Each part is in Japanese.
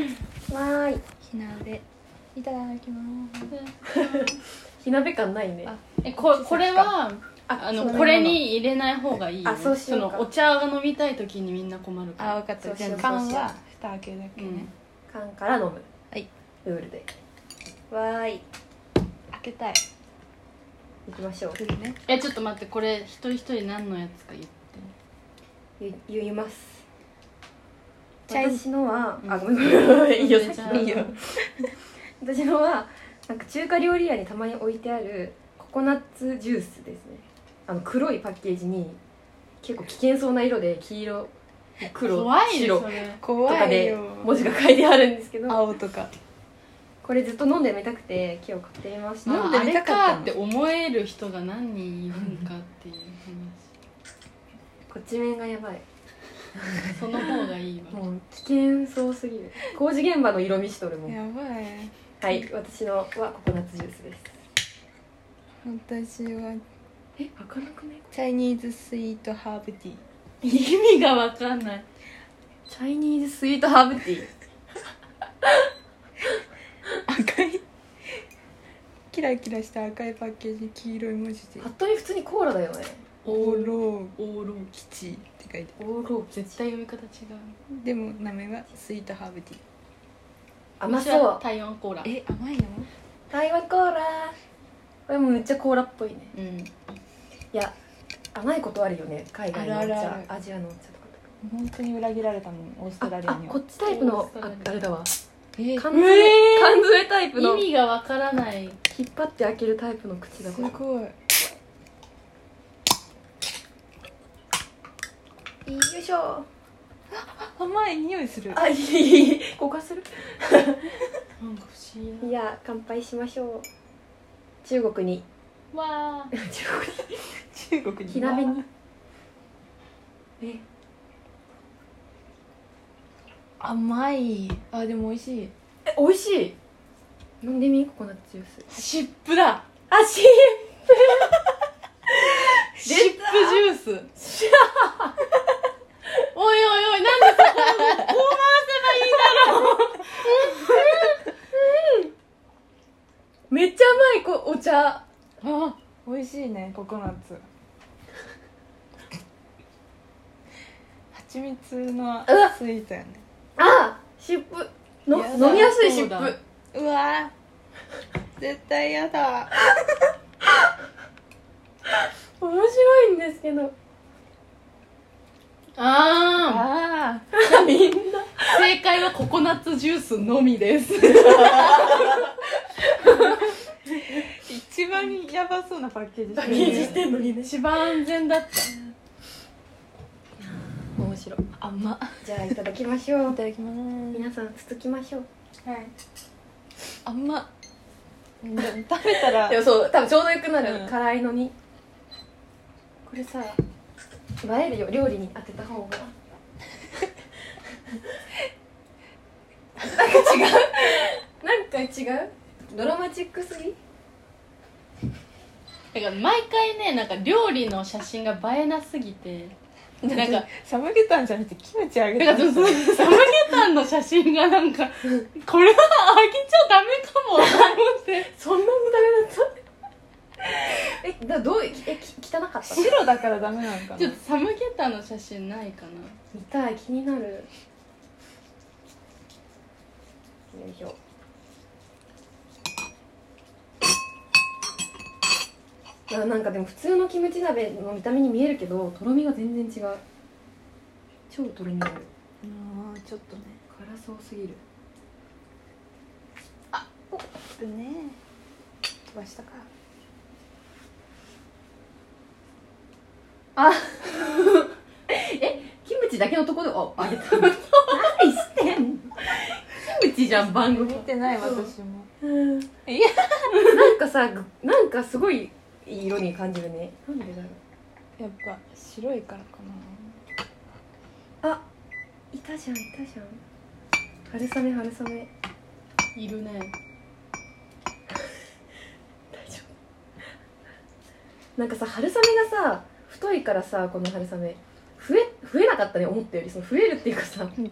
わーい火鍋いただきます火鍋感ないねあえここれはああそうのだねこれに入れない方がいいよあそうしようかのお茶が飲みたい時にみんな困るからあ分かっそたうじしよゃうあ缶は蓋開けるだけうね、ん缶から飲むはいルールでわーい開けたい行きましょう来るねえちょっと待ってこれ一人一人何のやつか言ってゆ言いますチャイ私のは、うんあごめんごめんごめんいいよ全然先にいいよ私のはなんか中華料理屋にたまに置いてあるココナッツジュースですねあの黒いパッケージに結構危険そうな色で黄色黒怖いよ白それと怖かいでよ文字が書いてあるんですけど青とかこれずっと飲んでみたくて今日買ってみました飲んあであみれたかったのかって思える人が何人いるんかっていうこっち面がやばい話その方がいい わもう危険そうすぎる工事現場の色見しとるもんやばいはい私のはココナッツジュースです私はえ開かなくねチャイニーズスイートハーブティー意味がわかんないチャイニーズスイートハーブティー 赤いキラキラした赤いパッケージに黄色い文字で服部普通にコーラだよね「オーローオーロー吉」って書いてあオーロー絶対読み方違うるでも名前はスイートハーブティー甘私そはう台湾コーラえ甘いの台湾コーラこれもめっちゃコーラっぽいねうんいや甘いことあるよね海外のお茶あるあるあるアジアのお茶とか本当に裏切られたもんオーストラあリアあにはこっちタイプのオーストあラリアあれだわえー缶詰,、缶詰タイプの意引味がわからないっ張って開けるタイプの口だすこれごいよいしょ甘い匂いするあいいいい硬化するなんか不思議いや乾杯しましょう中国になわあ中国に中国に火鍋にえ甘いあでも美味しいえ美味しい飲んでみココナッツジュース湿布だあし湿布 ジュースおいおいおいなんでそこめっちゃ甘いこお茶あ美味しいねココナッツ 蜂蜜のスイートやねあ湿布のやだ飲みやすい湿布そうだうわー絶対やだ面白いんですけどああ みんなあ正解はココナッツジュースのみですー一番やばそうなパッケージパッケージしてんのにね一番安全だった面白い甘じゃあいただきましょいうただきます皆さん続きましょうはい甘でも食べたらでもそう多分ちょうどよくなる、うん辛いのにこれさ映えるよ料理に当てた方がなんか違うなんか違うドラマチックすぎだから毎回ねなんか料理の写真が映えなすぎてなんかサムゲタンじゃなくてキムチあげだからたそのそのサムゲタンの写真がなんかこれはあげちゃダメかもと思ってそんなにダメだったえだどうえき汚かった白だからダメなのかちょなっとサムゲタンの写真ないかな見たい気になるよいしょいやなんかでも普通のキムチ鍋の見た目に見えるけどとろみが全然違う超とろみあるあーちょっとね辛そうすぎるちょっとね飛ばしたかキムチだけのとこでああげた 何してんのキムチじゃん番組見てない私もいやなんかさなんかすごいいい色に感じるねなんでだろうやっぱ白いからかあいたじゃんいたじゃん春雨春雨いるね大丈夫なんかさ春雨がさ太いからさこの春雨増え増えなかったね思ったよりその増えるっていうかさな確か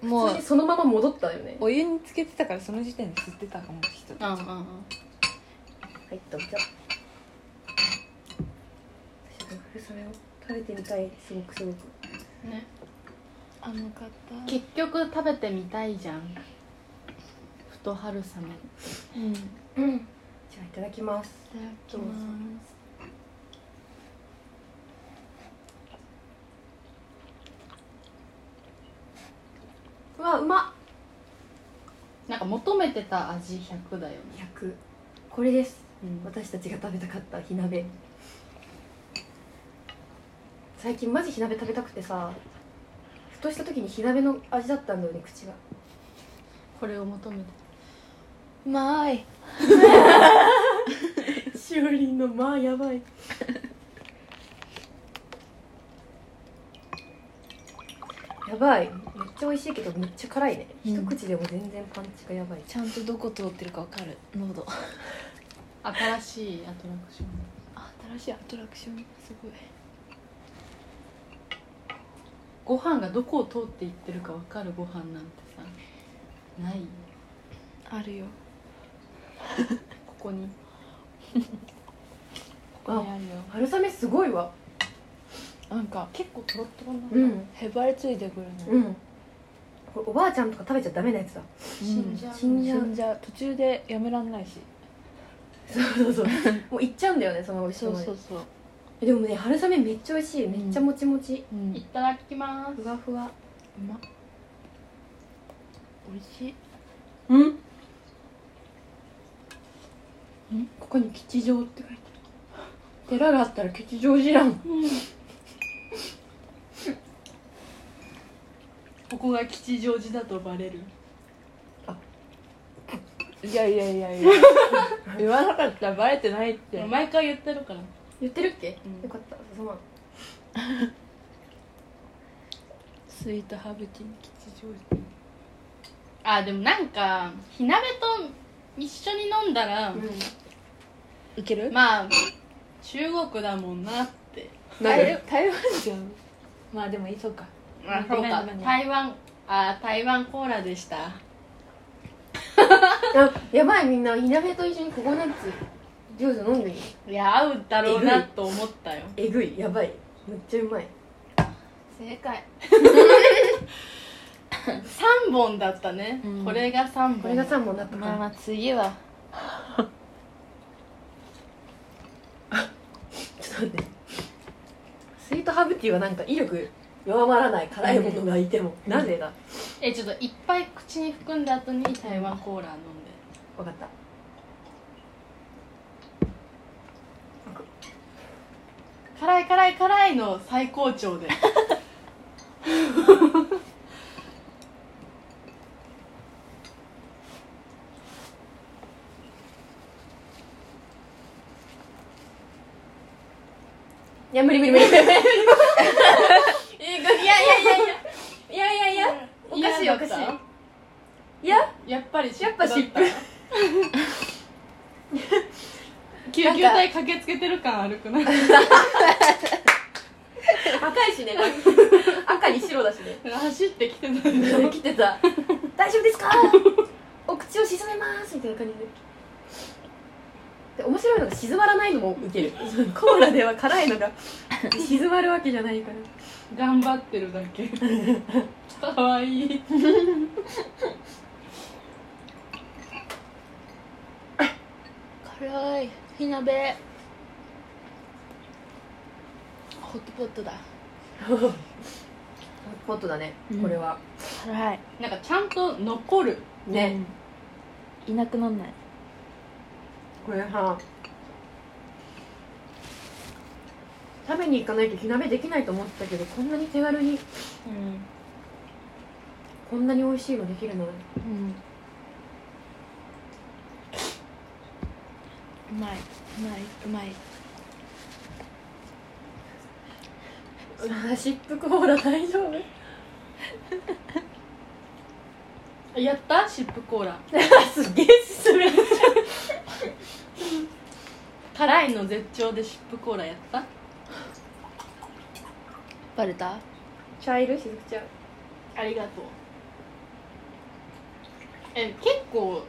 にも普通うにそのまま戻ったよねお湯につけてたからその時点で吸ってたかも人うんうんたちうんはいどうぞ私もそれを食べてみたいすごくすごくね甘かった結局食べてみたいじゃんふと春雨いうんいうんじゃあいただきますただきますうわうまっなんか求めてた味100だよね、 100これですうん、私たちが食べたかった火鍋最近マジ火鍋食べたくてさふとした時に火鍋の味だったんだよね口がこれを求めてまーいしおりんのまあやばいやばいめっちゃ美味しいけどめっちゃ辛いね、うん一口でも全然パンチがやばいちゃんとどこ通ってるかわかる喉た新しいアトラクションあ新しいアトラクションすごいご飯がどこを通っていってるか分かるご飯なんてさないよあるよここにここにあるよ春雨すごいわなんか結構トロトロなんだ、うんへばりついてくるの、うんこれおばあちゃんとか食べちゃダメなやつだ死んじゃう、死んじ死ゃうんじゃう途中でやめらんないしそうそうそう もういっちゃうんだよねそのおいしそうそううそう、でもね春雨めっちゃ美味しいめっちゃもちもち、うんいただきますふわふわうまっおいしいうんここに吉祥って書いてある寺があったら吉祥寺やんここが吉祥寺だとバレるいやいやいやいや 言わなかったらバレてないって毎回言ってるから言ってるっけ、うんよかったすまんスイートハーブティーの吉祥あでもなんか火鍋と一緒に飲んだら、寺いける、まあ中国だもんなって台台湾じゃんまあでもいいそうかあごそうめんかごめん台湾あ台湾コーラでしたあやばいみんな火鍋と一緒にココナッツジュース飲んでみるいや合うだろうなと思ったよえぐいやばいめっちゃうまい正 解3本だったね、うんこれが3本これが3本だったから、あ次はちょっと待ってスイートハーブティーはなんか威力弱まらない辛いものがいても、なぜだえちょっといっぱい口に含んだ後に台湾コーラ飲んでわかった辛い辛い辛いの最高潮で いや無理無理無理無理無理いやいやいやいやいやいやいやおかしい嫌だおっかたしいいややっぱりやっぱ湿布だた救急隊駆けつけてる感あるくない赤いしね赤に白だしね走ってきてたんだよ来てた「大丈夫ですか?」お口を沈めますみたいな感じでで面白いのが沈まらないのもウケるコーラでは辛いのが沈まるわけじゃないから頑張ってるだけかわいい辛い火鍋ホットポットだホットだねうんこれは、辛いなんかちゃんと残るね、いなくなんないこれさ食べに行かないと火鍋できないと思ってたけどこんなに手軽にうんこんなに美味しいのできるのうん うまいうまいうまいさあシップコーラ大丈夫やったシップコーラ すげえ進める辛いの絶頂でシップコーラやったバレた茶色しずくちゃんありがとうえ結構好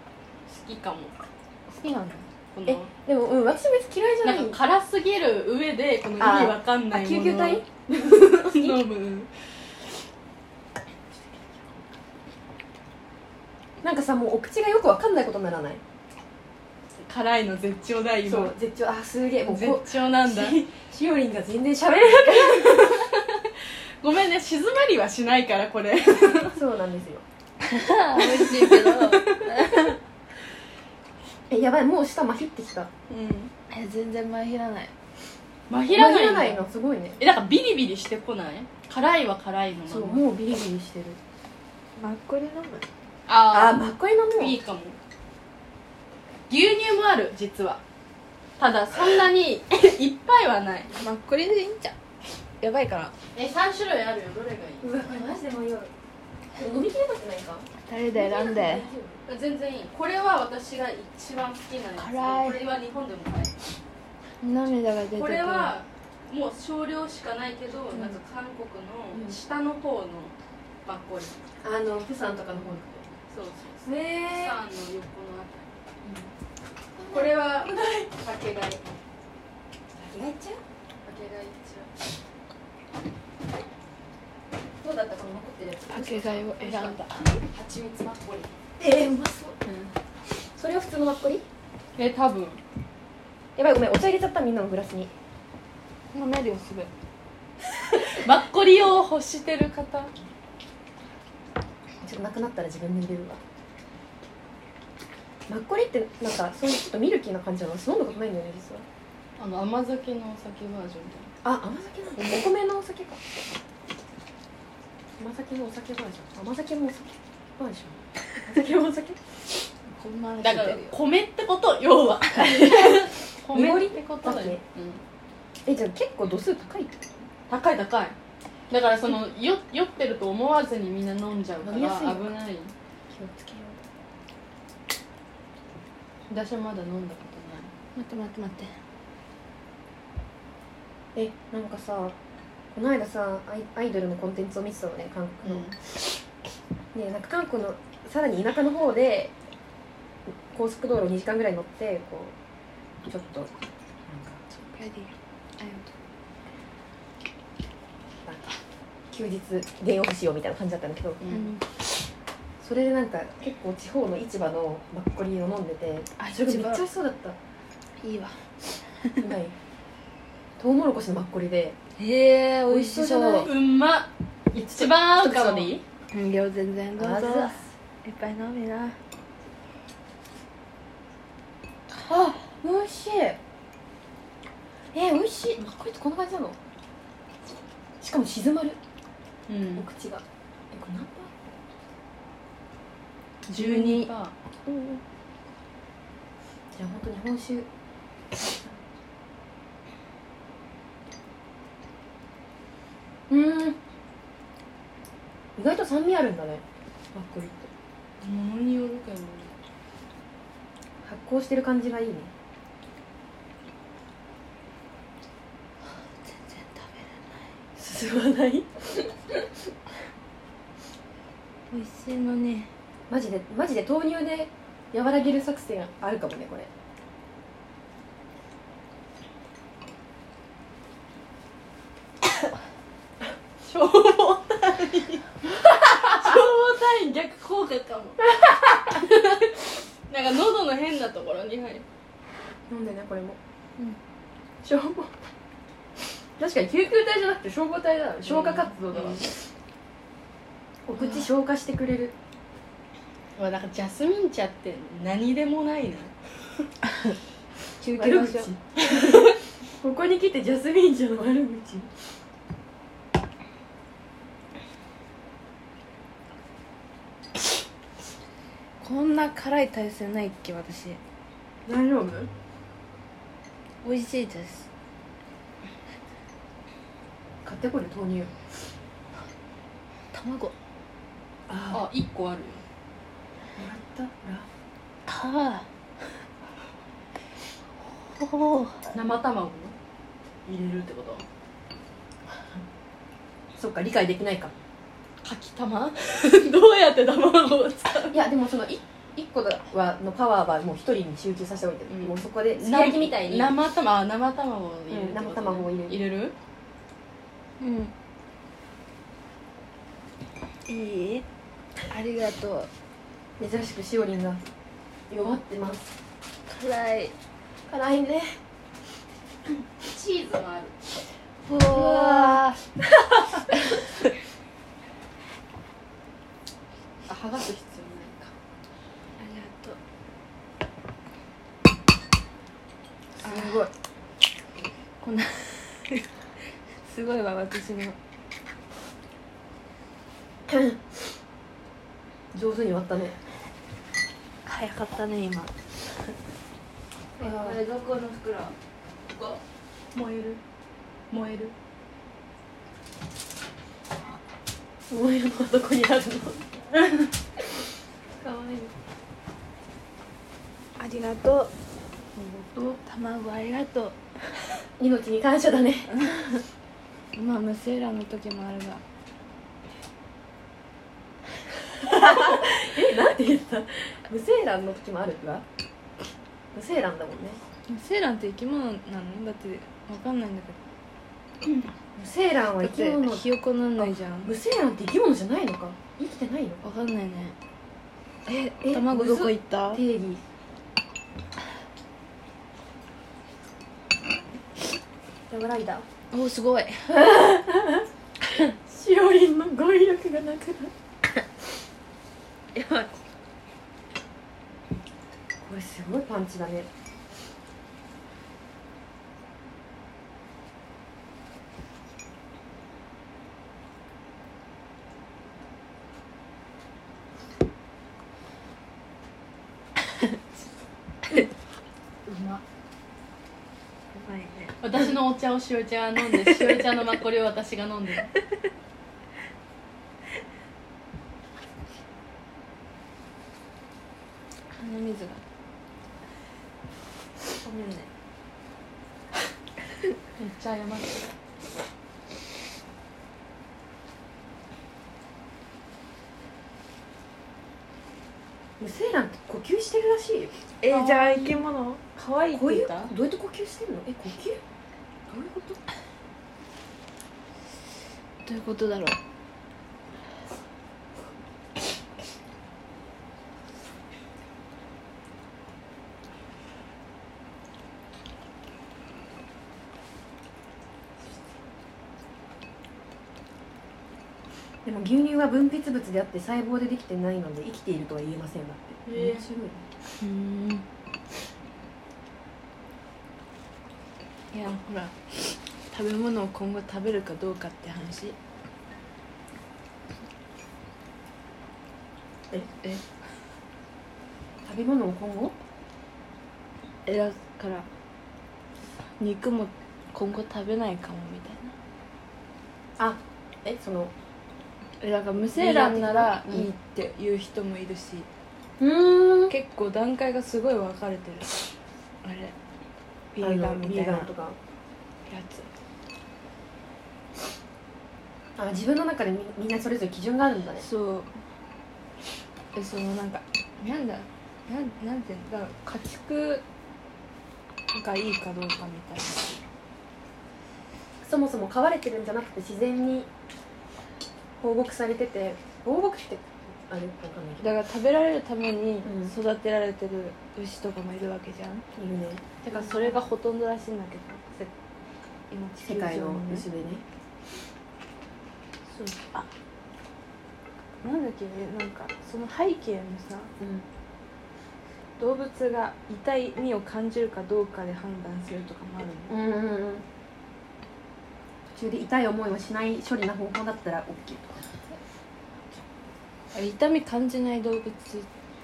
きかも好きなんだこえのでもうん私別に嫌いじゃなないんか辛すぎる上でこの意味わかんなあいもの救急隊飲むなんかさもうお口がよくわかんないことにならない辛いの絶頂だ今そう絶頂あすげえもうこ絶頂なんだししおりんが全然喋れなごめんね静まりはしないからこれいそうなん ですよ美味しいけ どえやばいもう舌まひってきたうんえ全然まひらないまひらまなひいらないのすごいねえなんかビリビリしてこない辛いは辛いのままそうもうビリビリしてるマッコリ飲むあーあマッコリ飲あいいもかも牛乳もある実はただそん なにいっぱいはないマッコリでいいんじゃんやばいからえ3種類あるよどれがいいううわこれマジで迷う飲みきれなくないか誰で選んで全然いいこれは私が一番好きな辛いやつでこれは日本でもない涙が出てくるこれはもう少量しかないけど、なんか韓国の下の方のマッコリあのプサンとかの方そうそうにプねサンの横のあたり、これはかけがいかけがえ意外いちゃうちどうだったこの残ってるやつかけがいを選んだゃ蜂蜜マッコリえー、うまそうそれは普通のマッコリえ多分やばいごめんお茶入れちゃったみんなのグラスに飲めるよすぐ マッコリを欲してる方ちょっとなくなったら自分で入れるわマッコリってなんかそういうちょっとミルキーな感じなの私飲んだことないんだよね実はあの甘酒のお酒バージョンみあ甘酒なんだお米のお酒か甘酒のお酒バージョン甘酒のお酒バージョン甘酒のお酒こんなのたいなだから米ってこと要は米ってことだ濁りだよ、うんえじゃあ結構度数高いってこ高い高いだからそのよ酔ってると思わずにみんな飲んじゃうから飲みやすいのか危なとい気をつけよう私はまだ飲んだこと待って待って待ってえなんかさこの間さアイアイドルのコンテンツを見てたのね韓国ない、の、ねなんか韓国のさらに田舎の方で高速道路2時間ぐらい乗ってこうちょっとなんかレディ休日電オフしようみたいな感じだったんだけどうんそれでなんか結構地方の市場のマッコリを飲んでてあそれがめっちゃ美一味しそうだった番いいわうまいトウモロコシのマッコリでへえ美味しそううまっ一番合うかもでいいいいよ全然どうぞあざっすいっぱい飲みなあ美味しいえ美味しいマッコリってこんな感じなのしかも静まるうんお口がえこれ何12うんうんじゃあ本当日本酒うん意外と酸味あるんだねマッコリってものによるけど発酵してる感じがいいね全然 進まない食べれない美味しいのにマジでマジで豆乳で和らげる作戦あるかもねこれ消防隊消防隊員逆効果 かもなんか喉の変なところに入る飲んでねこれもうん消防確かに救急隊じゃなくて消防隊だな消火活動だわ、うんお口消化してくれるうわなんかジャスミン茶って何でもないな休憩悪場口所ここに来てジャスミンちゃんの悪口こんな辛い体勢ないっけ私大丈夫美味しいです買ってこれ豆乳卵ああ一1個あるよあもらったほらああおお生卵入れるってことそっか理解できないか かきたまどうやって卵を使ういやでもその1 1個はのパワーはもう1人に集中させておいて、うんもうそこですき焼きみたいに生卵あ生卵を入れるってことうん生卵を入れる入れるうんいいありがとう珍しくしおりんが弱ってます辛い辛いねチーズもあるうわあ剥がす必ありがとうすごいこんなすごいわ私の上手に割ったね早かったね今要ないかれどこの袋ここ燃える燃えるそういうのはどこにあるのかわいいありがとう卵ありがと命に感謝だ ねうまあ無精卵の時もあるがえなんて言った無精卵の時もあるわ無精卵だもんね無精卵って生き物なのだってわかんないんだけ無精卵は生どだっきて物ひよこなんないじゃん無精卵って生き物じゃないのか生きてないのわかんないねええ卵どこむ行ずった定義ラブライダーおすごいしおりんの語彙力がなくなるやばいこれすごいパンチだねうまばいね私のお茶をしおりちゃんが飲んでしおりちゃんのマッコリを私が飲んで る鼻水がごめんねめっちゃ謝って無精卵って呼吸してるらしいよえーじゃあ生き物可愛いこういうたどうやって呼吸してるのえ呼吸どういうことどういうことだろうでも牛乳は分泌物であって細胞でできてないので生きているとは言えませんだってへえ面白いねうんいやほら食べ物を今後食べるかどうかって話ええ食べ物を今後えだから肉も今後食べないかもみたいなあえそのえだから無精卵ならうんいいって言う人もいるし、うん結構段階がすごい分かれてるあれビビーーガガンンみたいなやとかつあ自分の中でみみんなそれぞれ基準があるんだねそうえそのなんかなんだなんなんていうんだ家畜がいいかどうかみたいそもそも飼われてるんじゃなくて自然に放牧されてて放牧ってあれわかんないけどなだから食べられるためにうん育てられてる牛とかもいるわけじゃんいるねだからそれがほとんどらしいんだけどせ今地球世界上のね牛でねそうあなんだっけねなんかその背景のさうん動物が痛いみを感じるかどうかで判断するとかもあるの、うんうんうん途中で痛い思いをしない処理な方法だったら OK とか痛み感じない動物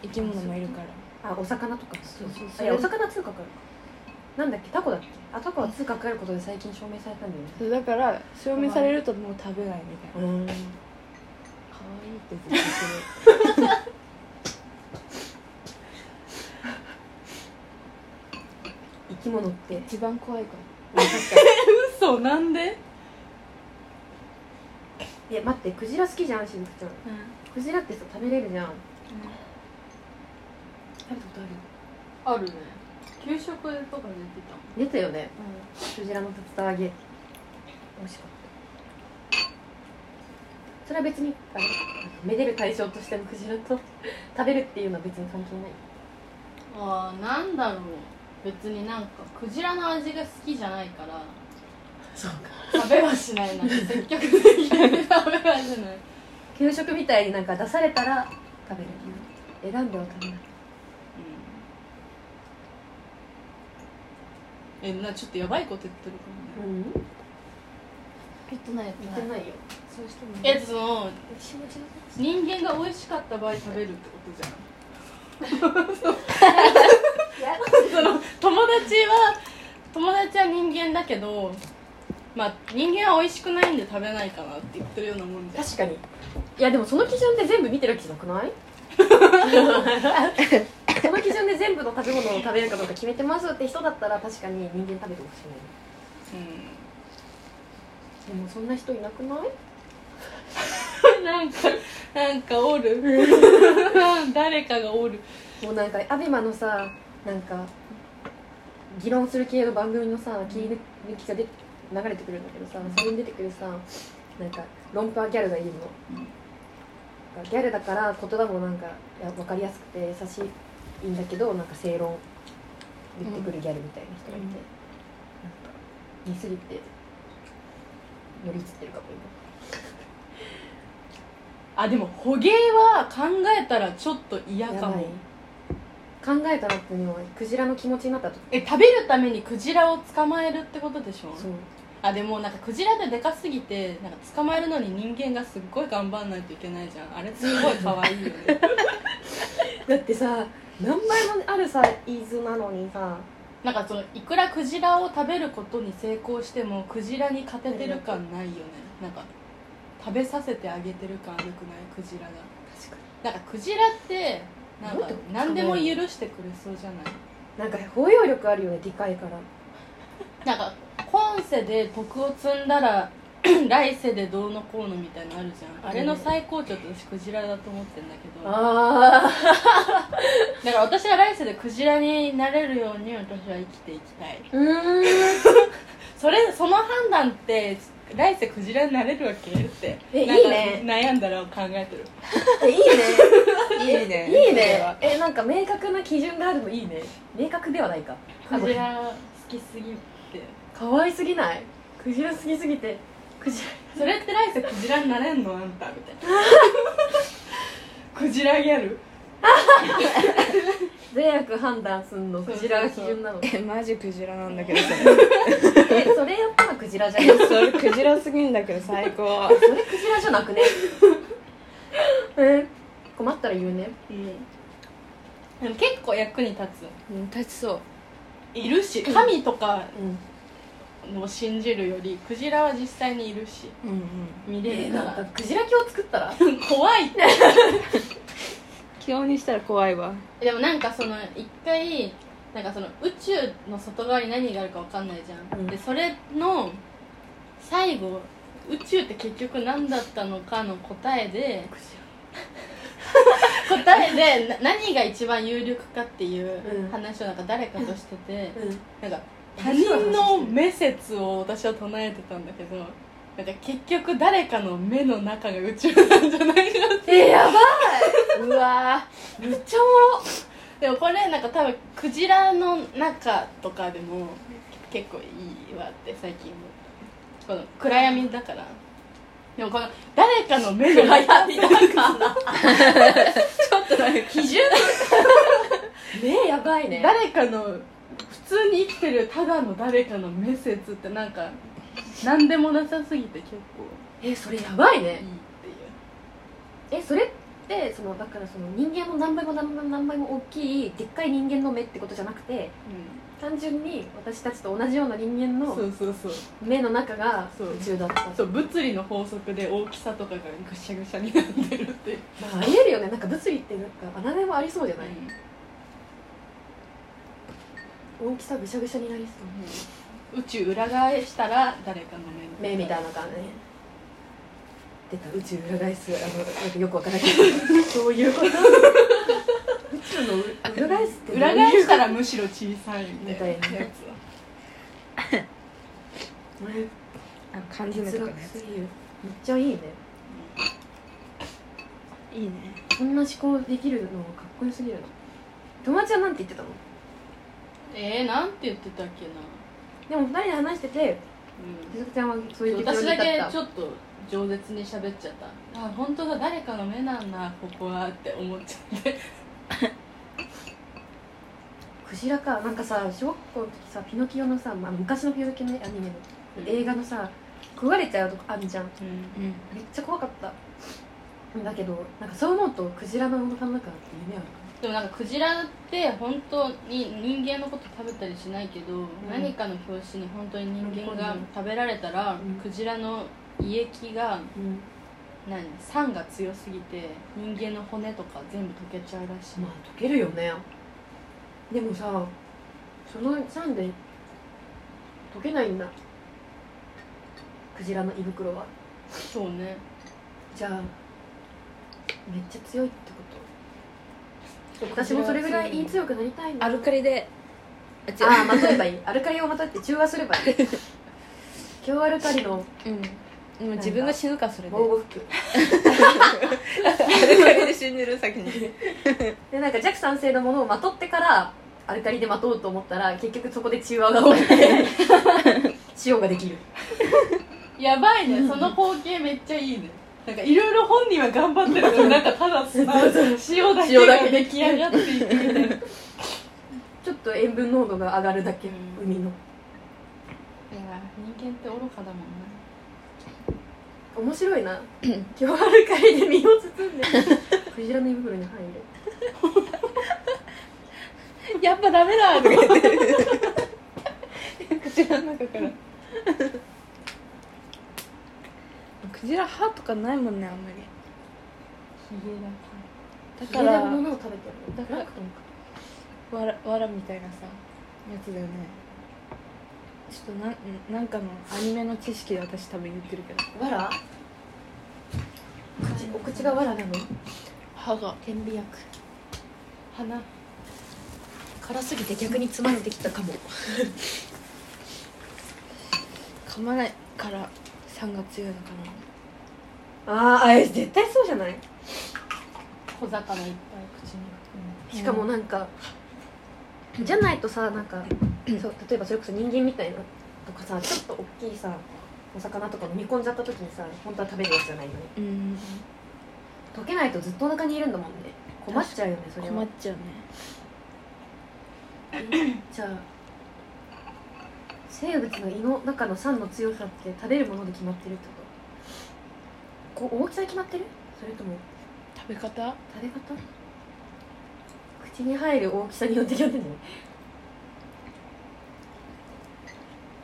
生き物もいるからあお魚とかそうそうあいやお魚通貨かかるなんだっけタコだっけあタコは通貨かかることで最近証明されたんだよねそうだから証明されるともう食べないみたいなうん可愛いってずっと言って生き物ってる一番怖いか確か嘘なんでにいや待ってクジラ好きじゃんしずくちゃんら、クジラってさ食べれるじゃんべたことあるあるね給食とかで出てた出たよねクジラの竜田揚げ美味しかったそれは別にあれめでる対象としてのクジラと食べるっていうのは別に関係ないあーなんだろう別になんかクジラの味が好きじゃないからそうか食べはしない な積極的に食べはしない給食みたいになんか出されたら食べる選んでは食べないえなちょっとやばいこと言ってるかもねん言ってないや言ってないよそういう人もえそのしもしな人間が美味しかった場合食べるってことじゃんその友達は友達は人間だけどまあ人間は美味しくないんで食べないかなって言ってるようなもんじゃん確かにいやでもその基準で全部見てるわけじゃなくない その基準で全部の食べ物を食べるかどうか決めてますって人だったら確かに人間食べてほしくないでもそんな人いなくないうんなんかなんかおる 誰かがおるもうなんかアベマのさなんか議論する系の番組のさ切り抜きがで流れてくるんだけどさ、それに出てくるさなんか論破ギャルがいるの、ギャルだから言葉もなんかいや分かりやすくて優しいんだけどなんか正論言ってくるギャルみたいな人がいて、うんなんか似すぎてよりつってるかもあでも捕鯨は考えたらちょっと嫌今かも考えたらっていうのはクジラの気持ちになったとえ食べるためにクジラを捕まえるってことでしょそうあでもなんかクジラってでかすぎてなんか捕まえるのに人間がすっごい頑張んないといけないじゃんあれすごい可愛いよねだってさ何倍もあるさ伊豆なのにさ なんかそのいくらクジラを食べることに成功してもクジラに勝ててる感ないよねなんか食べさせてあげてる感よくないクジラが確かなんかクジラってなんかどうやって何でも許してくれそうじゃないになんか包容力あるよねでかいからなんか今世で徳を積んだら 来世でどうのこうのみたいなのあるじゃんあれの最高潮って私クジラだと思ってんだけどだあから私は来世でクジラになれるように私は生きていきたいーうーんそれその判断って来世クジラになれるわけってえなんかいいね悩んだらを考えてるえいいねいいねいいそれねはえなんか明確な基準があるのいいね明確ではないかクジラ好きすぎって可愛すぎないクジラ好きすぎてクジそれって来世クジラになれんのあんたみたいなクジラギャルラ善悪判断すんのクジラが基準なのえマジクジラなんだけどさえそれやったらクジラじゃんそそれクジラすぎんだけど最高れクジラじゃなくね え困ったら言うねうんでも結構役に立つうん立ちそういるし神とかうんを信じるよりクジラは実際にいるしうんうん見れるか、なんからクジラ鏡作ったら怖いって気温にしたら怖いわでもなんかその一回なんかその宇宙の外側に何があるかわかんないじゃん、うんでそれの最後宇宙って結局何だったのかの答えで答えでな何が一番有力かっていううん話をなんか誰かとしてて、うんなんか他人の目説を私は唱えてたんだけどなんか結局誰かの目の中が宇宙なんじゃないかってえやばうわめっちゃおもろでもこれなんか多分クジラの中とかでも結構いいわって最近思ったこの暗闇だからでもこの誰かの目の 中みたいなちょっとなんか基準目やばい ね誰かの普通に生きてるただの誰かの目説ってなんか何でもなさすぎて結構えそれやばいいいっねていうえそれってそのだからその人間の何倍も何倍も何倍も大きいでっかい人間の目ってことじゃなくて単純に私たちと同じような人間そのうそうそう目の中がそう宇宙だったそう物理の法則で大きさとかがぐしゃぐしゃになってるっていう、まあ、ありえるよねなんか物理ってなんか穴でもありそうじゃない、大きさぐしゃぐしゃになりそう宇宙裏返したら誰かの目目みたいなな感じね出た宇宙裏 返すあのなんかよくわからないけどそういうこと宇宙の裏返たらむしろ小さいみたいなみたいなやつあの缶詰哲とか学のやすぎるめっちゃいいねついいねそんな思考できるのかっこよすぎるな友達はなんて言ってたの えー、なんて言ってたっけな、でも二人で話しててう、手塚ちゃんはそういうん結論私にだけ至っちょっと饒舌に喋っちゃったあ本当だ誰かの目なんだここはって思っちゃってたクジラかなんかさ小学校の時さピノキオのさ、まあ、昔のピノキオのねアニメの映画のさ食われちゃうとこあるじゃんうんうんめっちゃ怖かっただけどなんかそう思うとクジラのお腹の中って夢あるでもなんかクジラって本当に人間のこと食べたりしないけど、何かの拍子に本当に人間が食べられたら、んクジラの胃液がうん何酸が強すぎて人間の骨とか全部溶けちゃうらしい、まあ溶けるよねでもさその酸で溶けないんだクジラの胃袋はそうねじゃあめっちゃ強いってこと私もそれぐらい胃強くなりたいなアルカリであ違うああまとえばいいアルカリをまとって中和すればいい強アルカリのうんでも自分が死ぬかそれで防護服アルカリで死んでる先にでなんか弱酸性のものをまとってからアルカリでまとおうと思ったら結局そこで中和が多い 塩ができるやばいねその光景めっちゃいいねなんかいろいろ本人は頑張ってるけどなんかただ砂塩だけ塩がだけ出来上がっていくみたいちなょっと塩分濃度が上がるだけうん海の人間って愚かだもんな面白いな今日アルカリで身を包 んでクジラの胃袋に入るやっぱダメだとか言 ってクジラの中からクジラ歯とかないもんねあんまりヒゲだだクかジラらのものを食べてるだからなんかわらわらみたいなさやつだよねちょっとなんなんかのアニメの知識で私多分言ってるけどわら口お口がわらなの歯が天秤薬鼻辛すぎて逆につまんできたかも噛まないから酸が強いのかあなーあえ絶対そうじゃない小魚いっぱい口にしかもなんか、じゃないとさなんかそう例えばそれこそ人間みたいなとかさちょっと大きいさお魚とか飲み込んじゃった時にさ本当は食べるやつじゃないよねうん溶けないとずっとお腹にいるんだもんね困っちゃうよねそれ困はっちゃうねじゃあ生物の胃の中の酸の強さって食べるもので決まってるってことこう大きさで決まってるそれとも食べ方食べ方口に入る大きさによって決まってんの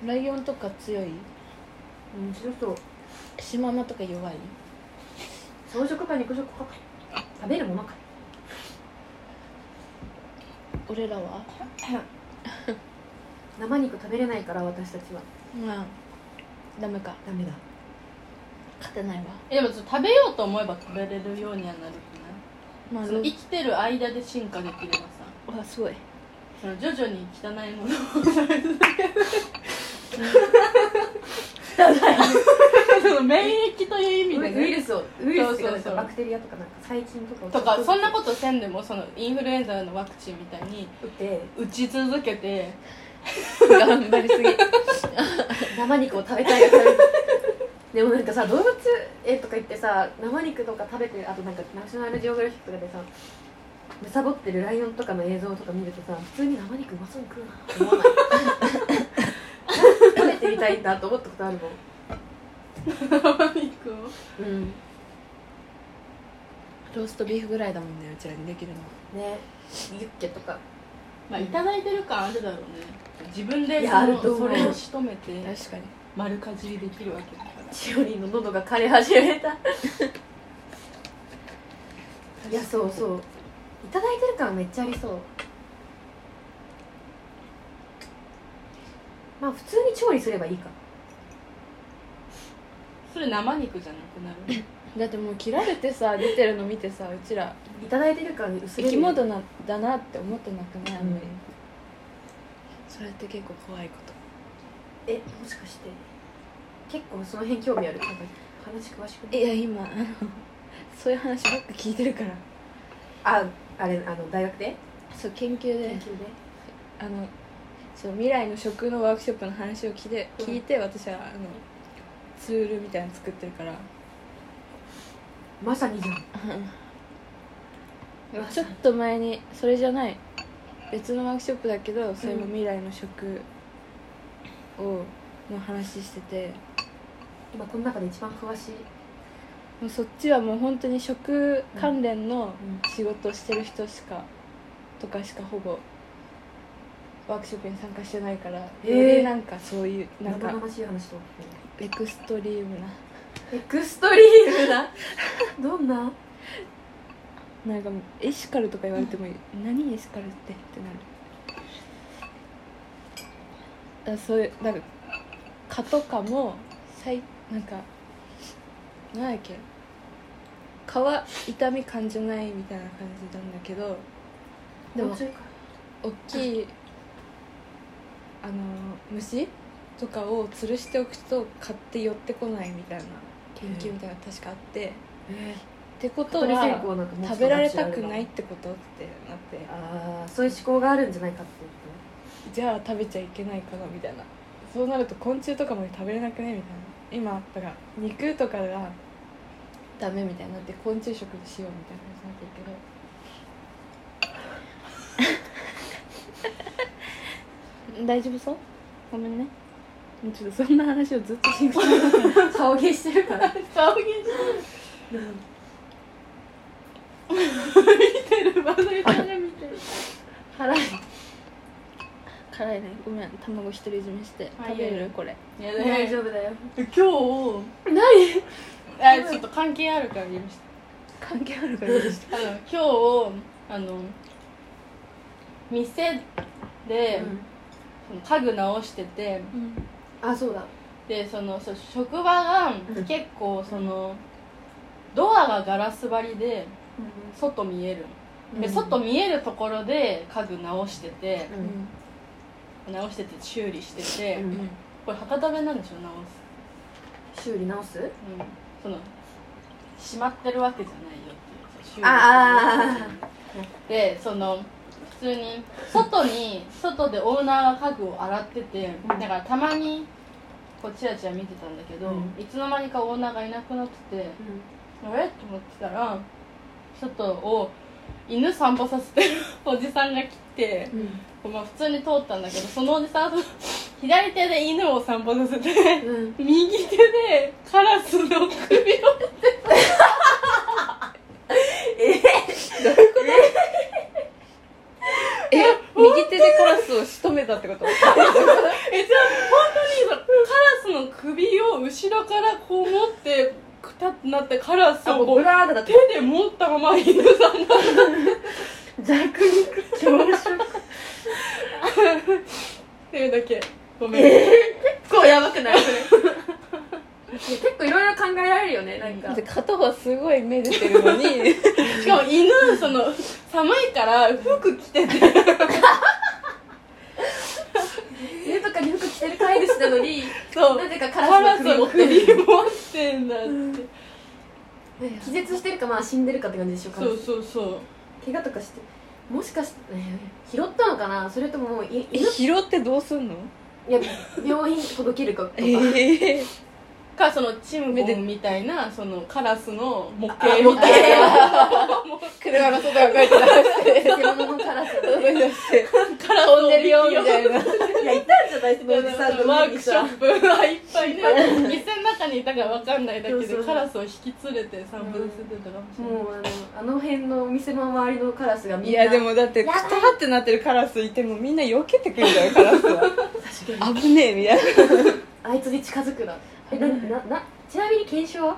ライオンとか強い面白そうシマウマとか弱い草食か肉食か食べるものか俺らは生肉食べれないから私たちはまあダメかダメだ勝てないわえでもちょっと食べようと思えば食べれるようにはなるくまあないそのロ生きてる間で進化できればさわすごいその徐々に汚いものを その免疫という意味で、ウイね、ルスをウイルスっていうかなんそうそうそかうバクテリアとかなんか細菌とかをとかそんなことせんでもそのインフルエンザのワクチンみたいにと打って打ち続けて 頑張りすぎ生肉を食べたいが食べたいでもなんかさ動物園とか行ってさ生肉とか食べてあとなんかナショナルジオグラフィックとかでさむさぼってるライオンとかの映像とか見るとさ普通に生肉うまそうに食うなって思わない食べてみたいんだと思ったことあるもん生肉をうんローストビーフぐらいだもんねうちらにできるのはねユッケとかまあいただいてる感あるだろうね自分でいそやあるのと思うそれを仕留めて確かに丸かじりできるわけだからしおりんの喉が枯れ始めたいやそうそういただいてる感めっちゃありそうまあ普通に調理すればいいかそれ生肉じゃなく なるだってもう切られてさ出てるの見てさうちらいただいてる感薄生れるき物なだなって思ってなくないあんまり、うそれって結構怖いことえもしかして結構その辺興味あるなんか話詳しくないいや今あの そういう話ばっか聞いてるからああれあの大学でそう研究で研究であのそう未来の食のワークショップの話を聞いて,、うん聞いて私はあのツールみたいなの作ってるからまさにじゃんちょっと前にそれじゃない別のワークショップだけどそれも未来の食をの話してて、今この中で一番詳しいもうそっちはもう本当に食関連の仕事をしてる人しかとかしかほぼワークショップに参加してないからよへえりなんかそういうなん生か々しい話とエクストリームなエクストリームなどんななんかもうエシカルとか言われてもいい、何エシカルってってなるだそういうなんか蚊とかもさいなんかなんやっけ蚊は痛み感じないみたいな感じなんだけどでももうちょいか大きいあの虫とかを吊るしておくと蚊って寄ってこないみたいな研究みたいなの確かあって、っえてことトリセンはコなんかもうちょっと食べられたくないってことってなってああそういう思考があるんじゃないかっていうこじゃあ食べちゃいけないかなみたいなそうなると昆虫とかも食べれなくねみたいな今あったら肉とかがダメみたいになって昆虫食にしようみたいな話になってるけど 大丈夫そうごめんねもうちょっとそんな話をずっとしてると顔芸してるから顔芸してるバズりさんが見てる辛い辛いねごめん卵独り占めしてあ食べいやいるやこれやだ大ね丈夫だよ今日何あちょっと関係あるから言いまし関係あるから許してたあの今日あの店で、その家具直しててうんあそうだでそのそう職場がうん結構その、ドアがガラス張りでう外見えるんで外見えるところで家具直しててううんん直してて修理してて、ううんんこれ博多弁なんでしょ直す、修理直すうん、その閉まってるわけじゃないよっていう修理あーでその普通に外に外でオーナーが家具を洗っててうんだからたまにこうチラチラ見てたんだけど、うんいつの間にかオーナーがいなくなっててあれと思ってたら外を犬散歩させてるおじさんが来て、まあ、普通に通ったんだけどそのおじさん 左手で犬を散歩させてうんうん右手でカラスの首をえ右手でカラスを仕留めたってことえじゃあ本当にそのカラスの首を後ろからこう持ってくたってなってカラスあもをうこブうラーだだって手で持ったまま犬さんが弱肉強食っていうだけごめん、結構やばくないそれ結構いろいろ考えられるよねなんだかって片方すごい目出てるの にしかも犬その寒いから服着てて家とかに服着てる飼い主なのにそうなぜかカカララススの首を持のっ首てる持ってんだって、気絶してるかまあ死んでるかって感じでしょカラそうスそうそう怪我とかしてもしかしてえー拾ったのかなそれとももういえ犬拾ってどうすんのいや病院届けるかとかええかそのチムゴンみたいなそのカラスの模型あみたいな 車の外が書いて出して偽物のカラスが出してカラス飛んのでるよみいたい ないやいたんじゃないそのおじさんのワ上ーにクシさョップはいっぱいね店の中にいたから分かんないだけそうそうそでうカラスを引き連れて散歩させてたかもしれない、もうあのあの辺のお店の周りのカラスがみんないやでもだってくたーってなってるカラスいてもみんな避けてくんだよカラスは確かに危ねえみたいなあいつに近づくなえなななちなみに検証は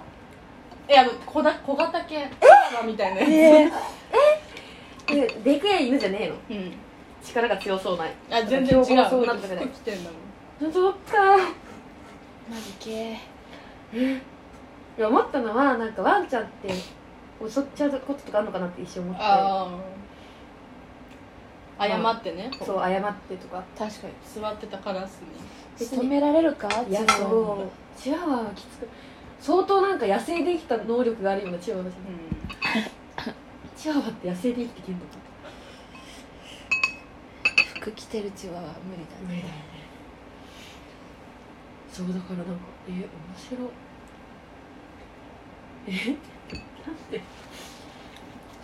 えあの小だ小型犬カラマみたいなやええでくえ犬じゃねえのつ、うん力が強そうないあ全然違う標本そうなってくれ服着てんだもんそっかマジ系いや思ったのはなんかワンちゃんって襲っちゃうこととかあるのかなって一瞬思ってあー謝ってねそう謝ってとか確かに座ってたカラスに勤められるかいやチワワそうチワワはきつく相当なんか野生できた能力があるようなチワワだしうチワワって野生で生きていけんのか服着てるチワワは無理だねねそうだからなんかえ面白いえなんで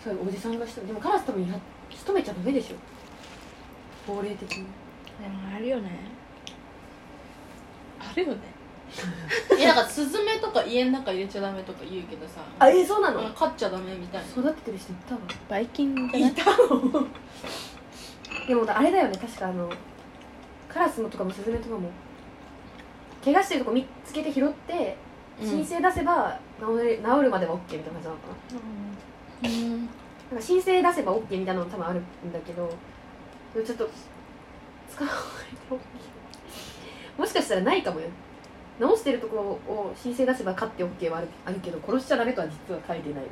そうおじさんがしてでもカラスともや勤めちゃダメでしょ法令的にでもあるよねあるよね いやだからスズメとか家の中入れちゃダメとか言うけどさあえそうなのうん飼っちゃダメみたいな育ててる人いたわバイキンじゃないたのでもあれだよね確かあのカラスのとかもスズメとかも怪我してるとこ見つけて拾って申請出せば治れ、治るまでは OK みたいな感じなのかなうんなんか申請出せば OK みたいなのも多分あるんだけどでもちょっと使わないともしかしたらないかもよ直してるところを申請出せば勝って OK はあるあるけど殺しちゃダメとは実は書いてない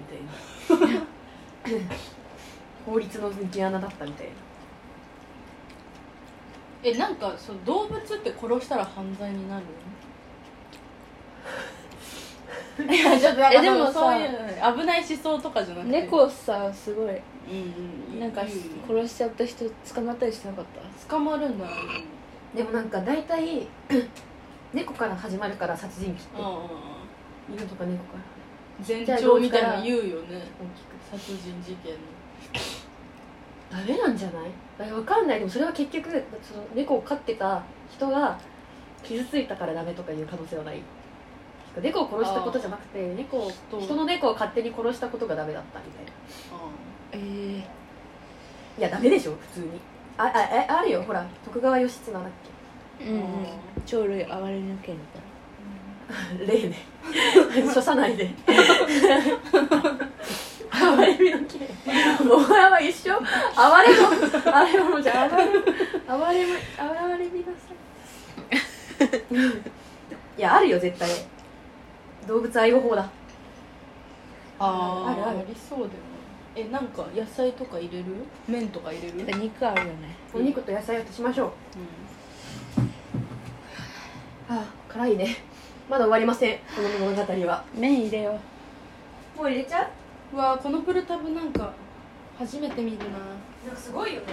みたいな 法律の抜け穴だったみたいなえなんかその動物って殺したら犯罪になる いやちょっとなんえかででももさそういう危ない思想とかじゃなくて猫さすごいうんうんなんかいいよ殺しちゃった人捕まったりしてなかった捕まるんだよでもなんか大体 猫から始まるから殺人鬼ってう犬とか猫からん前兆みたいなの言うよね大きく殺人事件のダメなんじゃないえわかんないでもそれは結局その猫を飼ってた人が傷ついたからダメとかいう可能性はない猫を殺したことじゃなくて猫をそう人の猫を勝手に殺したことがダメだったみたいなええいやダメでしょ普通にああえあるよほら徳川義経だっうんうん鳥類哀れ抜けみたいけ 例ね処さないで哀れみの刑お前は一生哀れもあれもじゃあ哀れも哀れも哀れみなさいいやあるよ絶対動物愛護法だあーあるあるありそうだよねえなんか野菜とか入れる麺とか入れるなやっぱ肉あるよねお肉と野菜を足しましょううああ辛いねまだ終わりませんこの物語は麺入れよもう入れちゃうんうわーこのプルタブなんか初めて見るなうんなんかすごいよね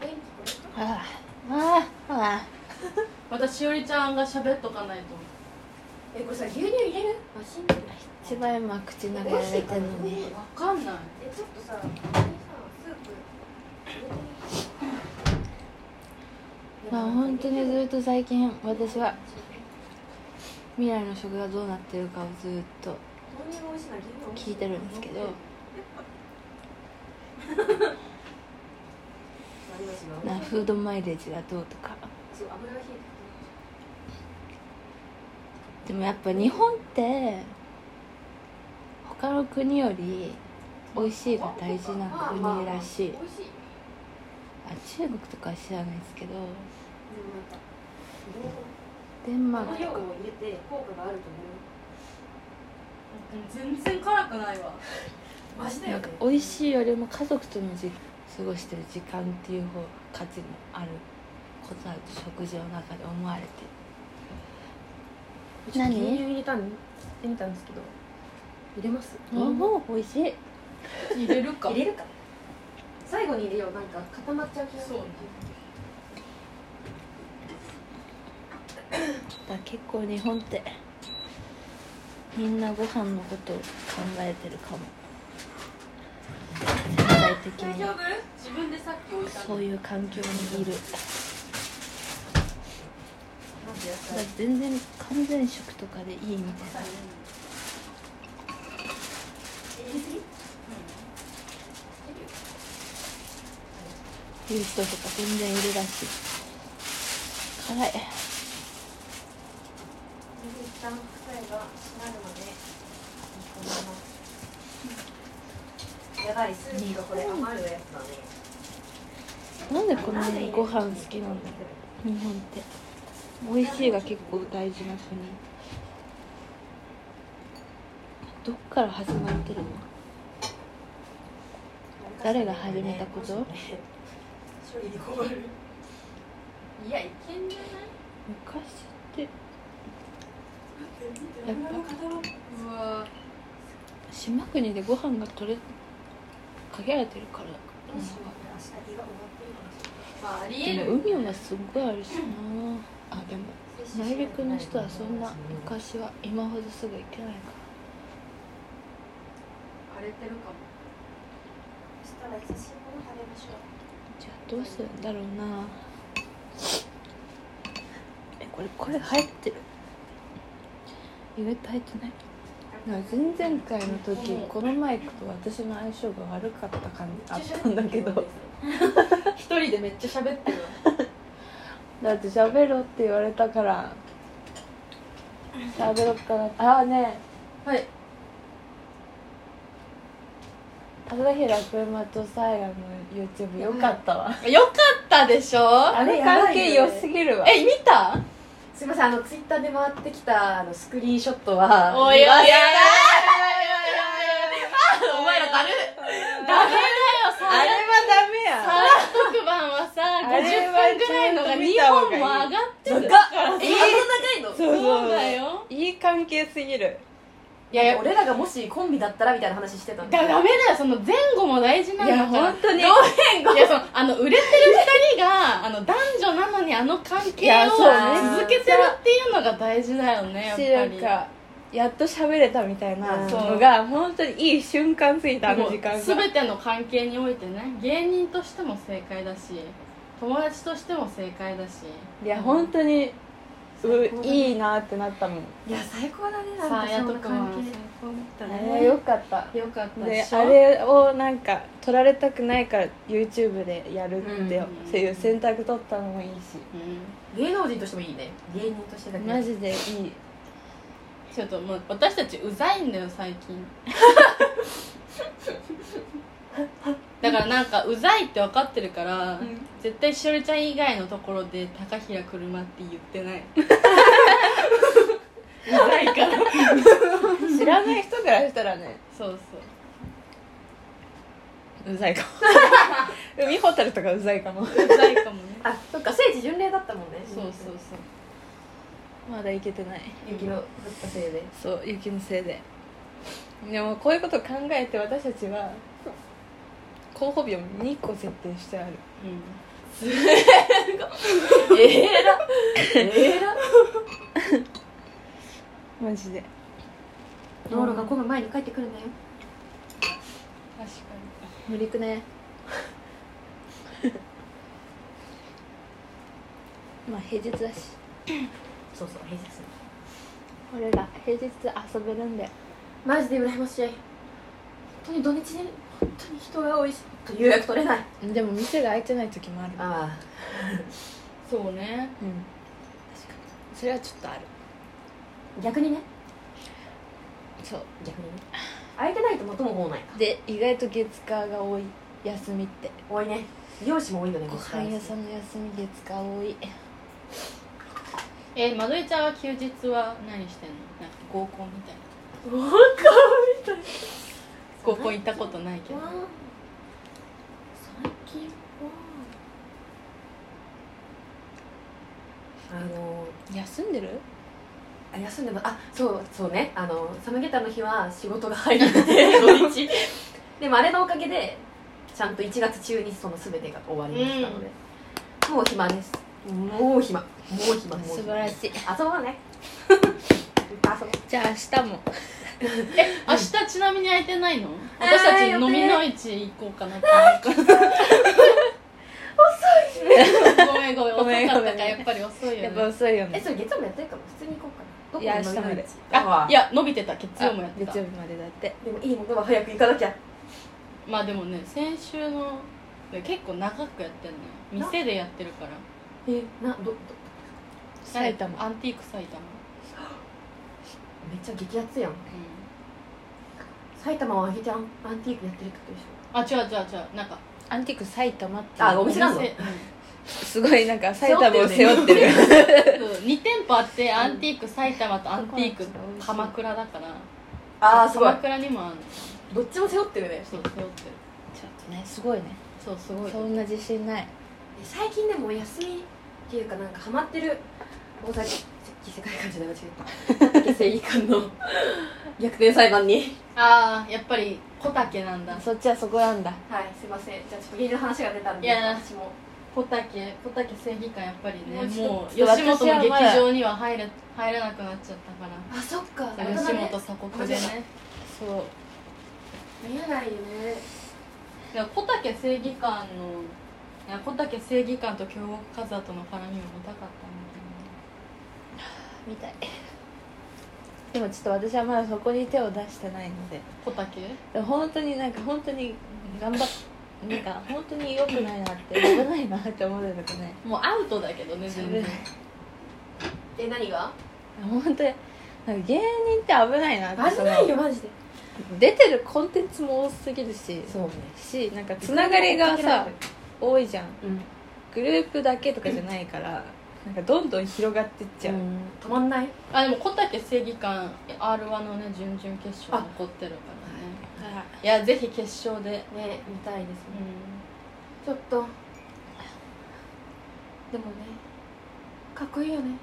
電気こうあああああ私しおりちゃんが喋っとかないれとえこれさ牛乳入れるマシンであ一番今口の中入れてるのにわかんないえちょっとさここにさスープまあ本当にずっと最近私は未来の食がどうなってるかをずっと聞いてるんですけどなフードマイレージがどうとかでもやっぱ日本って他の国より美味しいが大事な国らしいあ中国とかは知らないですけどデンマークとか全然辛くない わなんか美味しいよりも家族とのじ過ごしてる時間っていう方が価値のあることだと食事の中で思われて何牛乳入れたん入れてみたんですけど入れますもう美味しい入れるか入れるか最後に入れようなんか固まっちゃう気がすそうるねだ結構日本ってみんなご飯のことを考えてるかも全体的大に丈夫自分でさっき置いたのそういう環境にいるなんでだから全然完全食とかでいいみたいないう人とか全然いるらしい辛い一旦副菜が閉まるまで煮込みますやばいスープがこれ余るやつだねなんでこんなにご飯好きなんだろう日本って美味しいが結構大事な国どっから始まってるのあ誰が始めたこと処理に困るいやいけんじゃない昔ってやっぱ固まっうわ島国でご飯が取れ限られてるから明日胃が終わってるかまあありえでるも海はすごいあるしなあでも内陸の人はそんな昔は今ほどすぐ行けないか荒れてるかもらそしたら優しいもの食べましょうらじゃあどうするんだろうなえこれ声入ってる意外と入ってないなんか前々回の時このマイクと私の相性が悪かった感じあったんだけど 一人でめっちゃ喋ってるわだって喋ろって言われたから喋ろっかなああねはい朝平車とサイラの YouTube よかったわよかったでしょあれ関係良すぎるわえ見たすいませんあのツイッターで回ってきたあのスクリーンショットはおいおいおいおいおいおいおいおいおいお前らだるダメだよあれはさダメやあさ特番はさあれ50は分ぐらいのがちゃんと見た方がいい2本も上がってるえー、あんな長いのそうそうだよいい関係すぎるいやいや俺らがもしコンビだったらみたいな話してたんだダメだよその前後も大事なんだから当にいやそのあの売れてる二人があの男女なのにあの関係やをそうね続けてるっていうのが大事だよねやっぱしりなんかやっと喋れたみたいなそうのが本当にいい瞬間すぎたあものう時間が全ての関係においてね芸人としても正解だし友達としても正解だしいや本当にういいなってなったもんいや最高だねさあやなんとかそくんはの最関高だあっれよかったたよかったでしょあれをなんか取られたくないから YouTube でやるって、うんそういう選択取ったのもいいしうん係芸能人としてもいいね芸人としてだけマジでいいちょっともう私たちうざいんだよ最近 だからなんかうざいって分かってるから、絶対しおりちゃん以外のところで「高平車」って言ってないうざい から知らない人からしたらねそうそううざいか も海ほたるとかうざいかもうざいかもねあそっか聖地巡礼だったもんねそうそうそうまだいけてない雪の降ったせいでそう雪のせいででもこういうことを考えて私たちは候補日を2個設定してあるうえらえらマジで道路が混む前に帰ってくるんだよん確か無理く ねまあ平日だしそうそう平日俺ら平日遊べるんでマジで羨ましい本当に土日に本当に人が多いし本当に予約取れないでも店が開いてない時もあるあにそうねうん確かそれはちょっとあるあ逆にねそう逆にね空いてないと元も子もないで意外と月火が多い休みって多いね美容師も多いのねご飯屋さんの休み月火多いえまどりちゃんは休日は何してんのなんか合コンみたいな合コン行ったことないけどは最近はあの休んでるあ休んでもあそうそうねあのサムゲタンの日は仕事が 入ってて土日でもあれのおかげでちゃんと1月中にその全てが終わりましたので、もう暇ですもう暇もう暇もう素晴暇らしい遊ぼう ねいっぱい遊ぼうじゃあ明日も明日ちなみに空いてないのあー私たち予定飲みの市行こうかなって思うから 遅いごめんごめんごめん遅かったごめかんやっぱり遅いやよっぱね遅いよえねそれ月曜もやってるかも普通に行こうかないや明日まであいやや伸びてた月曜もやってた月曜日までだってでもいいものは早く行かなきゃまあでもね先週の結構長くやってんのよ店でやってるからえなどど埼玉アンティーク埼玉めっちゃ激アツやん埼玉はアンティークやってるってことでしあ違う違う違うなんかアンティーク埼玉ってあお店なのお店すごいなんか埼玉を背負ってるうんそう2店舗あってアンティーク埼玉とアンティーク鎌倉だからょああすごい鎌倉にもあるのどっちも背負ってるねそう背負ってちるょっとねすごいねそうすごいそんな自信ない最近でもお休みっていうかなんかハマってる大崎世界観じゃない間違えた大崎正義感の逆転裁判にああやっぱり小竹なんだそっちはそこなんだはいすいませんじゃあちょっと芸の話が出たんでいや私も小竹小竹正義感やっぱりねもうちょっともうちょ吉っと本の私は劇まだ場には入れ入れなくなっちゃったからあそっか吉本鎖国でねそう見えないよねいや小竹正義感のいや小竹正義感と京極和人の絡みを見たかったみたいでもちょっと私はまだそこに手を出してないのでんだけどで小も本当になんか本当に頑張っなんか本当に良くないなって危ないなって思うんだけどね竹もうアウトだけどね全然え何が本当になんか芸人って危ないなって危ないよマジで出てるコンテンツも多すぎるしそうねしなんかつながりがさ多いじゃんうんグループだけとかじゃないからなんかどんどん広がってっちゃう、うん止まんないあでも小竹正義感 r 1のね準々決勝残ってるからあねいやぜひ決勝でね見たいですねうんちょっとでもねかっこいいよね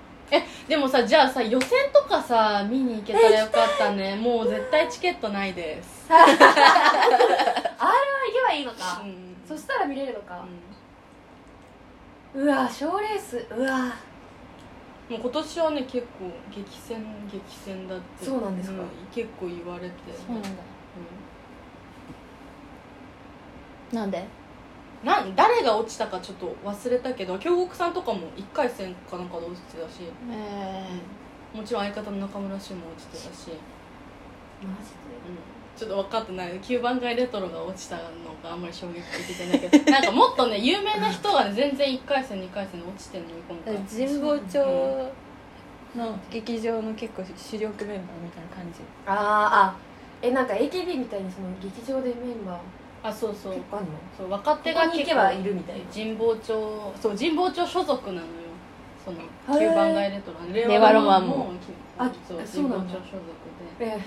でもさじゃあさ予選とかさ見に行けたらよかったねもう絶対チケットないです、あれは行けばいいのかうんそしたら見れるのか、ううわ賞レースうわんもう今年はね結構激戦激戦だってそうなんですか結構言われてそうなんだなんでうんなん誰が落ちたかちょっと忘れたけど京極さんとかも1回戦かなんかで落ちてたしえもちろん相方の中村氏も落ちてたし、うん、マジでちょっと分かってない9番街レトロが落ちたのがあんまり衝撃的じゃないけ どなんかもっとね有名な人がね全然1回戦2回戦で落ちてるのよ今回神保町の劇場の結構主力メンバーみたいな感じあーあえなんか AKB みたいにその劇場でメンバーあそうそう結構あんのそう若手がここに行けばいるみたいな神保町そう神保町所属なのよそのへー9番街レトロね令和ロマンもあそうそ神う保な町んだ所属でえ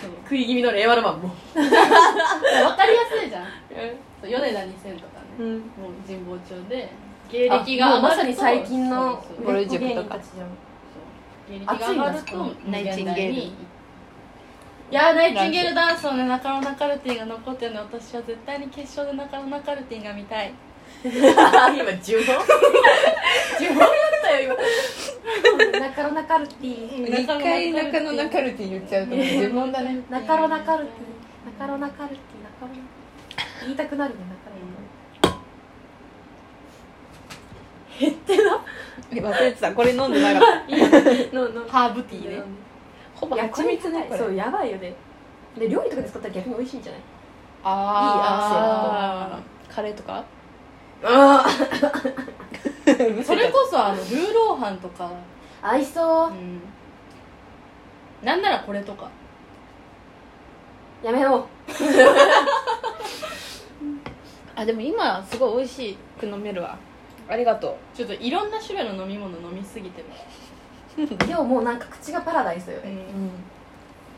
そう食い気味の令和ロマンも分かりやすいじゃんそう米田2000とかね、んもう神保町で芸歴があ上もうまがるとさに最近のそうそう売れっ子ぼる芸塾と人かたちじゃんそう芸歴が上がると熱いんだナイチンゲールにいやーナイチンゲールダンスをね中野ナカルティが残ってるので私は絶対に決勝で中野ナカルティが見たい今呪文 呪文だったよ今中野ナカルティ一回中野ナカルティ言っちゃうと 自分だね中野ナカルティ中野ナカルティ中野ナカルティ言いたくなるね中野ナカルティ減ってな忘れてたこれ飲んでなかったののハーブティーねほぼ蜂蜜ねこれそうやばいよねで料理とかで使ったら逆に美味しいんじゃないあカレーと かああそれこそあのルーローハンとか、、合いそううんなんならこれとかやめよあでも今すごい美味しく飲めるわありがとちょっといろんな種類の飲み物飲みすぎてる、う今日もうなんか口がパラダイスようねう、ん、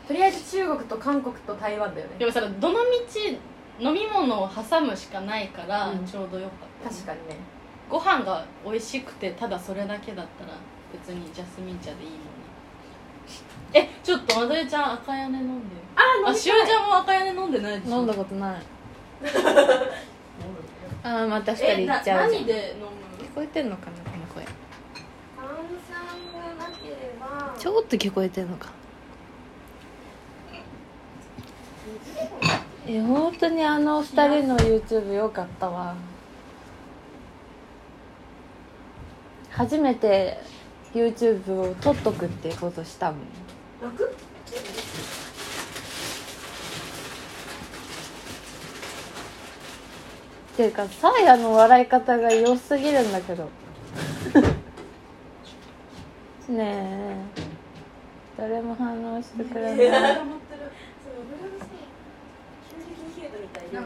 とりあえず中国と韓国と台湾だよねでもさどの道飲み物を挟むしかないから、うんちょうどよかった確かにねご飯が美味しくてただそれだけだったら別にジャスミン茶 でいいもんねえちょっとまどりちゃん赤屋根飲んでよあしおちゃんも赤屋根飲んでないでしょ飲んだこと ないあーまた二人え行なっちゃうじゃん聞何で飲むこえてんのかなこの声炭酸がなければちょこっと聞こえてんの かえ本当にあの二人の YouTube よかったわ初めて YouTube を撮っとくっていうことしたもん楽っていうかサーヤの笑い方が良すぎるんだけどねえ誰も反応してくれない思ってるそうブルームス急激に冷えたみたいか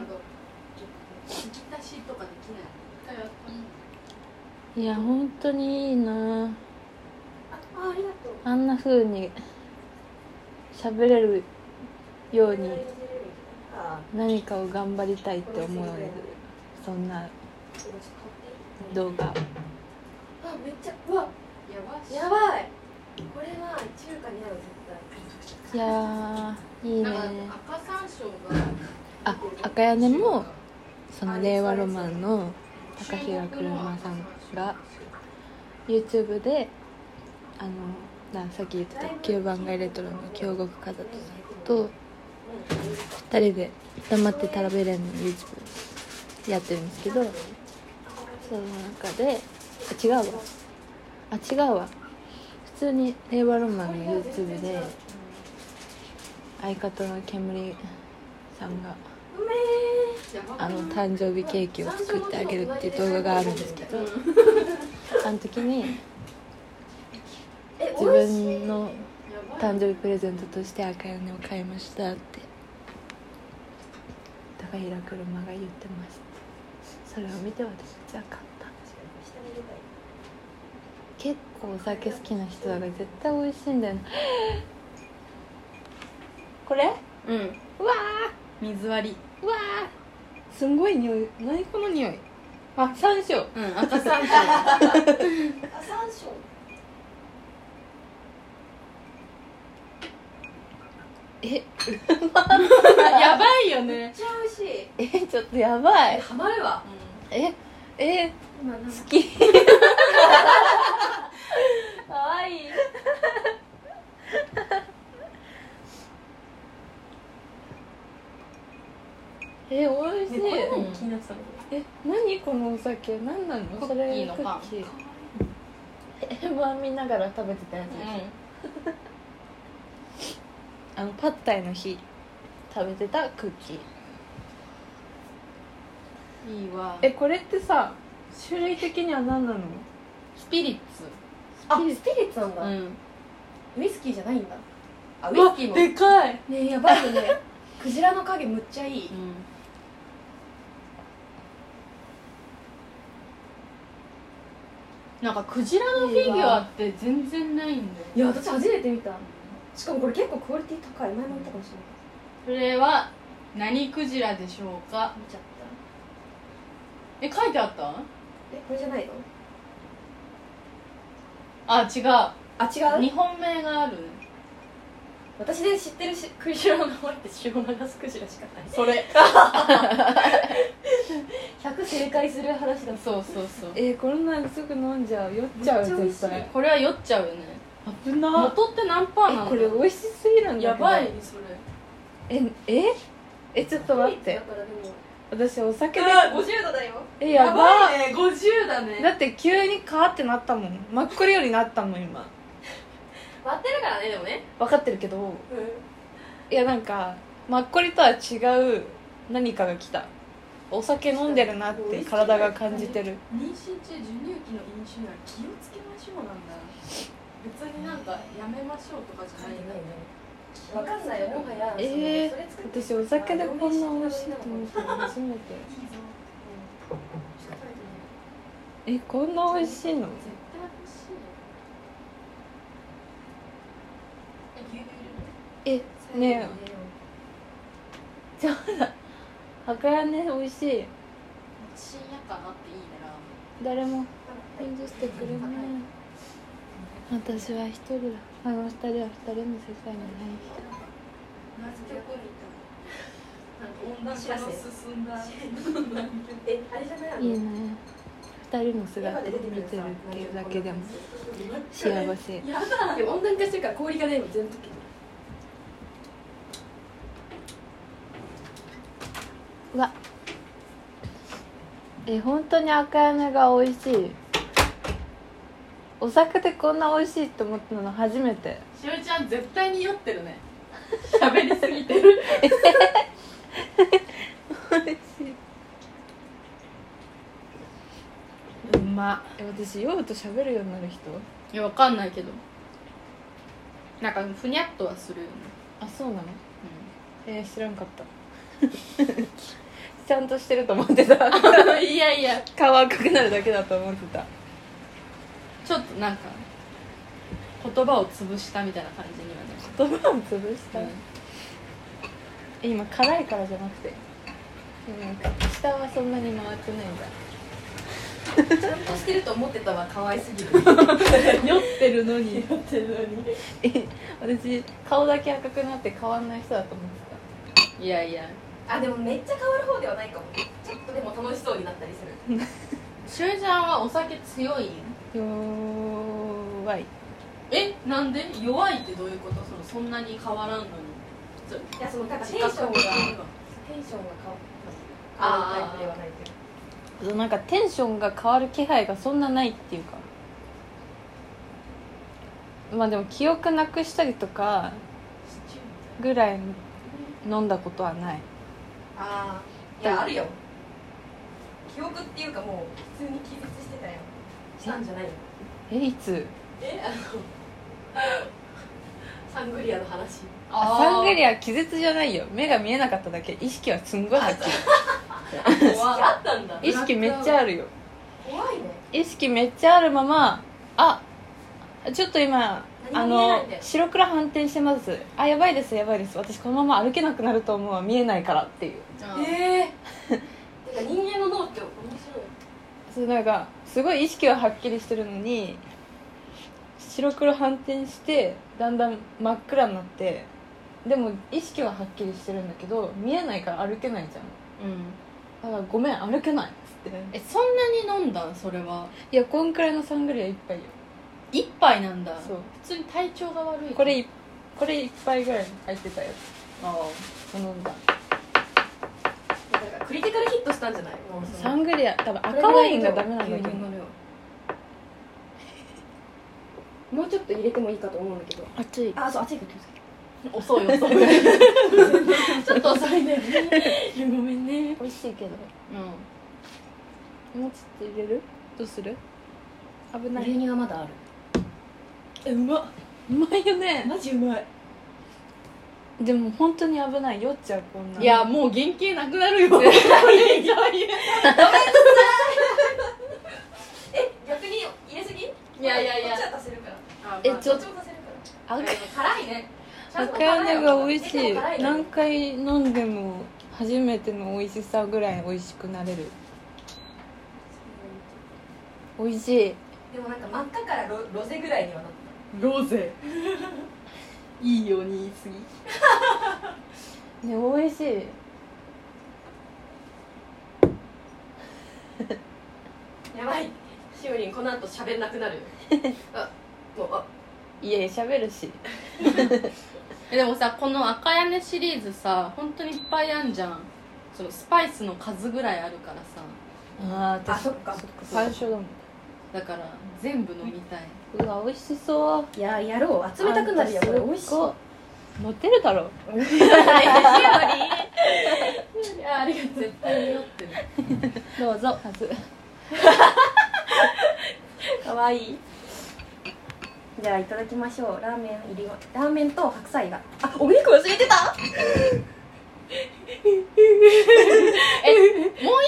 引き出しとかできないいや本当にいいなああありがとうあんな風に喋れるようにあか何かを頑張りたいって思うそんな動画あめっちゃうわやばしやばいこれは中華に合う絶いやーいいねなんか赤山椒があ赤屋根もその令和ロマンの高平車さんが YouTube であのなさっき言ってた9番街レトロの京極和人さんと2人で黙って食べれんの YouTube やってるんですけどその中であ違うわあ違うわ普通に令和ロマンの YouTube で相方の煙さんがあの誕生日ケーキを作ってあげるっていう動画があるんですけどあの時に自分の誕生日プレゼントとして赤い屋根を買いましたって高平車が言ってましたそれを見て私じゃあ買った結構お酒好きな人だから絶対美味しいんだよな これうんうわ水割りうわーすんごい匂い何この匂いあ山椒うん赤山椒あ、山椒。えやばいよねめっちゃ美味しい。えちょっとやばいハマるわ。ええ今なんか好き可愛いい。え美味しいうん気になってたのえ何このお酒何なのクッキーのそれパンキーえまあ見ながら食べてたやつ、うあのパッタイの日食べてたクッキーんいいわえこれってさ種類的には何なのスピリッツあスピリッツなんだ、んウイスキーじゃないんだあウイうわスキーもでかいねえやばいよねクジラの影むっちゃいいうんなんかクジラのフィギュアって全然ないんだよいや私初めて見たしかもこれ結構クオリティ高い前も言ったかもしれないそれは何クジラでしょうか見ちゃったえ書いてあったえこれじゃないのあ違あ違うう日本名がある私で知ってるしクジラの名前ってシロナガスクジラしかないそれ100正解する話だそうそうそうえこんなんすぐ飲んじゃう酔っちめゃうっちゃ美味しい絶対これは酔っちゃうよね危な元って何パーなのえこれ美味しすぎるんだけどやばいそれえええちょっと待ってだからでも私お酒で50度だよ。えやばいね50だだって急にカーってなったもん真っ黒よりなったもん今割ってるからね、でもね。分かってるけどうん。いやなんかマッコリとは違う何かが来たお酒飲んでるなって体が感じてる妊娠中授乳期の飲酒には気をつけましょうなんだ別になんかやめましょうとかじゃないんだわかんないよもはやえーそれ作って私お酒でこんな美味しいと思ったの初めてえこんな美味しいの絶対欲しいよえ牛乳入れえねえ赤屋ね美味しいる深夜かなっていいねラーメ誰も返事してくれない私は一人だあの二人は二人の世界にないン夏曲みたい温暖化の進んだえあれじゃないあのいいね二人の姿今でを出てく見るてるさっていうだけでも幸せやだでも温暖化してるから氷がね今全部溶けてるうわえ本当に赤屋根が美味しいお酒でこんな美味しいって思ったの初めてしおりちゃん絶対に酔ってる ね喋りすぎて るうまえ私酔うと喋るようになる人いやわかんないけどなんかふにゃっとはするよね、あそうなのえー知らんかった ちゃんとしてると思ってた いやいや顔赤くなるだけだと思ってたちょっとなんか言葉を潰したみたいな感じにはね言葉を潰した、うん今辛いからじゃなくてうん下はそんなに回ってないんだちゃんとしてると思ってたわ可愛すぎる酔ってるのにってるの に私顔だけ赤くなって変わんない人だと思ってたいやいやあでもめっちゃ変わる方ではないかもちょっとでも楽しそうになったりするしゅうちゃんはお酒強いん弱いえなんで弱いってどういうことそのそんなに変わらんのにそういやそのなんかテンションがテンションが変わるタイプではないけどそうなんかテンションが変わる気配がそんなないっていうかまあでも記憶なくしたりとかぐらい飲んだことはないああいやあるよ記憶っていうかもう普通に気絶してたよしたんじゃないのえいつえあのサングリアの話あサングリアア気絶じゃないよ目が見えなかっただけ意識はすんごいはっきり怖いあったんだ意識めっちゃあるよ怖いね意識めっちゃあるままあちょっと今あ何も見えないのんだよ白黒反転してますあやばいですやばいです私このまま歩けなくなると思うわ見えないからっていうあーええてか人間の脳って面白いそうなんかすごい意識ははっきりしてるのに白黒反転してだんだん真っ暗になってでも意識ははっきりしてるんだけど見えないから歩けないじゃんうんだからごめん歩けないっつってえそんなに飲んだんそれはいやこんくらいのサングリア一杯よ一杯なんだそう普通に体調が悪いこれいこれ一杯ぐらい入ってたやあつ飲んだだからクリティカルヒットしたんじゃないもうそのサングリア多分赤ワインがダメなんだ牛乳けどの量もうちょっと入れてもいいかと思うんだけど熱いあそう熱いかー遅い遅いちょっと遅いねごめんね美味しいけどうんもうちょっと入れるどうする危ない牛乳はまだあるえうまうまいよねマジうまいでも本当に危ない酔っちゃうこんないいやもう原型なくなるよこれ以上言え逆に入れすぎいういやいやいやこっちは足せるからえまあちょどっちも足せるから赤辛いね赤ネが美味しい辛い何回飲んでも初めての美味しさぐらい美味しくなれる美味しいでもなんか真っ赤からロロゼぐらいにはなっロゼいいように言い過 ぎね美味しいたやばいしおりんこの後喋んなく なるよあもうあいやいや喋るし えでもさこの赤屋根シリーズさ本当にいっぱいあんじゃんそのスパイスの数ぐらいあるからさあーあそっか最初だもんだから全部飲みたいうわ美味しそういややろう集めたくなるよこれ美味しいいモテるだろいやありがとう絶対に酔ってるどうぞまずかわいいじゃあいただきましょうラーメン入りはラーメンと白菜があお肉忘れてたもう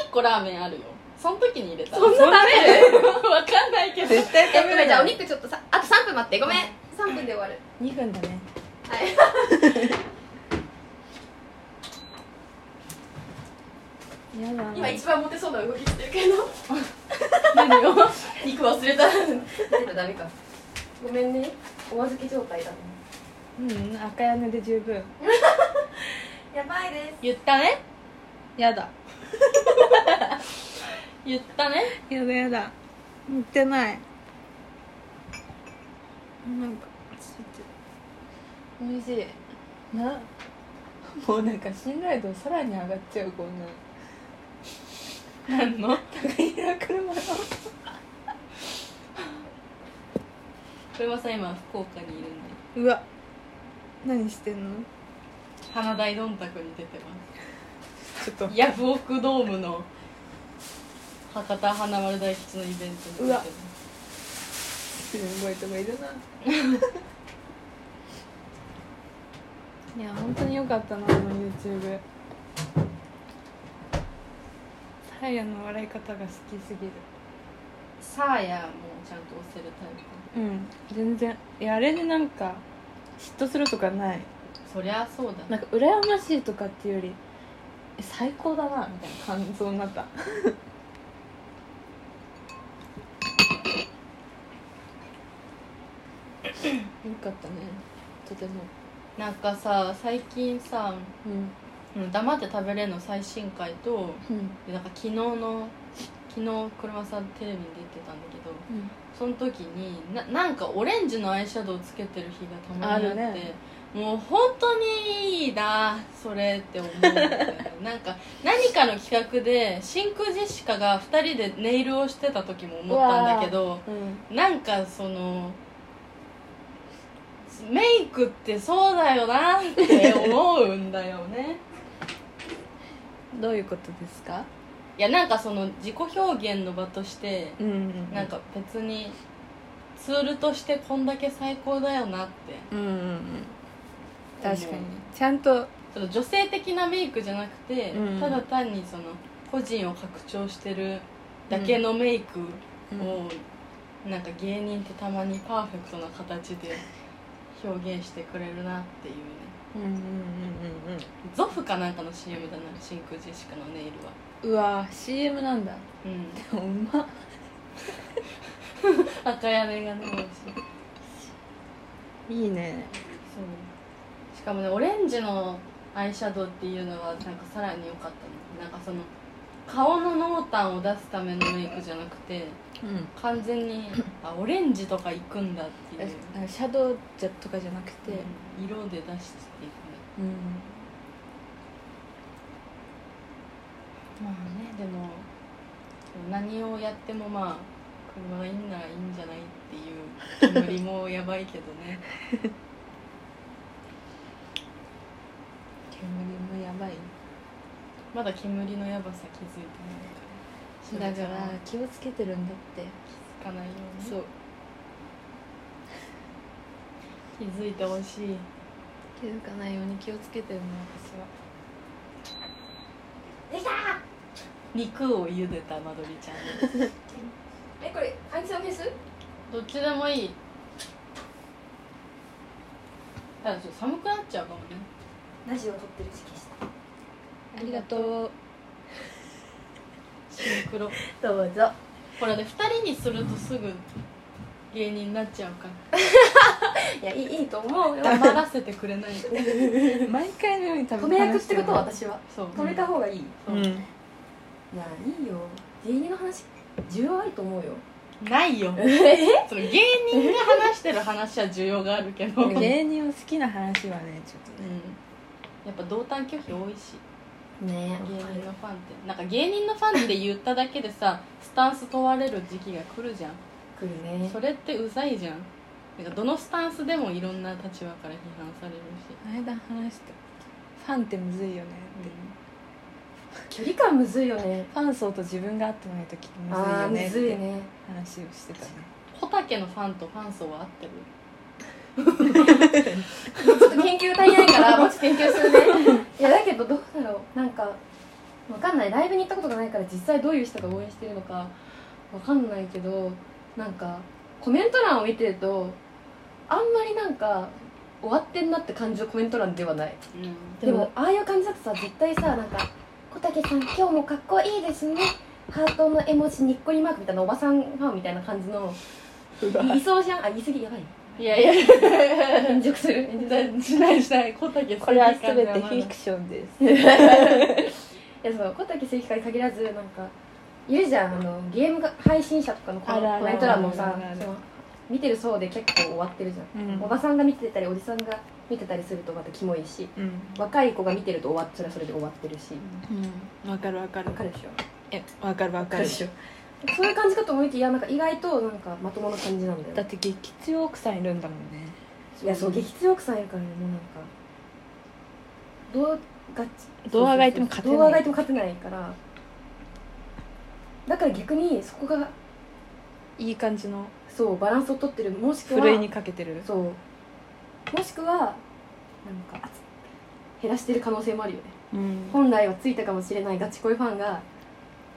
一個ラーメンあるよその時に入れたそんな食べるわかんないけど絶対えごめんじゃあお肉ちょっとさあと3分待ってごめん3分で終わる2分だねはいやだ今一番モテそうな動きしてるけど何よ肉忘れたダメかごめんねお預け状態だねうん赤屋根で十分やばいです言ったねやだ言ったねやだやだ塗ってないなんかついてる美味しいなもうなんか信頼度さらに上がっちゃうこんな何の高いな車の車さん今福岡にいるんでうわ何してんの花大どんたくに出てますちょっとヤフオクドームの博多華丸大吉のイベントに出てうわますすごいとこいるな いや本当に良かったなあの YouTube サーヤの笑い方が好きすぎるサーヤもちゃんと押せるタイプうん全然いやあれになんか嫉妬するとかないそりゃそうだなんか羨ましいとかっていうよりえ最高だなみたいな感想になった よかったねとてもなんかさ最近さうんうん黙って食べれるの最新回とうんでなんか昨日の昨日車さんテレビに出てたんだけどその時にななんかオレンジのアイシャドウつけてる日がたまにあってあるねもう本当にいいなそれって思うんだ よねなんか何かの企画で真空ジェシカが2人でネイルをしてた時も思ったんだけどうんなんかそのメイクってそうだよなって思うんだよねどういうことですかいやなんかその自己表現の場としてうんなんか別にツールとしてこんだけ最高だよなってうんうんうん確かに思ちゃんとその女性的なメイクじゃなくて、うんただ単にその個人を拡張してるだけのメイクうんを、なんか芸人ってたまにパーフェクトな形で 表現してくれるなっていうねうんうんうんゾフかなんかの CM だな真空ジェシカのネイルはうんうわ CM なんだうんうまっ 赤屋根がね美味しいいいねそうしかもねオレンジのアイシャドウっていうのはなんかさらに良かったのなんかその顔の濃淡を出すためのメイクじゃなくてうん完全 にあオレンジとか行くんだっていう、なんかシャドウじゃとかじゃなくて、うん色で出していくうんねまあねでも何をやってもまあ車がいいんならいいんじゃないっていう煙もやばいけど ね煙もやばいまだ煙のやばさ気づいてないからだから気をつけてるんだって気づかないようにそう気づいてほしい気づかないように気をつけてるの私は肉を茹でたまどりちゃんですえこれアイスオフェスどっちでもいいただちょっと寒くなっちゃうかもねラジオ撮ってる時期したありがとうシンクロどうぞこれね2人にするとすぐ芸人になっちゃうかいやいいいいと思うよ ら黙らせてくれない毎回のように食止め役ってことは私は そう止めた方がいい、そういやいいよ芸人の話需要あると思うよないよその芸人が話してる話は需要があるけど、 うん、や芸人を好きな話はねちょっとねっぱ同担拒否多いしね芸人のファンってなんか芸人のファンで言っただけでさスタンス問われる時期が来るじゃん来るねそれってうざいじゃんなんかどのスタンスでもいろんな立場から批判されるし、前田話したファンってむずいよねって、距離感むずいよねファン層と自分が合ってない時むずいあよあーねむっずいてね話をしてたねホタケのファンとファン層は合ってるちょっと研究足りないからもうちょっと研究するね いやだけどどうだろうなんかわかんないライブに行ったことがないから実際どういう人が応援してるのかわかんないけどなんかコメント欄を見てるとあんまりなんか終わってんなって感じのコメント欄ではないうんでもああいう感じだとさ絶対さなんか「小竹さん今日もかっこいいですね」ハートの絵文字にっこりマークみたいなおばさんファンみたいな感じ のいいそうじゃんあ言い過ぎやばいいやいや炎上する炎上す るしないしないホタケこれは全てフィクションですいやその小竹正義会に限らずなんかいるじゃんあのゲームが配信者とかのコあるあるコメント欄もあさるあるその見てる層で結構終わってるじゃ、うんんおばさんが見てたりおじさんが見てたりするとまたキモいしうん若い子が見てると終わっそれはそれで終わってるしうんわかるわかるわかるでしょえわかるわかるょそういう感じかと思いきやなんか意外となんかまともな感じなんだだっよて激強奥さんいるんだもんねいやそう激強奥さんやからねもうなんかどうがちどうあがいても勝てないどうあがいても勝てないからだから逆にそこがいい感じのそうバランスを取ってるもしくふるいはにかけてるそうもしくはなんか減らしてる可能性もあるよねうん本来はついたかもしれないガチ恋ファンが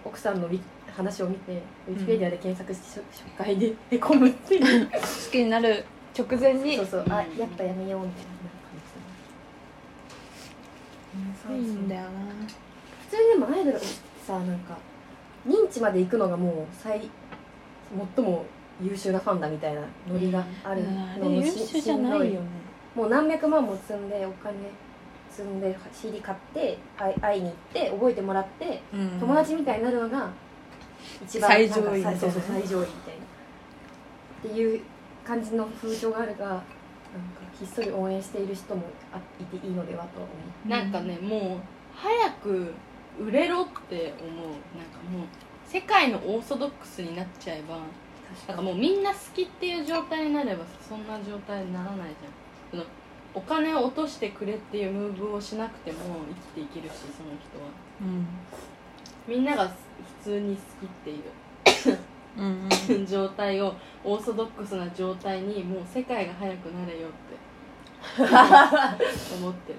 奥さんのウィ話を見てウィキペディアで検索して紹介でへこむっていう好きになる直前にそうそうあうんやっぱやめようみたいな感じだねいいんだよな普通にでもアイドルってさなんか認知まで行くのがもう最最も優秀なファンだみたいなノリがあるあのれも優し秀じゃなしんいどよねもう何百万も積んでお金積んで CD 買って会い会いに行って覚えてもらって友達みたいになるのが一番最上位なんかみたいなそうそう最上位みたいなっていう感じの風潮があるがなんかひっそり応援している人もあいていいのではと思うなんかねもう早く売れろって思うなんかもう世界のオーソドックスになっちゃえばなんかもうみんな好きっていう状態になればさそんな状態にならないじゃんそのお金を落としてくれっていうムーブをしなくても生きていけるしその人はうんみんなが普通に好きっていううん状態をオーソドックスな状態にもう世界が早くなれよって 思って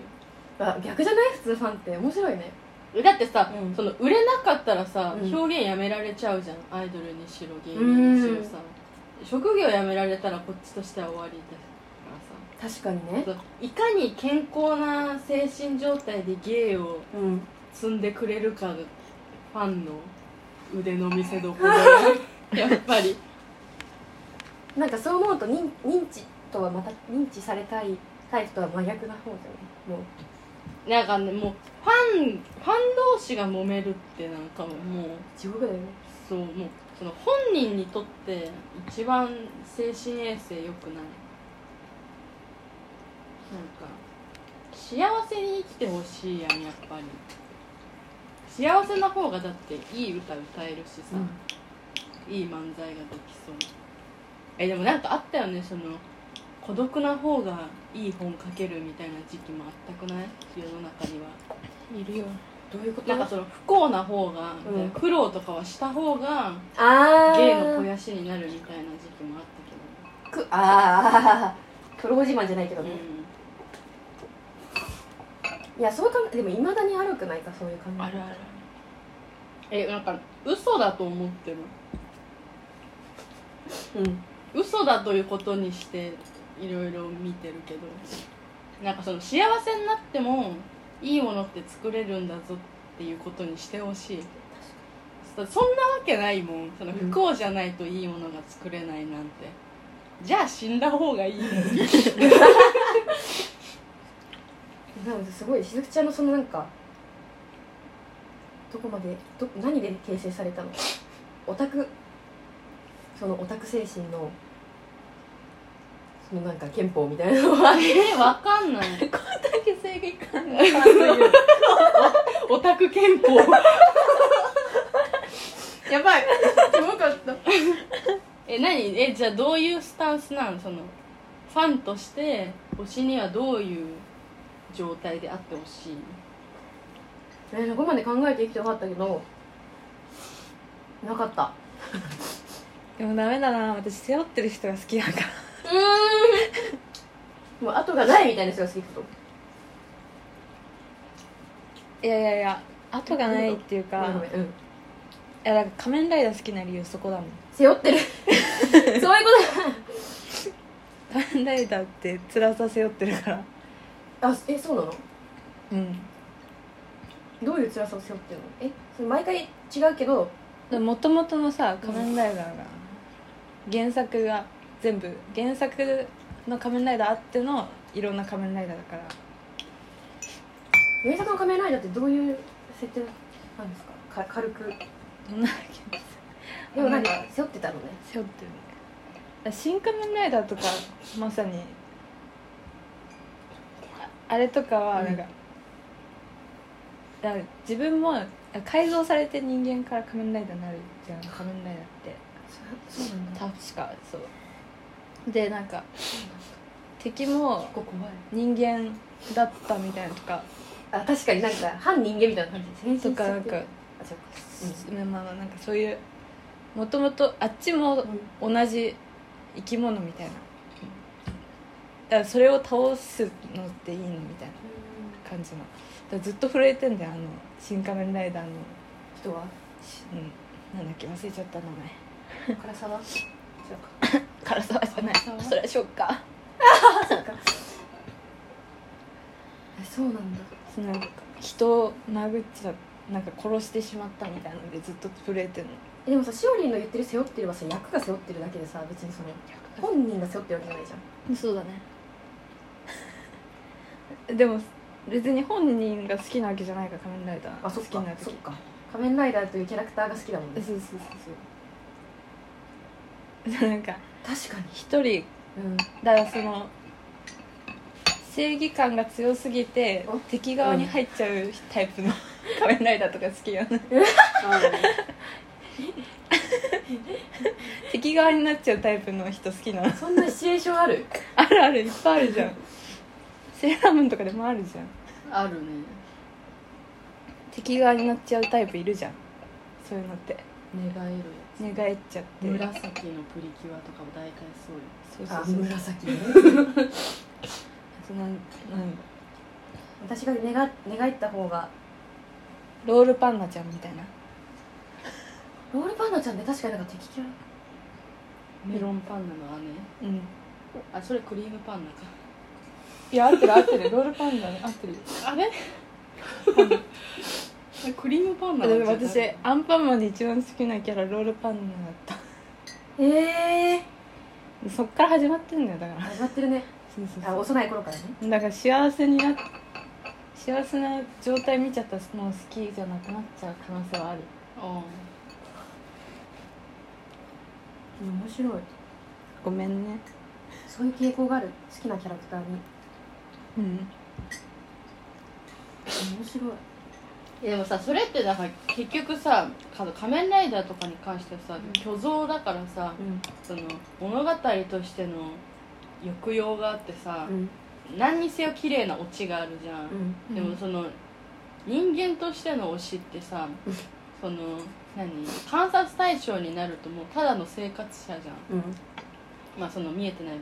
あ逆じゃない普通ファンって面白いねるだってさ、うんその売れなかったらさ、うん表現やめられちゃうじゃんアイドルにしろ芸人にしろさ職業やめられたらこっちとしては終わりだから確かにねさいかに健康な精神状態で芸をうん積んでくれるかがファンの腕の見せ所でやっぱりなんかそう思うと認認知とはまた認知されたいタイプとは真逆な方じゃないもうなんかねもうファンファン同士が揉めるってなんかもう地獄だよねそうもうその本人にとって一番精神衛生良くないなんか幸せに生きてほしいやんやっぱり幸せな方がだっていい歌歌えるしさ、いい漫才ができそうえでもなんかあったよねその孤独な方がいい本書けるみたいな時期もあったくない世の中にはいるよどういうことなんかその不幸な方が、うん苦労とかはした方があ芸の肥やしになるみたいな時期もあったくああトロ自慢じゃないけどけど、ね、いやそう考えでもいまだに悪くないかそういう考うんえあるあるえなんか嘘だと思ってるうん嘘だということにしていろいろ見てるけどなんかその幸せになってもいいものって作れるんだぞっていうことにしてほしいそそんなわけないもんそのうん不幸じゃないといいものが作れないなんて、じゃあ死んだ方 がいいなのですごいしずくちゃんのそのなんかどこまでど何で形成されたのオタクそのオタク精神のそのなんか憲法みたいなのはえわかんないけ正義感オタク憲法やばいすごかったえ何えじゃあどういうスタンスなのそのファンとして推しにはどういう状態であってほしいえそこまで考えて生きてよかったけどなかったでもダメだな私背負ってる人が好きだからもう後がないみたいな人が好きってこといやいやいや後がないっていうかごめんごめんうんいやだから仮面ライダー好きな理由そこだもん背負 ってるそういうこと仮面ライダーって辛さ背負ってるからだあえそうなのうんどういう辛さを背負ってるのえそれ毎回違うけどもともとのさ仮面ライダーが原作が全部原作の仮面ライダーあってのいろんな仮面ライダーだから原作の仮面ライダーってどういう設定なんですかか軽くどんなでもなんか背負ってたのね背負ってるねだから新仮面ライダーとかまさにああれとかはなんか,、だから自分も改造されて人間から仮面ライダーになるじゃん仮面ライダーってそそうなんだ確かそうでなんか敵も結構怖い人間だったみたいなとかあ確かになんか反人間みたいな感じ変身しちゃとってかなんか、あそっかまあまあなんかそういうもともとあっちも同じ生き物みたいなだからそれを倒すのっていいのみたいな感じのだからずっと震えてんだよあの「新仮面ライダーの」人はしうん、なんだっけ忘れちゃった名前辛さは違うか唐沢じゃない沢それはショッカーえそうなんだその人を殴っちゃなんか殺してしまったみたいなのでずっと震えてるのえでもさしおりんの言ってる背負ってるはさ役が背負ってるだけでさ別にその本人が背負ってるわけじゃないじゃんそうだね でも別に本人が好きなわけじゃないから仮面ライダーあそっ好きかなわけそっか仮面ライダーというキャラクターが好きだもんそうねそうそうそう なんか確かに一人うんだからその正義感が強すぎてお敵側に入っちゃうタイプの 仮面ライダーとか好きやな敵側になっちゃうタイプの人好きなの そんなシチュエーションあるあるあるいっぱいあるじゃんセーラームーンとかでもあるじゃんあるね敵側になっちゃうタイプいるじゃんそういうのって願える寝返っちゃって紫のプリキュアとかも大体そうそようそうあそう紫 ねそのなん私が願願った方がロールパンナちゃんみたいなロールパンナちゃんって確かになんか敵キャラメロンパンナの姉うんあそれクリームパンナかいや合ってる合ってるロールパンナね合ってるあれクリームパンナでも私アンパンマンで一番好きなキャラロールパンナだっええたそっから始まってんだよだからー、始まってるねそうそうあそ幼い頃からねうだから幸せになっ幸せな状態見ちゃったらもう好きじゃなくなっちゃう可能性はあるあ面白いごめんねそういう傾向がある好きなキャラクターにうん面白いあでもさそれってだから結局さか仮面ライダーとかに関してはさ虚像だからさうんその物語としての抑揚があってさ、うん何にせよ綺麗なオチがあるじゃん、うんでもその人間としての推しってさ、うんその何観察対象になるともうただの生活者じゃんうんまあその見えてない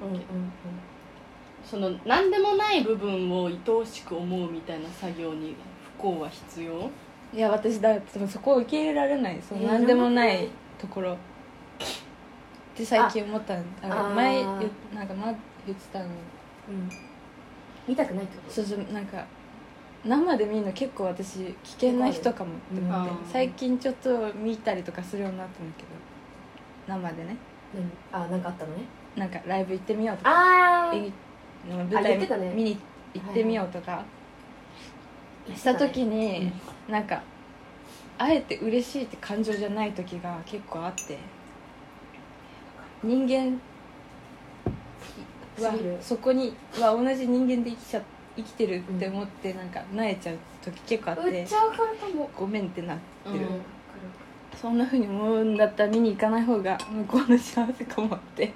部うんう分もあるんけど、その何でもない部分を愛おしく思うみたいな作業に不幸は必要いや私だってそこを受け入れられないそのえー何でもないところって最近思ったのああーの前言なんか前言ってたのうん見たくないってこそうそうなんか生で見るの結構私危険な人かもって思ってわかる最近ちょっと見たりとかするようになったんだけど生でねとあなんかあったのねなんかライブ行ってみようとかあー演技の舞あ言台ってたね見に行ってみようとかした時になんかあえて嬉しいって感情じゃない時が結構あって人間はすぎるそこには同じ人間で生きちゃ生きてるって思ってなんか萎えちゃう時結構あっ売てっちゃうからかもごめんってなってるうんそんなふうに思うんだったら見に行かない方が向こうの幸せかもって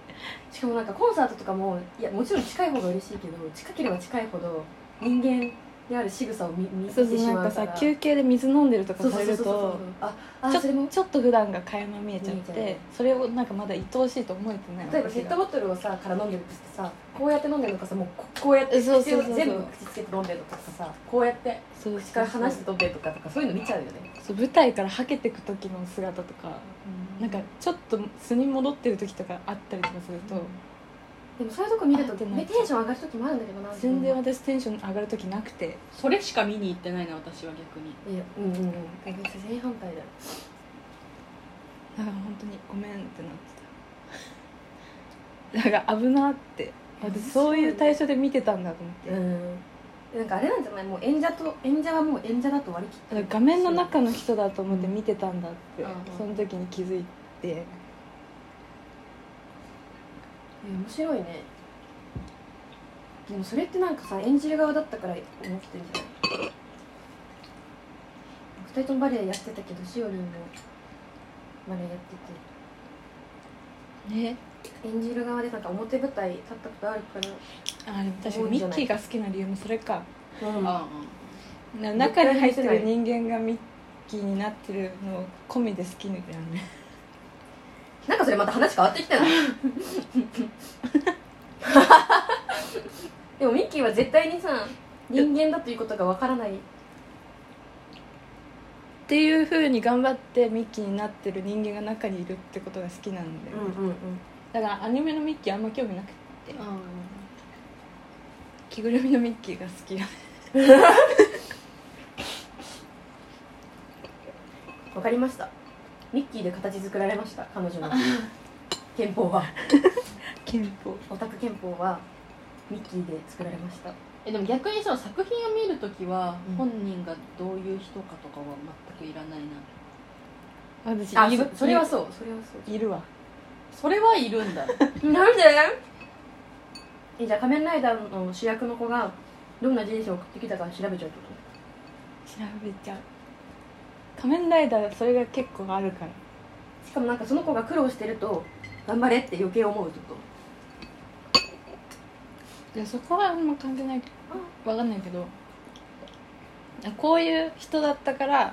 しかもなんかコンサートとかもいやもちろん近い方が嬉しいけど近ければ近いほど人間である仕草を見見そてうそうしなんまかうかさら休憩で水飲んでるとそかうさそうれそうるそうそうとああちょそれもちょっと普段が垣間見えちゃっ見えちゃてうそれをなんかまだ愛おしいと思えてない例えばペットボトルをさから飲んでるとしてさこうやって飲んでるのかさもうここうやってそうそうそう口そうを全部口つけて飲んでるのかさこうやってそう口から離してそう飲んでるとかとかそういうの見ちゃうよねそう舞台からはけてく時の姿とかなんかちょっと素に戻ってる時とかあったりとかすると、でもそういうとこ見るとあでもめテンション上がる時もあるんだけどな全然私テンション上がる時なくてそれしか見に行ってないな私は逆にいやうんうんうん正反対だなんか本当にごめんってなって たなんか危なって私そういう対象で見てたんだと思ってうんなんかあれなんじゃないもう演者と演者はもう演者だと割り切ってだから画面の中の人だと思って見てたんだってうんその時に気づいてえ面白いねでもそれってなんかさ演じる側だったから思ってんじゃない2人ともバレエやってたけどしおりんもバレエやってねて演じる側でなんか表舞台立ったことあるからあでも確かにミッキーが好きな理由もそれかうんあな中に入ってる人間がミッキーになってるの込みで好きなんだよねなんかそれまた話変わってきた なでもミッキーは絶対にさ人間だということがわからないっていうふうに頑張ってミッキーになってる人間が中にいるってことが好きなんだよね、うんうんだからアニメのミッキーあんま興味なくてあ着ぐるみのミッキーが好きよねわかりましたミッキーで形作られました彼女 の憲法は憲法オタク憲法はミッキーで作られましたえでも逆にその作品を見るときはうん本人がどういう人かとかは全くいらないな、私あいるそそれはそうそれはそいるわそれはいる んだうなんでえじゃあ仮面ライダーの主役の子がどんな人生を送ってきたか調べちゃうってこと調べちゃう仮面ライダーそれが結構あるからしかもなんかその子が苦労してると頑張れって余計思うってこといやそこはあんま関係ないわかんないけどあこういう人だったからう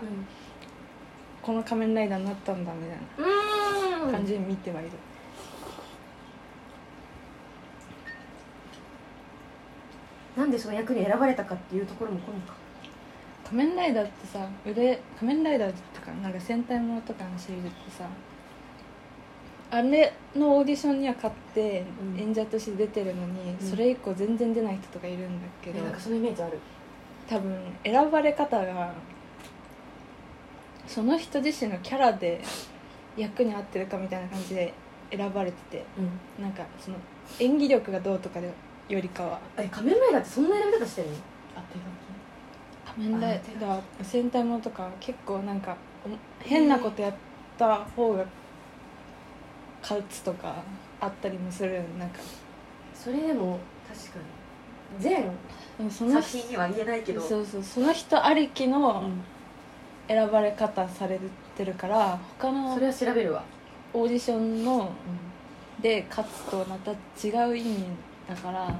この仮面ライダーになったんだみたいんな感じで見てはいる、なんでその役に選ばれたかっていうところも来るのか仮面ライダーってさ腕仮面ライダーとかなんか戦隊ものとかのシリーズってさあれのオーディションには勝ってうん演者として出てるのに、うんそれ以降全然出ない人とかいるんだけど、なんかそのイメージある多分選ばれ方がその人自身のキャラで役に合ってるかみたいな感じで選ばれててうんなんかその演技力がどうとかでよりかはえ仮面ライダーってそんな選び方してるのあ手書仮面ライダー戦隊ものとか結構なんかお変なことやった方が勝つとかあったりもするなんかそれでも確かに全でもその人作品には言えないけどそうそうその人ありきのん選ばれ方されてるから他のそれは調べるわオーディションので勝つとまた違う意味だから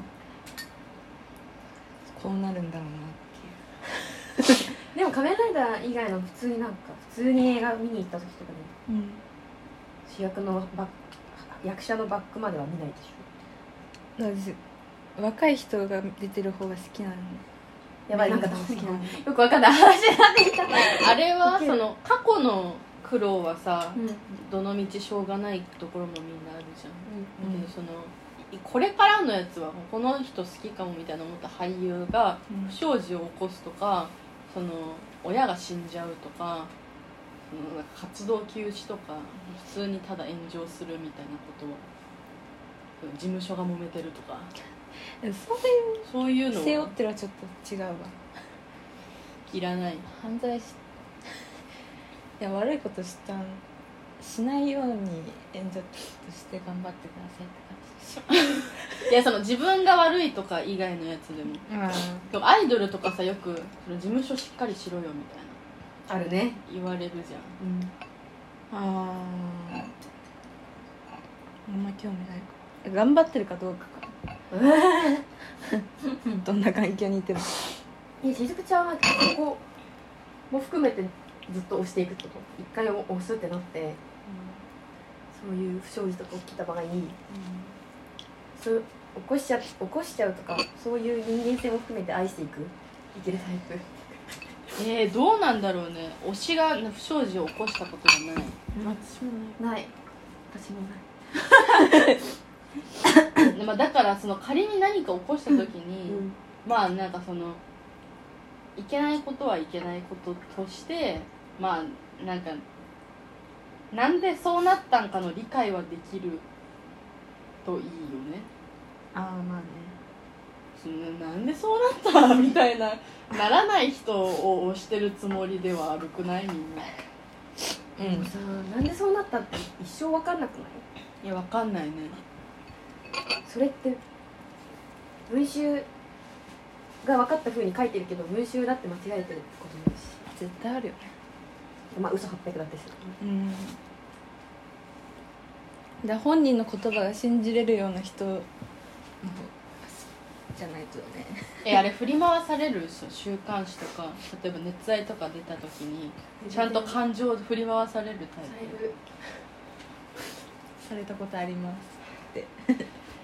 こうなるんだろうなっていうでも仮面ライダー以外の普通になんか普通に映画見に行った時とかに主役のバッ役者のバックまでは見ないでしだから私若い人が出てる方が好きなのょやばいなんか好楽しきいななのよくわかんない話になってきた きあれは受そけるの過去の苦労はさうんどの道しょうがないところもみんなあるじゃんうんだけどそのいこれからのやつはこの人好きかもみたいな思った俳優が不祥事を起こすとかその親が死んじゃうとかそのなんか活動休止とか普通にただ炎上するみたいなことその事務所が揉めてるとかえそうそういういう背の負をってるはちょっと違うわいらない犯罪し いや悪いことしたんしないように演者として頑張ってくださいって感いやその自分が悪いとか以外のやつでもじあでもアイドルとかさよくその事務所しっかりしろよみたいなあるね言われるじゃんうん ああんま興味ないか頑張ってるかどうかか どんな環境にいてもえしずくちゃんはここも含めてずっと押していくってこと一回押すってなってそういう不祥事とか起きた場合にそう起こしちゃ起こしちゃうとかそういう人間性も含めて愛していくいけるタイプえー、どうなんだろうね推しが不祥事を起こしたことがない私もないない私もないでまあ、だからその仮に何か起こした時に、うんまあなんかそのいけないことはいけないこととしてまあなんかなんでそうなったんかの理解はできるといいよねああまあねそのなんでそうなったみたいなならない人を推してるつもりでは悪くないみんなでもさなんでそうなったって一生分かんなくないいやわかんないねそれって文集が分かったふうに書いてるけど文集だって間違えてるってこともあるし絶対あるよねまあ嘘800だってするうんだから本人の言葉が信じれるような人のじゃないとねえあれ振り回されるでしょ週刊誌とか例えば熱愛とか出た時にちゃんと感情振り回されるタイプだいぶされたことあります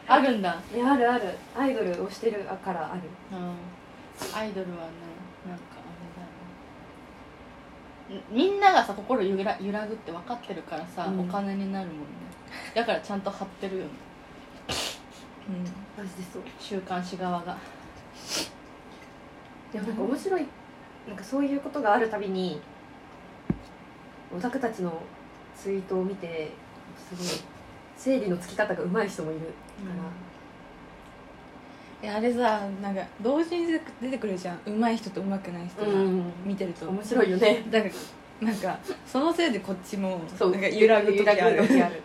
あるんだ、いやあるあるアイドルをしてるからあるうん、アイドルはねなんかあれだよみみんながさ心揺ら揺らぐって分かってるからさ、うんお金になるもんねだからちゃんと張ってるよねうんマジでそう週刊誌側がでもなんか面白いなんかそういうことがあるたびにオタクたちのツイートを見てすごい整理のつき方が上手い人もいるから、いやあれさなんか同時に出て出てくるじゃん上手い人と上手くない人が、見てると面白いよねだからなんかそのせいでこっちもそうなんか揺らぐ時あ揺らるぐ時ある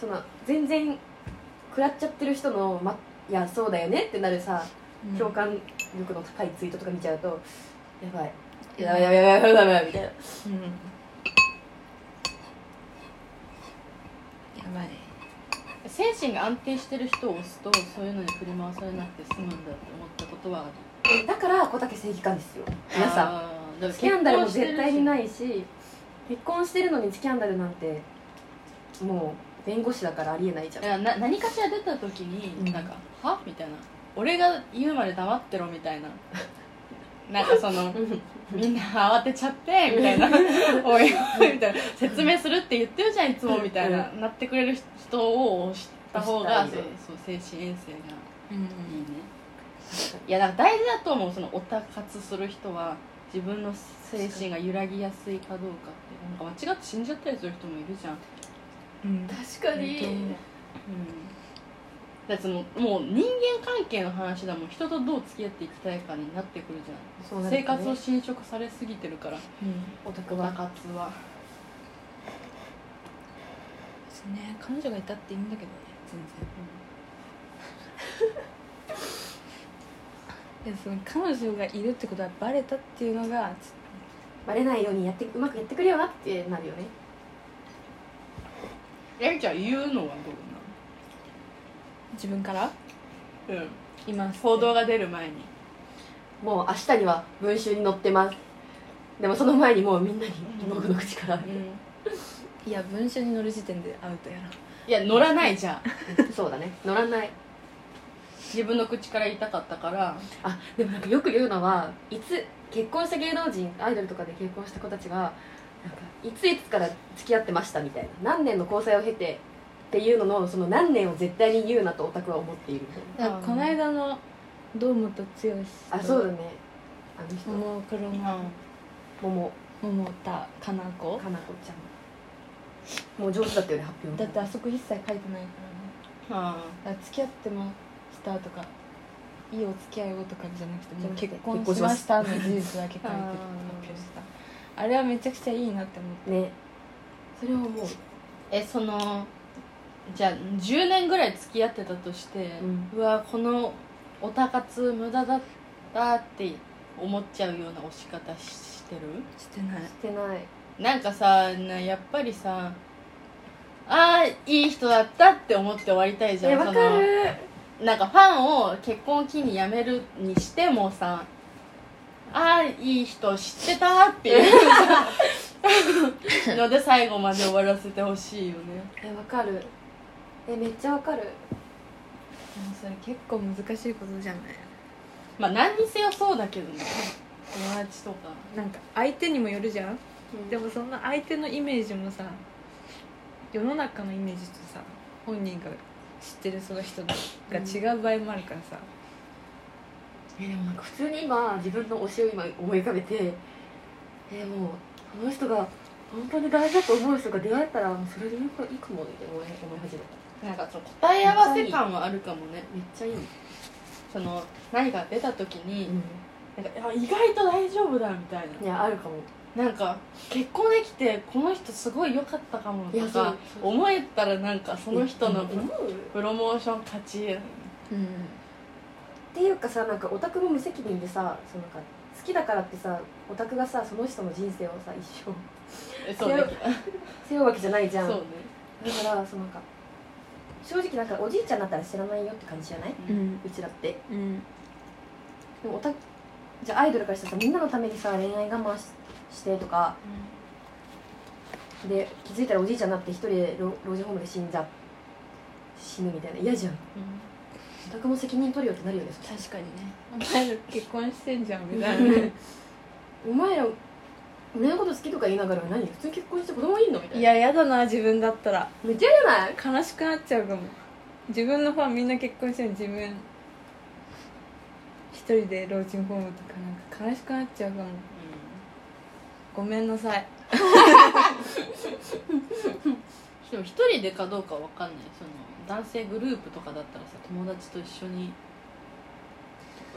その全然食らっちゃってる人の、ま「いやそうだよね」ってなるさうん共感力の高いツイートとか見ちゃうとやばいやばいやばいやばいやばいやばいみたいなうんやばい精神が安定してる人を押すとそういうのに振り回されなくて済むんだって思ったことはあるえだから小竹正義感ですよ皆さんんだからスキャンダルも結婚して絶るし対にないし結婚してるのにスキャンダルなんてもう弁護士だからありえないじゃんいやな何かしら出た時に、うんなんか「は?」みたいな「俺が言うまで黙ってろ」みたいな なんかそのみんな慌てちゃってみたいな「 おいおい」みたいな「説明するって言ってるじゃんいつも」みたいな、なってくれる人を押した方が押したそういよそう精神衛生がいいねういやだから大事だと思うそのオタ活する人は自分の精神が揺らぎやすいかどうかってなんか間違って死んじゃったりする人もいるじゃんん確だってそのもう人間関係の話だもん人とどう付き合っていきたいかになってくるじゃんそうなる生とね活を侵食されすぎてるからうんオタク部は活はそうね彼女がいたっていいんだけどね全 然、いやその彼女がいるってことはバレたっていうのがちバレないようにやってうまくやってくれよなってなるよねえみちゃん言うのは自分からどうなのうんいます報道が出る前にもう明日には文集に載ってますでもその前にもうみんなに僕の口 からいや文章に乗る時点でアウトやないや乗らないじゃん そうだね乗らない自分の口から言いたかったからあでもなんかよく言うのはいつ結婚した芸能人アイドルとかで結婚した子たちがなんかいついつから付き合ってましたみたいな何年の交際を経てっていうののその何年を絶対に言うなとオタクは思っているみたいだからこの間の堂本剛なあそうだねあの人ももクロの桃桃田かな子かな子ちゃんもう上手だったよね発表だもってあそこ一切書いてないからねああ付き合ってましたとかいいお付き合いをとかじゃなくてもうじゃ結なくて婚しましたの事実だけ書いてるって発表したあれはめちゃくちゃいいなって思ってねそれはもう、えそのじゃあ10年ぐらい付き合ってたとして、うんうわこのオタ活無駄だったって思っちゃうような押し方してるしてないしてないなんかさなやっぱりさあーいい人だったって思って終わりたいじゃんえわかるなんかファンを結婚を機に辞めるにしてもさああいい人知ってたっていう ので最後まで終わらせてほしいよねえわかるえめっちゃわかるでもそれ結構難しいことじゃないまあ何にせよそうだけどね友達とかなんか相手にもよるじゃんでももそんな相手のイメージもさ世の中のイメージとさ本人が知ってるその人が違う場合もあるからさ、えでもなんか普通に今自分の推しを今思い浮かべてえもうこの人が本当に大事だと思う人が出会えたらもうそれでいいかいいかもって思い思い始めたなんかその答え合わせ感はあるかもねめっちゃいい、その何か出た時に、うなんかあ意外と大丈夫だみたいん、いやあるかもななんか結婚できてこの人すごい良かったかもいとやそうか思えたらなんかその人のうん思うっプロモーション勝ちていうかさなんかオタクも無責任でさそのなんか好きだからってさオタクがさその人の人生をさ一 生えそうだけど背負うわけじゃないじゃんそうねだからそのなんか正直なんかおじいちゃんだったら知らないよって感じじゃないんうちらってうんでもオタクじゃあアイドルからしたらさみんなのためにさ恋愛我慢ししてとかで気づいたらおじいちゃんになって一人で老老人ホームで死んじゃ死ぬみたいな嫌じゃんオタクも責任取るよってなるよねそしたら確かにねお前ら結婚してんじゃんみたいなねお前ら俺のこと好きとか言いながら何普通に結婚して子供いんのみたいないややだな自分だったらめっちゃ嫌じゃない悲しくなっちゃうかも自分のファンみんな結婚してるのに自分一人で老人ホームとかなんか悲しくなっちゃうかもごめんなさいでも一人でかどうかわかんないその男性グループとかだったらさ友達と一緒にと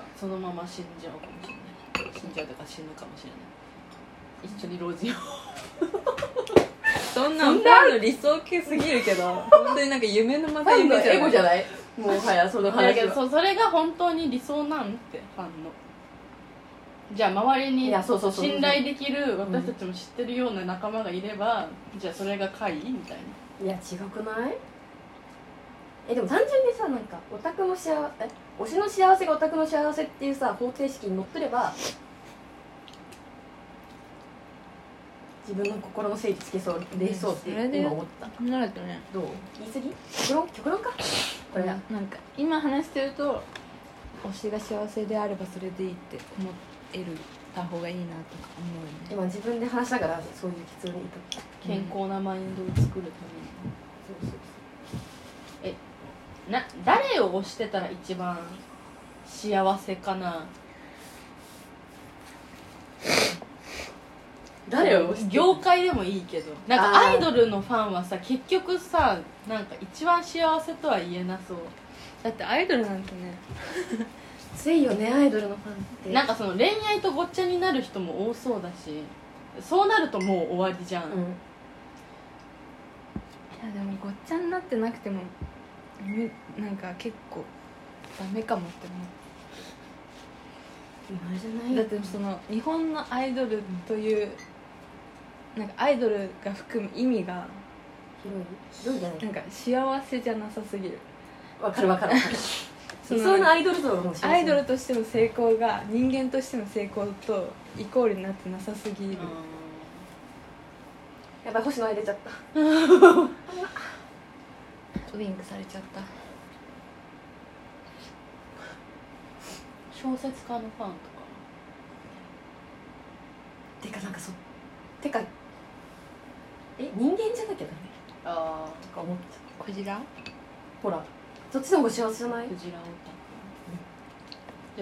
かそのまま死んじゃうかもしれない死んじゃうとか死ぬかもしれない一緒に老人をそんなんファンの理想系すぎるけど本当になんか夢のまた夢じゃないゃないもうはやそのだけどそそれが本当に理想なんってファンのじゃあ周りいにやそうそうそう信頼できる私たちも知ってるような仲間がいれば、じゃあそれが会みたいないや違くないえでも単純にさなんかオタクの幸せえ推しの幸せがオタクの幸せっていうさ方程式にのっとれば自分の心の整理つけそう出そうってそれで今思ったなるとねどう言い過ぎ極論極論かこれだなんか今話してると推しが幸せであればそれでいいって思えるた方がいいなとか思うよね今自分で話しながらそういう結論にいた健康なマインドを作るために、そうそうな誰を推してたら一番幸せかな誰を推して業界でもいいけどなんあかーアイドルのファンはさ結局さなんか一番幸せとは言えなそうだってアイドルなんてねきついよねアイドルのファンってなんかその恋愛とごっちゃになる人も多そうだしそうなるともう終わりじゃん、うんいやでもごっちゃになってなくてもみなんか結構ダメかもって思うあれじゃないだってその日本のアイドルというなんかアイドルが含む意味が広い広いじゃないなんか幸せじゃなさすぎるわかるわかるわかるそ理の想のアイドル像の幸せアイドルとしての成功が人間としての成功とイコールになってなさすぎるやばい星野入れちゃったウィンクされちゃった小説家のファンとかてかなんかそてかえ人間じゃなきゃダメあとか思っちゃこじらうほらそっちの方が幸せじゃなあいクジラ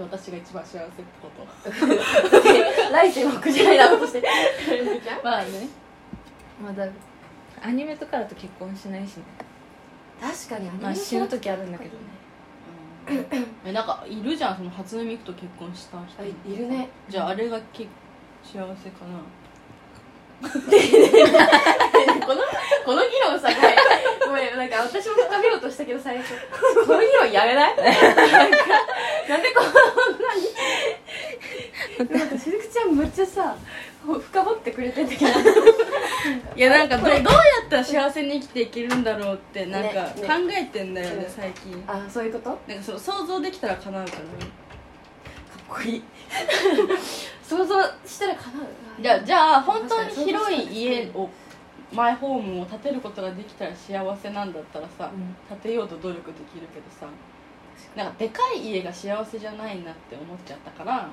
オタクで私が一番幸せってこと 来世はクジラになろうとしてまあねまだアニメとかだと結婚しないしね 確かにあまあ死ぬ時あるんだけどねえなんかいるじゃんその初音ミクと結婚した人いいるねじゃああれがけ幸せかなこのこの議論さごめんごめんなんか私も深めようとしたけど最初 この議論やめ ないなんかなんでこん なになんかしずくちゃんむっちゃさほ深掘ってくれてんだけどいやなんかどどうやったら幸せに生きていけるんだろうってなんかねね考えてんだよねうん最近あそういうことかっなんかその想像できたら叶うかこいい想像したら叶うなじゃあじゃあ本当に確かに広い家をマイホームを建てることができたら幸せなんだったらさ、うん建てようと努力できるけどさなんかでかい家が幸せじゃないなって思っちゃったから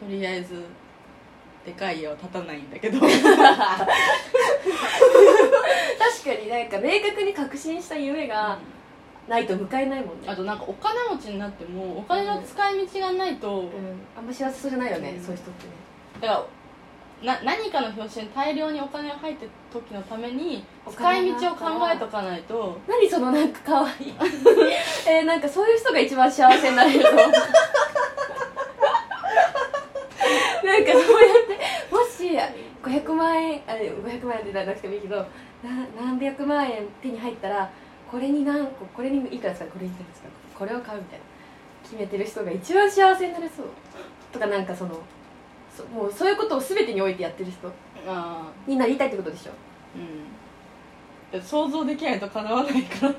とりあえずでかい家は建たないんだけど 確かになんか明確に確信した夢がないと迎えないもんねあとなんかお金持ちになってもお金の使い道がないと、うん、あんま幸せそうじゃないよね、うんそういう人ってねだからな何かの表紙に大量にお金が入ってる時のためにお使金いが道を考えとかないと何そのなんか可愛い えー、なんかそういう人が一番幸せになれると思う なんかそうやってもし500万円あれ500万円ってならなくてもいいけどな何百万円手に入ったらこれに何個これにいくらですかこれにいくらですかこれを買うみたいな決めてる人が一番幸せになれそうとかなんかそのそもうそういうことを全てにおいてやってる人あになりたいってことでしょーうんだから想像できないと叶わないから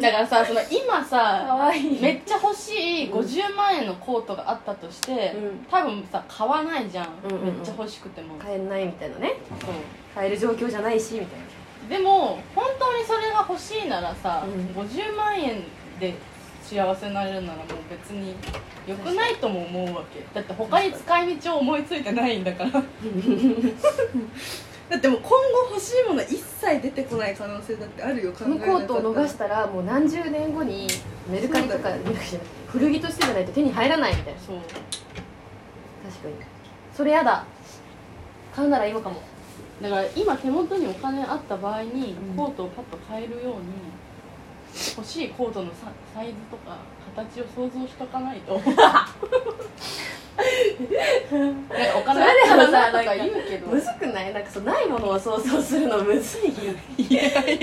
だからさその今さ可愛いめっちゃ欲しい50万円のコートがあったとして、うん多分さ買わないじゃん,、うんうんうんめっちゃ欲しくても、買えないみたいなねそう買える状況じゃないしみたいなでも本当にそれが欲しいならさ、うん50万円で幸せになれるならもう別に良くないと も思うわけだって他に使い道を思いついてないんだからだってもう今後欲しいもの一切出てこない可能性だってあるよ考このコートを逃したたらもう何十年後にメルカリとかメルカリじゃない古着としてじゃないと手に入らないみたいなそう確かにそれやだ買うなら今かもだから今手元にお金あった場合にうんコートをパッと買えるように、欲しいコートのササイズとか形を想像しとかない となんかお金あったらさとか言うけどむずくないなんかそうないものを想像するのむずいいやいやい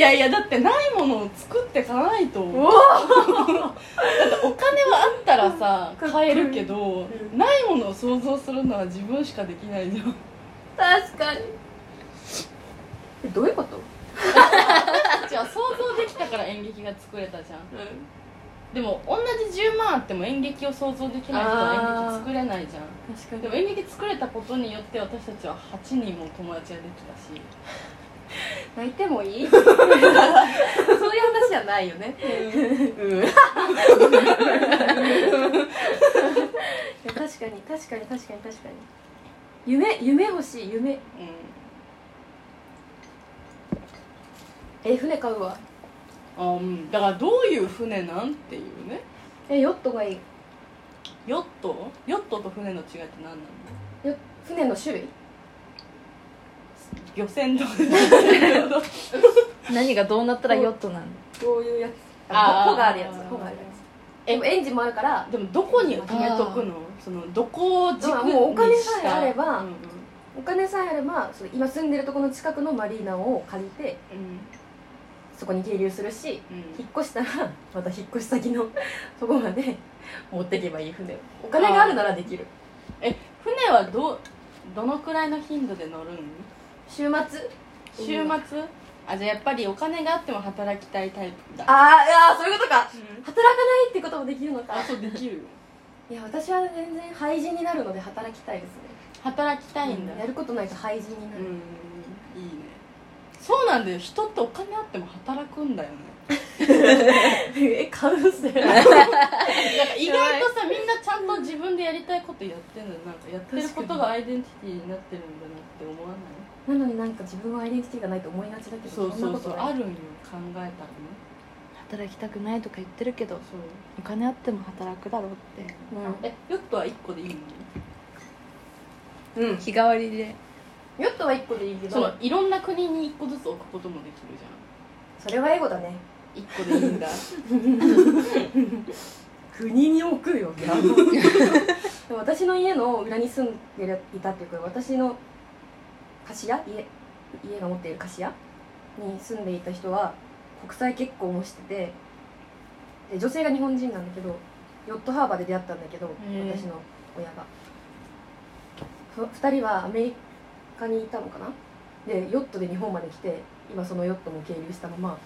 やいやだってないものを作ってかないとおお金はあったらさかっこいい買えるけどないものを想像するのは自分しかできないじゃん確かにえどういうことじゃあ想像できたから演劇が作れたじゃん、でも同じ10万あっても演劇を想像できない人は演劇作れないじゃん確かでも演劇作れたことによって私たちは8人も友達ができたし泣いても いいそういう話じゃないよねうんいや確かに確かに確かに確かに夢夢欲しい夢うえ船買うわんあうんだからどういう船なんっていうねえヨットがいいヨットヨットと船の違いって何なのよ船の種類漁船と何がどうなったらヨットなのどういうやつあーあの帆があるやつ帆があるやつえでもエンジンもあるから でもどこに決めとくのそのどこを軸にしまたあもうお金さえあればうんうんお金さえあればその今住んでるところの近くのマリーナを借りてうんそこに停留するしうん引っ越したらまた引っ越し先の とこまで持ってけばいい船をお金があるならできるえ船はどどのくらいの頻度で乗るん週末週末、あじゃあやっぱりお金があっても働きたいタイプだあーあーそういうことかうん働かないってこともできるのかあそうできるよいや私は全然廃人になるので働きたいですね働きたいんだうんやることないと廃人になうる、んいいねそうなんだよ人ってお金あっても働くんだよね え買うせなんか意外とさみんなちゃんと自分でやりたいことやってるのなんかやってることがアイデンティティになってるんだなって思わない なのになんか自分はアイデンティティがないと思いがちだけどそうそんなうこそとうないあるんよ考えたらね働きたくないとか言ってるけどそうお金あっても働くだろうってえヨットは1個でいいのうん、うん、日替わりでヨットは1個でいいけどそそのいろんな国に1個ずつ置くこともできるじゃんれはエゴだね一個でいいんだ国に送るよでも私の家の裏に住んでいたっていうか私の貸家家家が持っている貸家に住んでいた人は国際結婚をしててで女性が日本人なんだけどヨットハーバーで出会ったんだけどへえ私の親がふ2人はアメリカにいたのかなでヨットで日本まで来て今そのヨットも係留したまま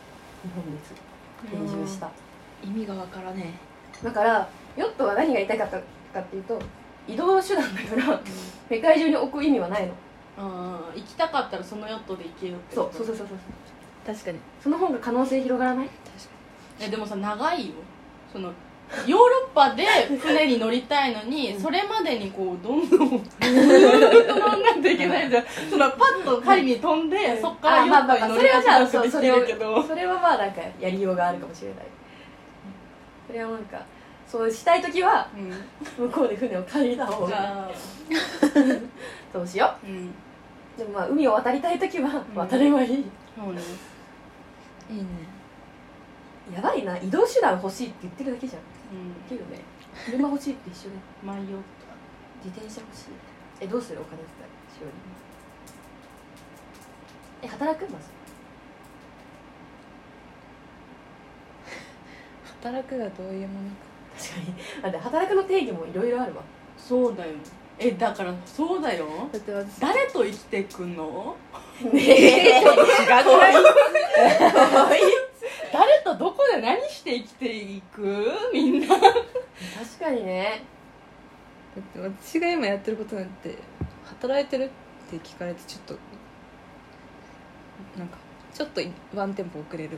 日本です定住した 意味がわからねだからヨットは何が言いたかったかっていうと移動手段だから世界中に置く意味はないのあー行きたかったらそのヨットで行けよってそうそうそううそうそうえ確かにその方が可能性広がらないえでもさ長いよそのヨーロッパで船に乗りたいのにそれまでにこうどんどんずーっと乗んないといけないじゃんそのパッとパリに飛んでそっからあヨまあまあッまトあそに乗りれはじゃあ換そえうてそでれきはるけどそれはまあなんかやりようがあるかもしれないそれはなんかそうしたい時はうん向こうで船を借りた方じがゃあそうしよううんでもまあ海を渡りたい時はうん渡ればいい、そうねいいねやばいな移動手段欲しいって言ってるだけじゃんできるよね車欲しいって一緒でうんマイヨッ自転車欲しいえどうするお金遣いしおりえ働くんです働くがどういうものか確かにだって働くの定義もいろいろあるわトそうだよえだからそうだよだって私誰と生きてくのねえ誰とどこで何して生きていくみんな確かにねだって私が今やってることなんて働いてるって聞かれてちょっとなんかちょっとワンテンポ遅れる、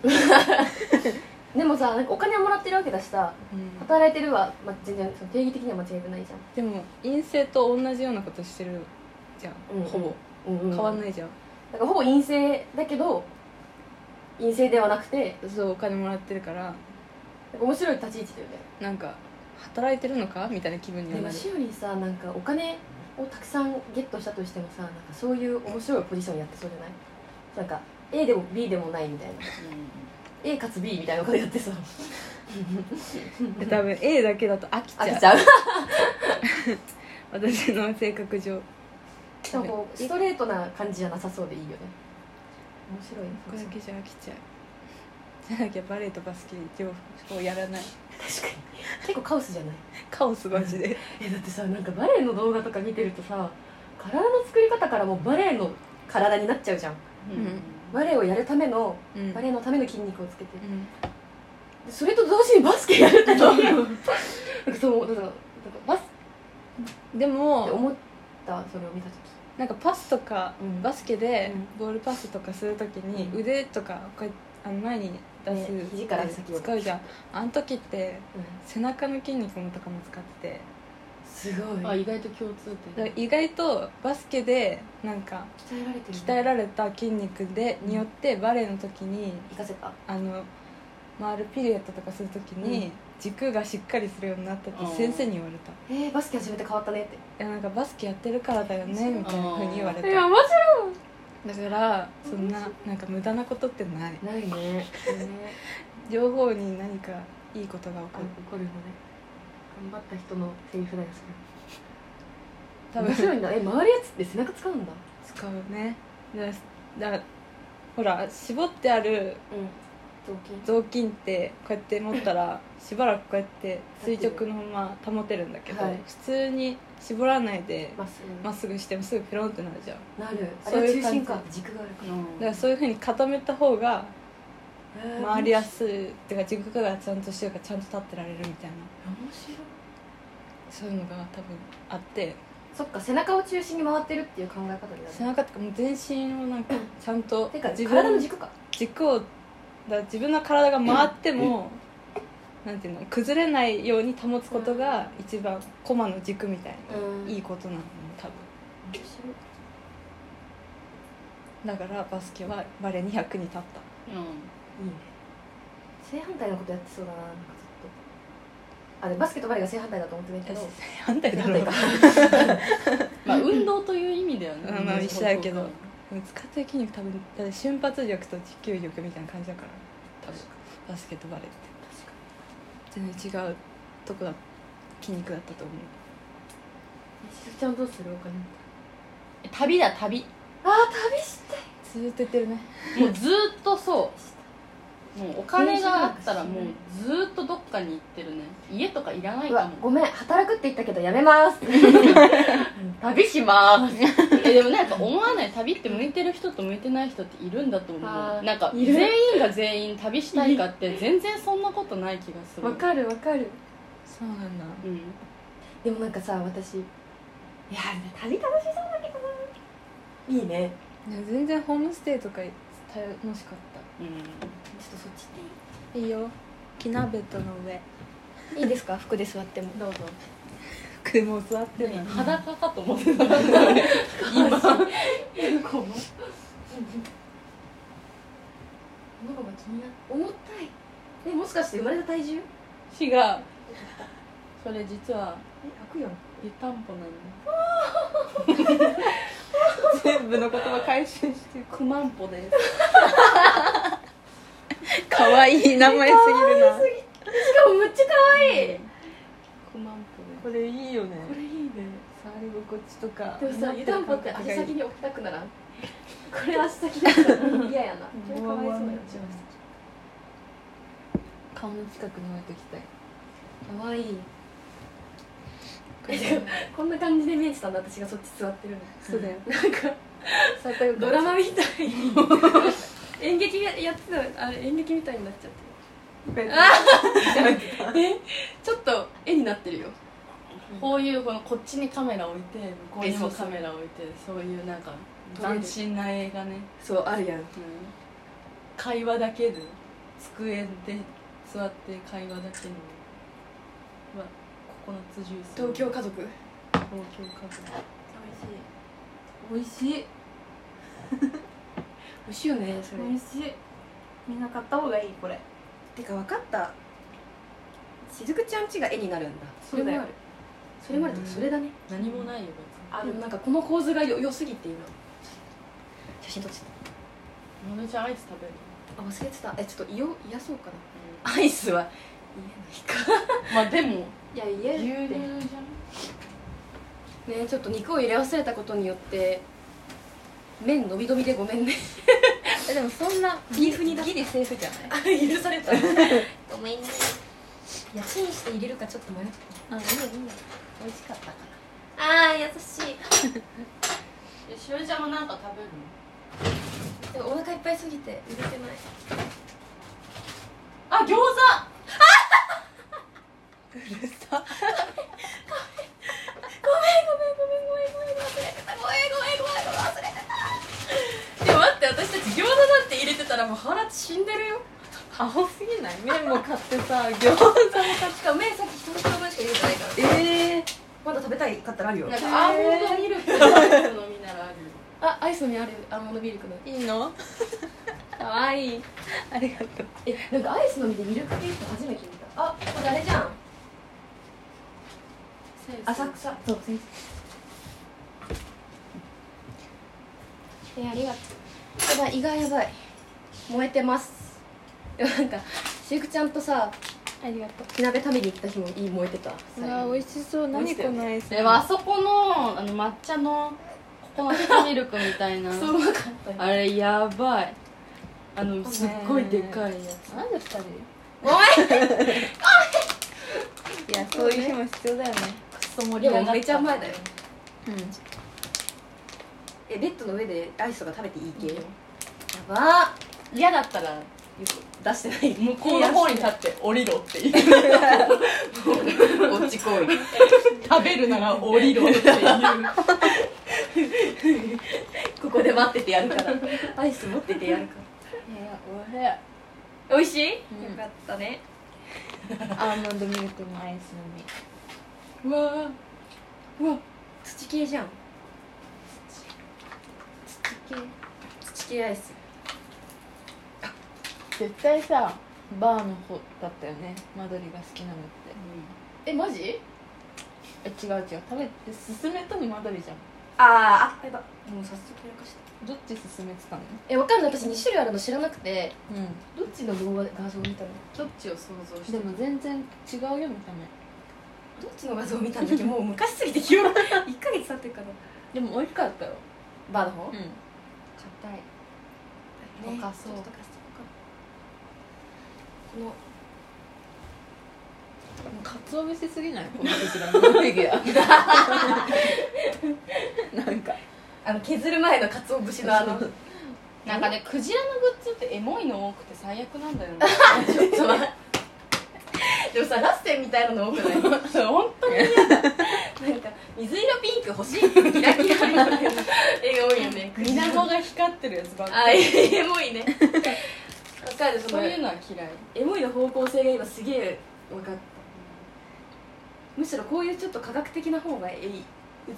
でもさなんかお金をもらってるわけだしさ働いてるは、まあ、全然その定義的には間違いないじゃんでも陰性と同じようなことしてるじゃん、うんほぼうんうん変わんないじゃん、なんかほぼ陰性だけど陰性ではなくてそうお金もらってるからなんか面白い立ち位置だよねなんか働いてるのかみたいな気分にではもなるしおりんさなんかお金をたくさんゲットしたとしてもさなんかそういう面白いポジションやってそうじゃないなんか A でも B でもないみたいな A かつ B みたいなことやってさで多分 A だけだと飽きちゃう飽きちゃう私の性格上なんかこ うストレートな感じじゃなさそうでいいよね面白いねこれだけじゃ飽きちゃうじゃなきゃバレエとバスケ両方やらない確かに結構カオスじゃないカオスマジでえだってさなんかバレエの動画とか見てるとさ体の作り方からもうバレエの体になっちゃうじゃんバレエをやるためのうんバレエのための筋肉をつけてるうんでそれと同時にバスケやるってどういう なんかそうだからなんかバスケでっても思ったそれを見た時なんかパスとか、うんバスケでうボールパスとかするときにうん腕とかこうやってあの前に出す、ね肘から先を使うじゃんあの時ってうん背中の筋肉もとかも使っててすごいあ意外と共通だか点ら意外とバスケでなんか鍛えられてる鍛えられた筋肉でによってバレエの時に生かせたあの回るピルエットとかするときうんに軸がしっかりするようになったってあー先生に言われたえー、バスケ始めて変わったねっていやなんかバスケやってるからだよねみたいなふうに言われた面だからそんななんか無駄なことってない白いないね両方に何かいいことが起あこる怒るのね頑張った人のセリフだよそ多れ面分白いんだえ回るやつって背中使うんだ使うねだだからほら絞ってあるうん雑巾雑巾ってこうやって持った らしばらくこうやって垂直のまま保てるんだけど、はい普通に絞らないでまっすぐまっすぐしてもすぐペロンってなるじゃんなるあれそうはい中う感じ心か軸があるかだからそういうふうに固めた方がら回りやすすいっていうか軸がちゃんとしてるからちゃんと立ってられるみたいな面白いそういうのが多分あってそっか背中を中心に回ってるっていう考え方になる背中とかもう全身をなんかちゃんとてか自体の分軸か軸をだから自分の体が回っても、なんていうの崩れないように保つことが一番コマの軸みたいな、うんいいことなの多分面白いだからバスケはバレーに役に立ったいいね正反対のことやってそうだななんかずっとあでバスケとバレーが正反対だと思ってないけど反対だろう かまあ運動という意味だよねうんまあ一緒だけど使ってる筋肉多分だって瞬発力と持久力みたいな感じだから多分バスケとバレーって全然違うとこだ筋肉だったと思うしずちゃんどうするお金旅だ旅あー旅したいずーっと言ってるねもうずーっとそうもうお金があったらもうずーっとどっかに行ってるね家とかいらないうかわごもめん働くって言ったけどやめます旅します えでもなんか思わない旅って向いてる人と向いてない人っているんだと思あうーなんかいる全員が全員旅したいかって全然そんなことない気がす るわかるわかるそうなんだうんでもなんかさ私いや旅楽しそうだけどないいねいや全然ホームステイとか楽しかっうちんょっとそっち行っていいたいいよ木鍋との上いいですか服で座ってもどうぞ服も座ってない裸かと思ってた喉が気になる重たいえもしかして生まれた体重え違うそれ実は開くやん湯たんぽなんだ全部の言葉回収してくまんぽです かわいい名前すぎるなしかもむっちゃ可愛いくまんぽこですれいいよねこれいいね触り心地とかでもさ湯たんぽって足先にに置きたくならん これ足先 だったら嫌やなそれかわいそうやな顔の近くに置いてきたい可愛いこんな感じで見えてたんだ私がそっち座ってるのそうだよなんか触ったよドラマみたいに 演劇ややってたあれ演劇みたいになっちゃって るちょっと絵になってるよこういうこのこっちにカメラ置いて向こうにもカメラ置いてそういうなんか斬新な映画ね、そうあるやん会話だけで机で座って会話だけのはココナッツジュース東京家族 東京家族美味しい美味しい味しいよねそれ美味しいみんな買った方がいいこれてか分かったしずくちゃんちが絵になるんだそうだよそれまでとそれだね何もないよあでるもなんかこの構図がよ良すぎて今写真撮って別にまなちゃんアイス食べるたあ忘れてたえちょっと胃を癒そうかなアイスは言えないかまあでもいや言え牛るっ乳てねじゃんちょっと肉を入れ忘れたことによって麺伸び伸びでごめんねえでもそんなビーフ煮だギリセーフじゃない あ許され たごめんねいやチンして入れるかちょっと迷ったあいいよいいよ美味しかったかあー優しいえしおりちゃんもなんか食べるのでもお腹いっぱいすぎて入れてないあ餃子でも待って私たち餃子なんて入れてたらもう腹死んでるよらアホすぎない麺も買ってさ餃子しかも麺さっき一袋分しか入れてないからええまだ食べたいかったらあるよなんかアーモンドミルクのみならあるよあアイスにあるアーモンドミルクのー、いいのかわいいありがとうえなんかアイスのみでミルクテイスト初めて見たあこれあれじゃん浅草そう先生えありがとうやばい意外やばい燃えてますでもなんかしゆくちゃんとさありがとう火鍋食べに行った日もいい燃えてたうわ美味しそう美味何しいこのアイスでもあそこのあの抹茶のココナッツミルクみたいなそううまかったよあれやばいあのすっごいでかいやつなんで二人 ごめんいやそういう日も必要だよねクソ盛でりも上がっためちゃ前だようんえベッドの上でアイスとか食べていい系やばー嫌だったら出してない向こうの方に立って降りろっていうこっち来い 食べるなら降りろっていうここで待っててやるからアイス持っててやるかいやら美味しい、んよかったねアーモンドミルクのアイスのみうわ土系じゃん土系土系アイス絶対さバーの方だったよね間取りが好きなのってえマジえ違う違う食べて進めとに間取りじゃんあーあやばもう早速やらかしたどっち進めてたのえわかんない私2種類あるの知らなくてうんどっちの動画画像見たのどっちを想像してでるも全然違うよ見た目どっちの画像見たん だっけもう昔すぎて 記憶一ヶ月経ってるからでも美味しかったよバーの方うん硬い溶かそうちょっと溶かそうこのかつお節すぎないこの時のフィギュア なんかあの削る前の鰹節のあのちょっなんかねクジラのグッズってエモいの多くて最悪なんだよねと待ってでもさラッセンみたいなの多くない本当に なんか水色ピンク欲しいってキラキラみたいな絵が多いよね水面が光ってるやつばっかあエモいね わかるりそそのういうのは嫌いエモいの方向性が今すげえ分かったむしろこういうちょっと科学的な方がいいう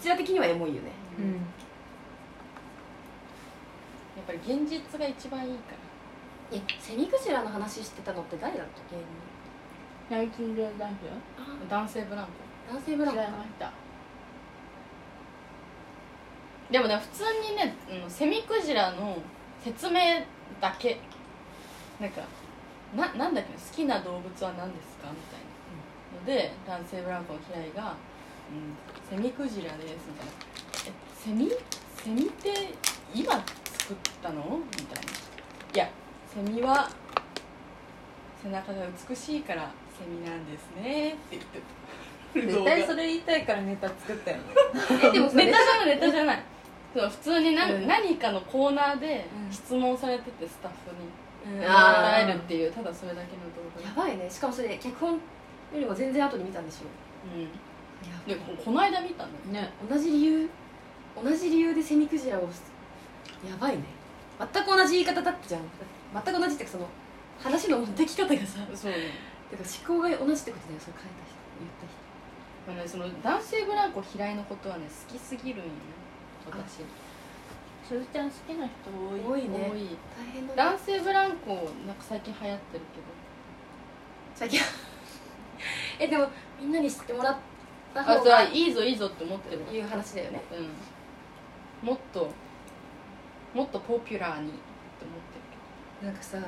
ちら的にはエモいよねうんやっぱり現実が一番いいからえセミクジラの話してたのって誰だったっけ最近で男男性ブラン男性ブコラ違ンいコましたでもね普通にね、うん、セミクジラの説明だけなんかななんだっけ好きな動物は何ですかみたいなので男性ブランコの平井が、うん「セミクジラです」みたいな「えセミセミって今作ったの?」みたいな「いやセミは背中が美しいからセミなんですね」って言っ性て絶対それ言いたいからネタ作ったよねえでもさネタじゃないネタじゃないそう普通に何,、うん何かのコーナーでうん質問されててスタッフにうん答あえーるっていうただそれだけの動や画ばいねしかもそれ脚本よりも全然後に見たんでしょうんでここの間見たのよね同じ理由同じ理由でセミクジラをやばいね全く同じ言い方だったじゃん全く同じっていうかその話の持ってき方がさそうねてか思考が同じってことだよそれ変えた人言った人まあねその男性ブランコ平井のことはね好きすぎるんよね私鈴ちゃん好きな人多多いいね多い大変だね男性ブランコなんか最近流行ってる最近えでもみんなに知ってもらったけどあ方じゃがあいいいぞいいぞって思ってるいう話だよねうんもっともっとポピュラーにって思ってるなんかさ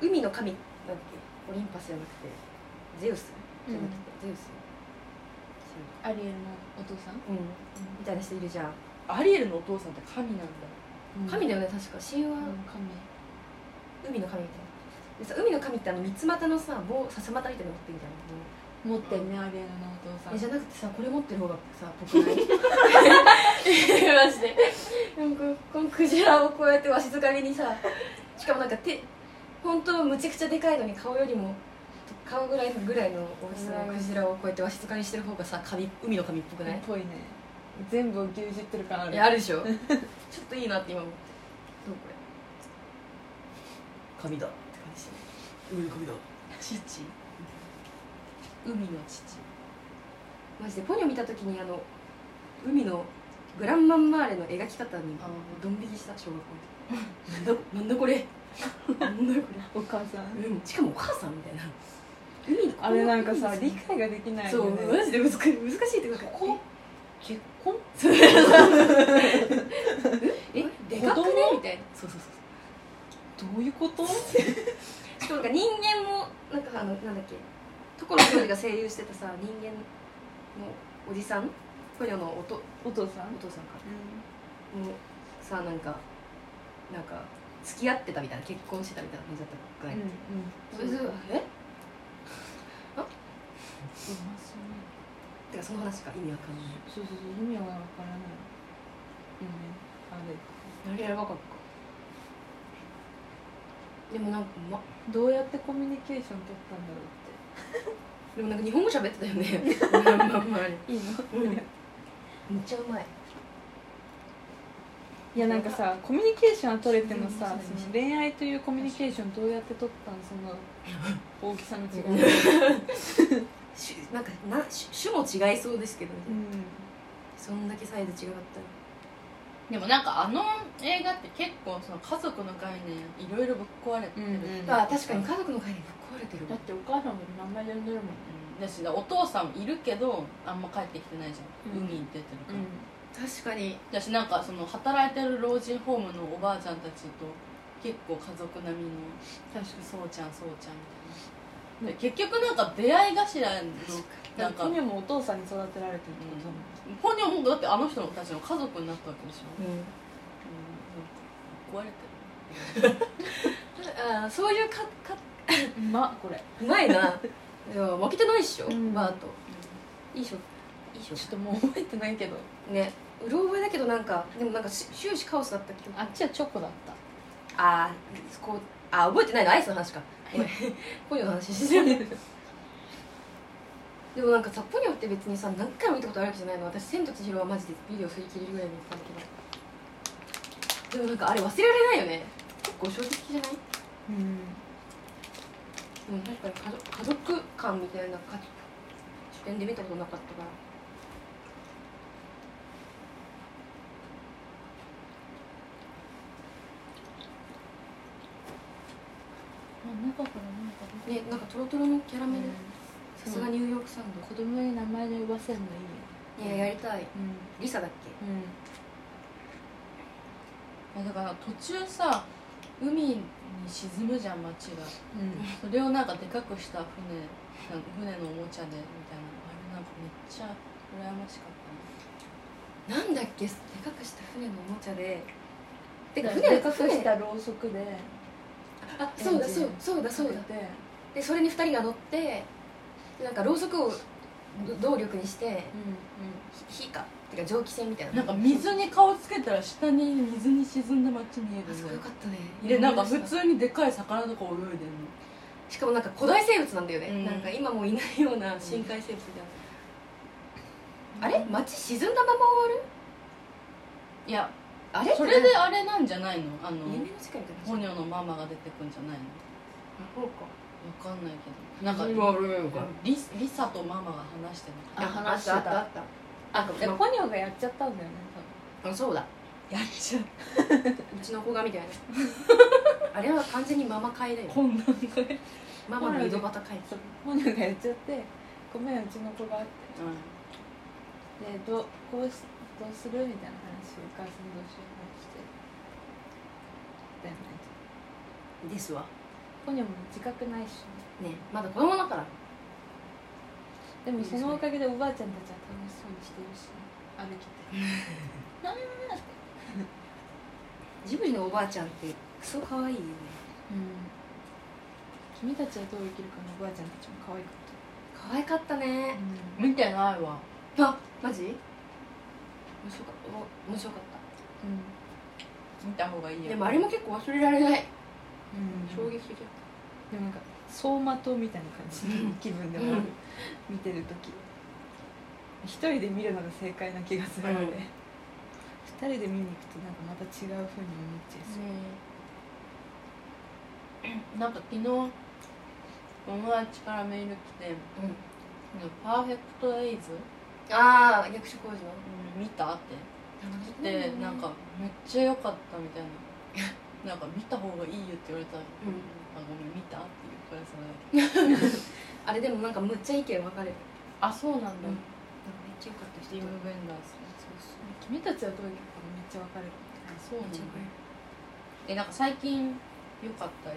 海の神なんだっけオリンパスじゃなくてゼウスじゃなくて、ゼウスアリエルのお父さんうん、みたいな人いるじゃんアリエルのお父さんって神なんだ、神だよね確か神話、うん神海の神みたいなでさ海の神ってあの三つ股のさ棒笹股みたいなの持ってんじゃん持ってんねアリエルのお父さんえじゃなくてさこれ持ってる方がさぽくない マジでなんかこのクジラをこうやってわしづかみにさしかもなんか手本当はむちゃくちゃでかいのに顔よりも顔ぐらいのぐらいの大きさのクジラをこうやってわしづかみにしてる方がさ神海の神っぽくないぽいね全部を牛耳ってるからあいやあるでし ょちょっといいなって今思ってどうこれ神だって感じして海の神だ父海の父マジでポニョ見た時にあの海のグランマンマーレの描き方にあドン引きした小学校の時 なんだなんだこ れなんだこお母さんれ、うん、しかもお母さんみたいな海のあれなんかさ海の理解ができないそようねマジで難しい難しいってことかこ結婚 えでかくね子供みたいなそうそうそうどういう ことしかもなんか人間もなんかあのなんだっけ所教授が声優してたさ人間のおじさんポニョのおとお父さんお父さんかもうさなんかなんか付き合ってたみたいな結婚してたみたいな感じだったぐらい、それでえあてかその話か意味わかんないそうそうそう意味はわからないよねあれ何やばかっかでもなんかまどうやってコミュニケーション取ったんだろうでもなんか日本語喋ってた よね まあまあまあっていいのうんめっちゃうまいいやなんかさコミュニケーションは取れてもさ、うんその恋愛というコミュニケーションどうやって取ったのその大きさの違 い、しなんかな種種も違いそうですけど、ねうん、そんだけサイズ違かったらでもなんかあの映画って結構その家族の概念いろいろぶっ壊れてる、うんうんあ確かに家族の会にぶっ壊れてるだわってお母さんも名前呼んでるもんねだしお父さんいるけどあんま帰ってきてないじゃん、うん海に出てるから、確かにだしなんかその働いてる老人ホームのおばあちゃんたちと結構家族並みの確かそうちゃんそうちゃんみたいなで結局なんか出会い頭のにななんんかかポポニニョもお父さんに育てられてるってことだもんョもだってあの人たちの家族になったわけでしょ、うんうん、なんか壊れてるあーそういうかかうまっこれうまい ないや負けてないっしょ、うんバート、いいショットいいショちょッっともう覚えてないけどトねうろ覚えだけどなんかでもなんかし終始カオスだったけどあっちはチョコだったあーこうあ覚えてないのアイスの話かごめんポニョの話してるでもなんかさポニョって別にさ何回も見たことあるわけじゃないの私「千と千尋」はマジでビデオ振り切れるぐらい見たんだけどでもなんかあれ忘れられないよね結構衝撃的じゃないうんでも確かに家族家族感みたいなか視点で見たことなかったから中からなんかねなんかトロトロのキャラメルさすがニューヨークサウン子供に名前で呼ばせるのいいよドいややりたいリサだっけうんうんいやだから途中さ海に沈むじゃん街がそれをなんかでかくした船なんか船のおもちゃでみたいなあれなんかめっちゃ羨ましかっなんだっけでかくした船のおもちゃでてかで船でかくしたろうそくであそうだそうそうだそうだででそれに2人が乗ってでなんかろうそくをど動力にしてひ火かてか蒸気船みたいたなななんか水に顔つけたら下に水に沈んだ街見えあるそこんだよよかったねでなんか普通にでかい魚とか泳いでるのしかもなんか古代生物なんだよね、うんなんか今もういないような深海生物じゃん、あれ街沈んだまま終わるいやあれそれであれなんじゃないのあの夢の世界みたいなポニョのママが出てくんじゃないのそうかわかんないけどなんかリリサとママが話してなかっああ話してあったあたったあでポニョがやっちゃったんだよねあそうだやっちゃううちの子 がみたいなあれは完全にママ会だよこんなんでママの井戸端会モナがやっちゃってごめんうちの子がってうでどうこうしどうするみたいな話をお母さんどうしよう話してだよねですわポニョも自覚ないしねねまだ子供だからでもそのおかげでおばあちゃんたちは楽しそうにしてるしね歩きてジブリのおばあちゃんってクソ可愛いよねうん君たちはどう生きるかのおばあちゃんたちも可愛かっ可愛かったた、ねう見てないわあマジ面白かったお面白かったん見た方がいいよでもあれも結構忘れられなうんい衝撃的でもなんか走馬灯みたいな感じの気分でもある、見てる時一人で見るのが正解な気がするので、うん二人で見に行くとなんかまた違う風に思っちゃいそう、うんなんか昨日友達からメール来て「パーフェクトエイズああ役所工事の」見たってでなんかめっちゃ良かったみたい ななんか見た方がいいよって言われたら「あごめん見た?」って言うからそれだけあれでもなんかむっちゃ意見分かれるあそうなんだ、うんめっちゃ良かったスティーム・ベンダース君たちはどういうのかめっちゃ分かれるそうなんだえなんか最近良かった映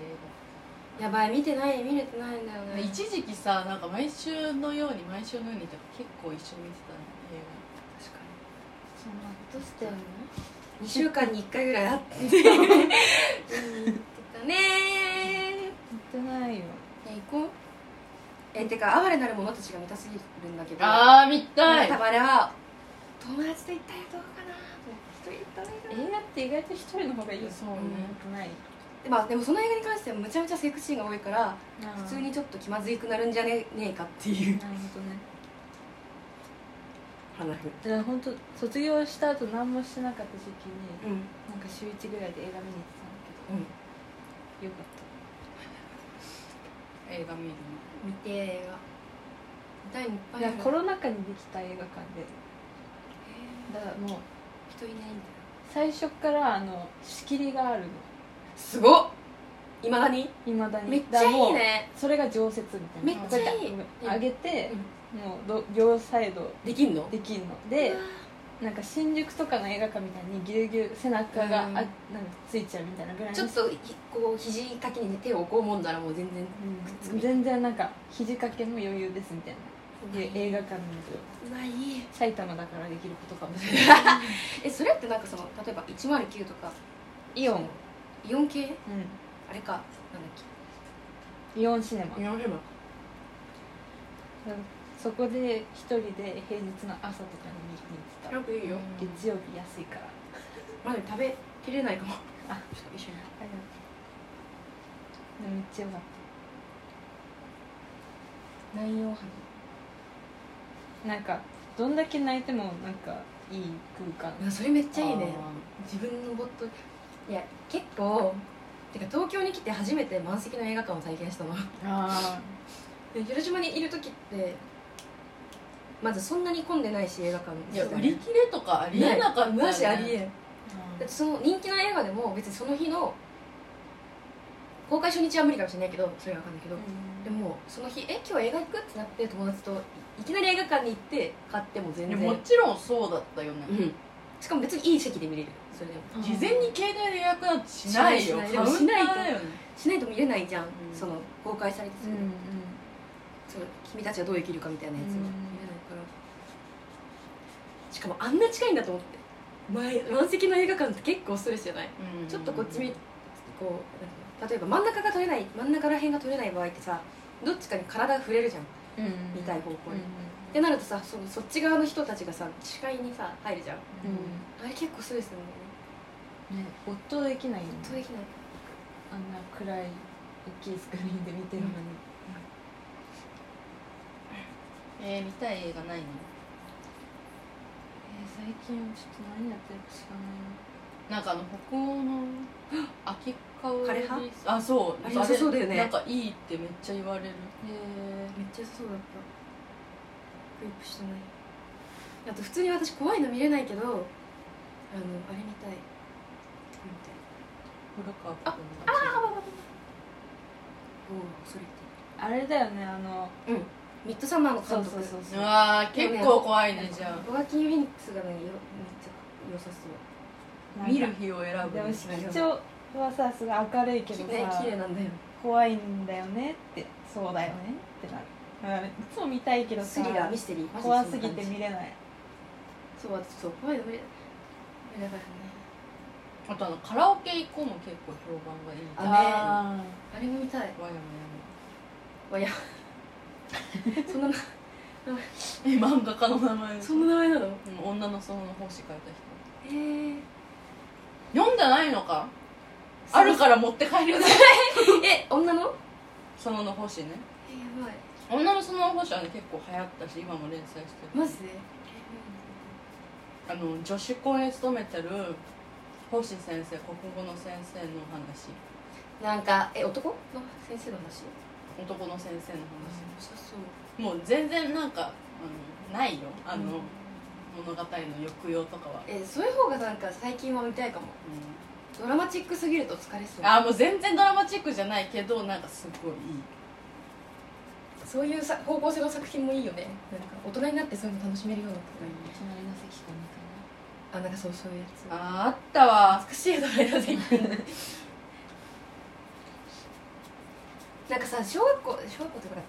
やばい見てない見れてないんだよ画、ね一時期さなんか毎週のように毎週のようにとか結構一緒に見てたね映確かそんなことしてんのに2週間に1回ぐらいあ って言ねってないよえ行こうえてか哀れなる者たちが見たすぎるんだけど画あー見たいたまれは友達と行ったらどうかなと思って一人行ったらいいかな映画って意外と一人の方がいいよそううね、んないで,、まあ、でもその映画に関してはむちゃむちゃセクシーンが多いから普普通にちょっと気まずいくなるんじゃねねえかっていうなるほどね話だから本当卒業した後何もしてなかった時期にうんうんなんか週一ぐらいで映画見に行ってたんだけどよかった映画見る見て映画見たいのいっぱいいやあるコロナ禍にできた映画館でだからもう人いないんだよ最初からあの仕切りがあるのすごっいまだにいまだにめっちゃいだからいもねうそれが常設みたいなめっちゃいいこうやって上げてうん、もうど両サイドできんのできるのでなんか新宿とかの映画館みたいにぎゅうぎゅう背中があ、うんなんかついちゃうみたいなぐらいのちょっとひこう肘掛けに手をこうもんだらもう全然うん全然なんか肘掛けも余裕ですみたいなで映画館のうわいい埼玉だからできることかもしれないえそれってなんかその例えば109とかイオン、 イオン系あれかなんだっイオンシネマけイオンフェムそこで一人で平日の朝とかに見に行ってよくいいよた月曜日安いからまだ食べきれないかもあちょっと一緒にでめっちゃ良かった内容派なんかどんだけ泣いてもなんかいい空間いやそれめっめちゃいいね自分のボットいや結構てか東京に来て初めて満席の映画館を体験したのあで広島にいる時ってまずそんなに混んでないし映画館いや売り切れとかありえなかったよねマジありえんうだってその人気な映画でも別にその日の公開初日は無理かもしれないけどそれは分かんないけど、でもその日「え今日映画行く?」ってなって友達といいきなり映画館に行って買っても全いや然もちろんそうだったよね、うん、しかも別にいい席で見れるそれでもん事前に携帯で予約なんてしないよしないしカないウンターだよねしないと見れないじゃん、んその公開されてすうんぐ、うんその君たちはどう生きるかみたいなやつうんも見れないから、しかもあんな近いんだと思って前満席の映画館って結構ストレスじゃないちょっとこっち見こうなんか例えば真ん中が取れない真ん中ら辺が取れない場合ってさどっちかに体が触れるじゃんうん見たい方向うんに、ってなるとさそのそっち側の人たちがさ視界にさ入るじゃんうあれ結構ストレスなんだよねんね夫できないよねそうできないあんな暗い大きいスクリーンで見てるのに、えー見たい映画ないのえー最近ちょっと何やってるか知らないななんかあの北欧 の秋川枯葉あそうあれ良さそうだよねなんかいいってめっちゃ言われるえめっちゃそうだったクリップしてないあと普通に私怖いの見れないけどあのあれみたいみたいあおおそれってあれだよねあのミッドサマーの監督そうそうそううわー結構怖いねじゃワーキン・フェニックスがねよめっちゃ良さそうあ見る日を選ぶでも色調はさすごい明るいけどねさ綺麗なんだよ怖いんだよねってそうだよねってなるだからいつも見たいけどスさリラーミステリー怖すぎて見るれないそう私そう怖いの無理だ無理だからねあとあのカラオケ行こうも結構評判がいいあねあれも見たいわやもやわや そんなもえ漫画家の名前そんな名前なのうん女のその本誌書いた人えー、読んでないのかあるから持って帰るよねえ女のそのの星ねえやばい女のその星はね結構流行ったし今も連載してるマジであの女子校に勤めてる星先生国語の先生の話なんかえ男の先生の話男の先生の面白そう話もう全然なんかあのないよあの、うん物語の抑揚とかは、えそういう方がなんか最近は見たいかもう、ドラマチックすぎると疲れそうんあーもう全然ドラマチックじゃないけどなんかすごいいいそういうさ方向性の作品もいいよねなんか大人になってそういうの楽しめるような隣の席かみあなんかそうそういうやつあーあったわ難しいよねなぜ なんかさ小学校小学校ってほら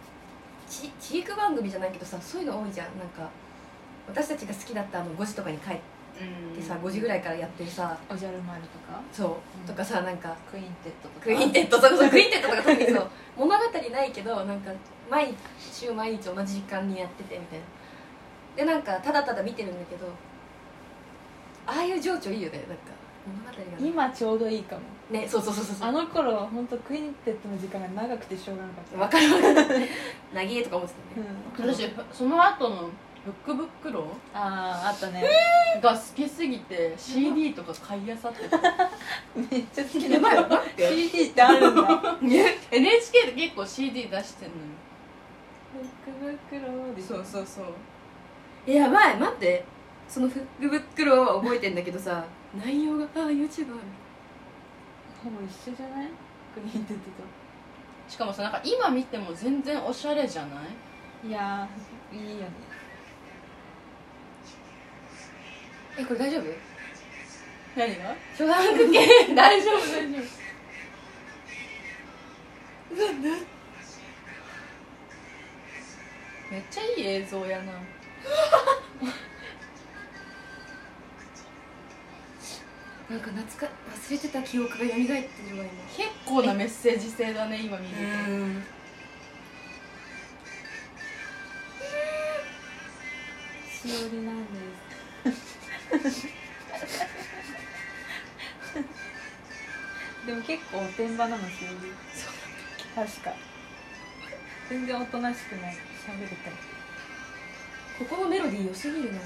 ち地域番組じゃないけどさそういうの多いじゃんなんか私たちが好きだったあの5時とかに帰っうんてさ5時ぐらいからやってるさたいなおじゃる丸とかそうとかさなんかクインテッドとかクイーンテッドとかそうクイーンテッドとか特にそう物語ないけどなんか毎週毎日同じ時間にやっててみたいなでなんかただただ見てるんだけどああいう情緒いいよねなんか物語が今ちょうどいいかもねそうそうそうそうそうあの頃は本当クインテッドの時間が長くてしょうがなかったわかるわかるなぎえとか思ってたうねん私その後のブックブックロあああったねーが好きすぎて CD とか買いあさってためっちゃ好きやばい よだ待って CD ってある んだ NHK で結構 CD 出してんのよブックブックローでそうそうそうえやばい待ってそのフックブックローは覚えてんだけどさ内容がああ YouTube あるほぼ一緒じゃないクインテッドとしかもさなんか今見ても全然おしゃれじゃないいやーいいよねえこれ大丈夫何が初段ク系 大丈夫大丈夫めっちゃいい映像やななんか懐か忘れてた記憶が蘇ってるわ今結構なメッセージ性だね今見るうんしおりなんですでも結構おてんばなのしおり確か全然おとなしくない喋るからここのメロディー良すぎるな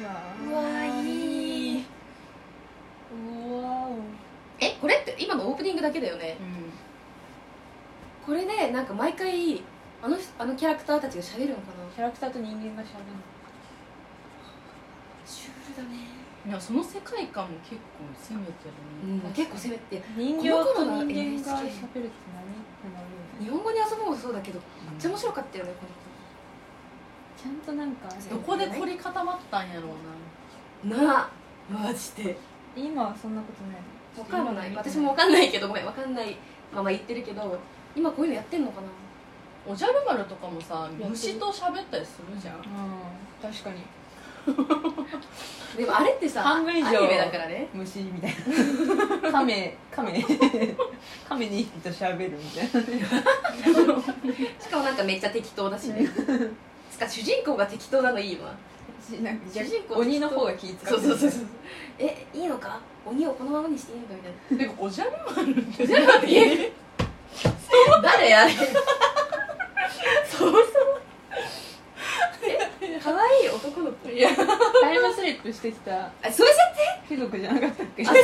うわーうわーいいうわえこれって今のオープニングだけだよねと、うんこれでなんか毎回あの人あのキャラクターたちが喋るのかなーキャラクターと人間が喋るシュールだねいやその世界観も結構攻めてるね、うん結構攻めて人形と人間が喋るって何ってなるよね日本語に遊ぼうもそうだけどめっちゃ面白かったよねこの子ちゃんとなんかあどれこで凝り固まったんやろうななあマジで今はそんなことないわかんない私もわかんないけどごめんわかんないまま言ってるけど今こういうのやってんのかなおじゃる丸とかもさてる虫と喋ったりするじゃんうん確かにでもあれってさ半分以上アニメだからね虫みたいな亀亀亀にと喋るみたいなしかもなんかめっちゃ適当だしねつか主人公が適当なのいいわなんか主人公鬼の方が気使ってそうそうそうそうえいいのか鬼をこのままにしていいのかみたいなでもおじゃる丸って全部見える誰やれそうそうえ可愛い男の子いやタイムスリップしてきたあそういう貴族じゃなかったっけあそう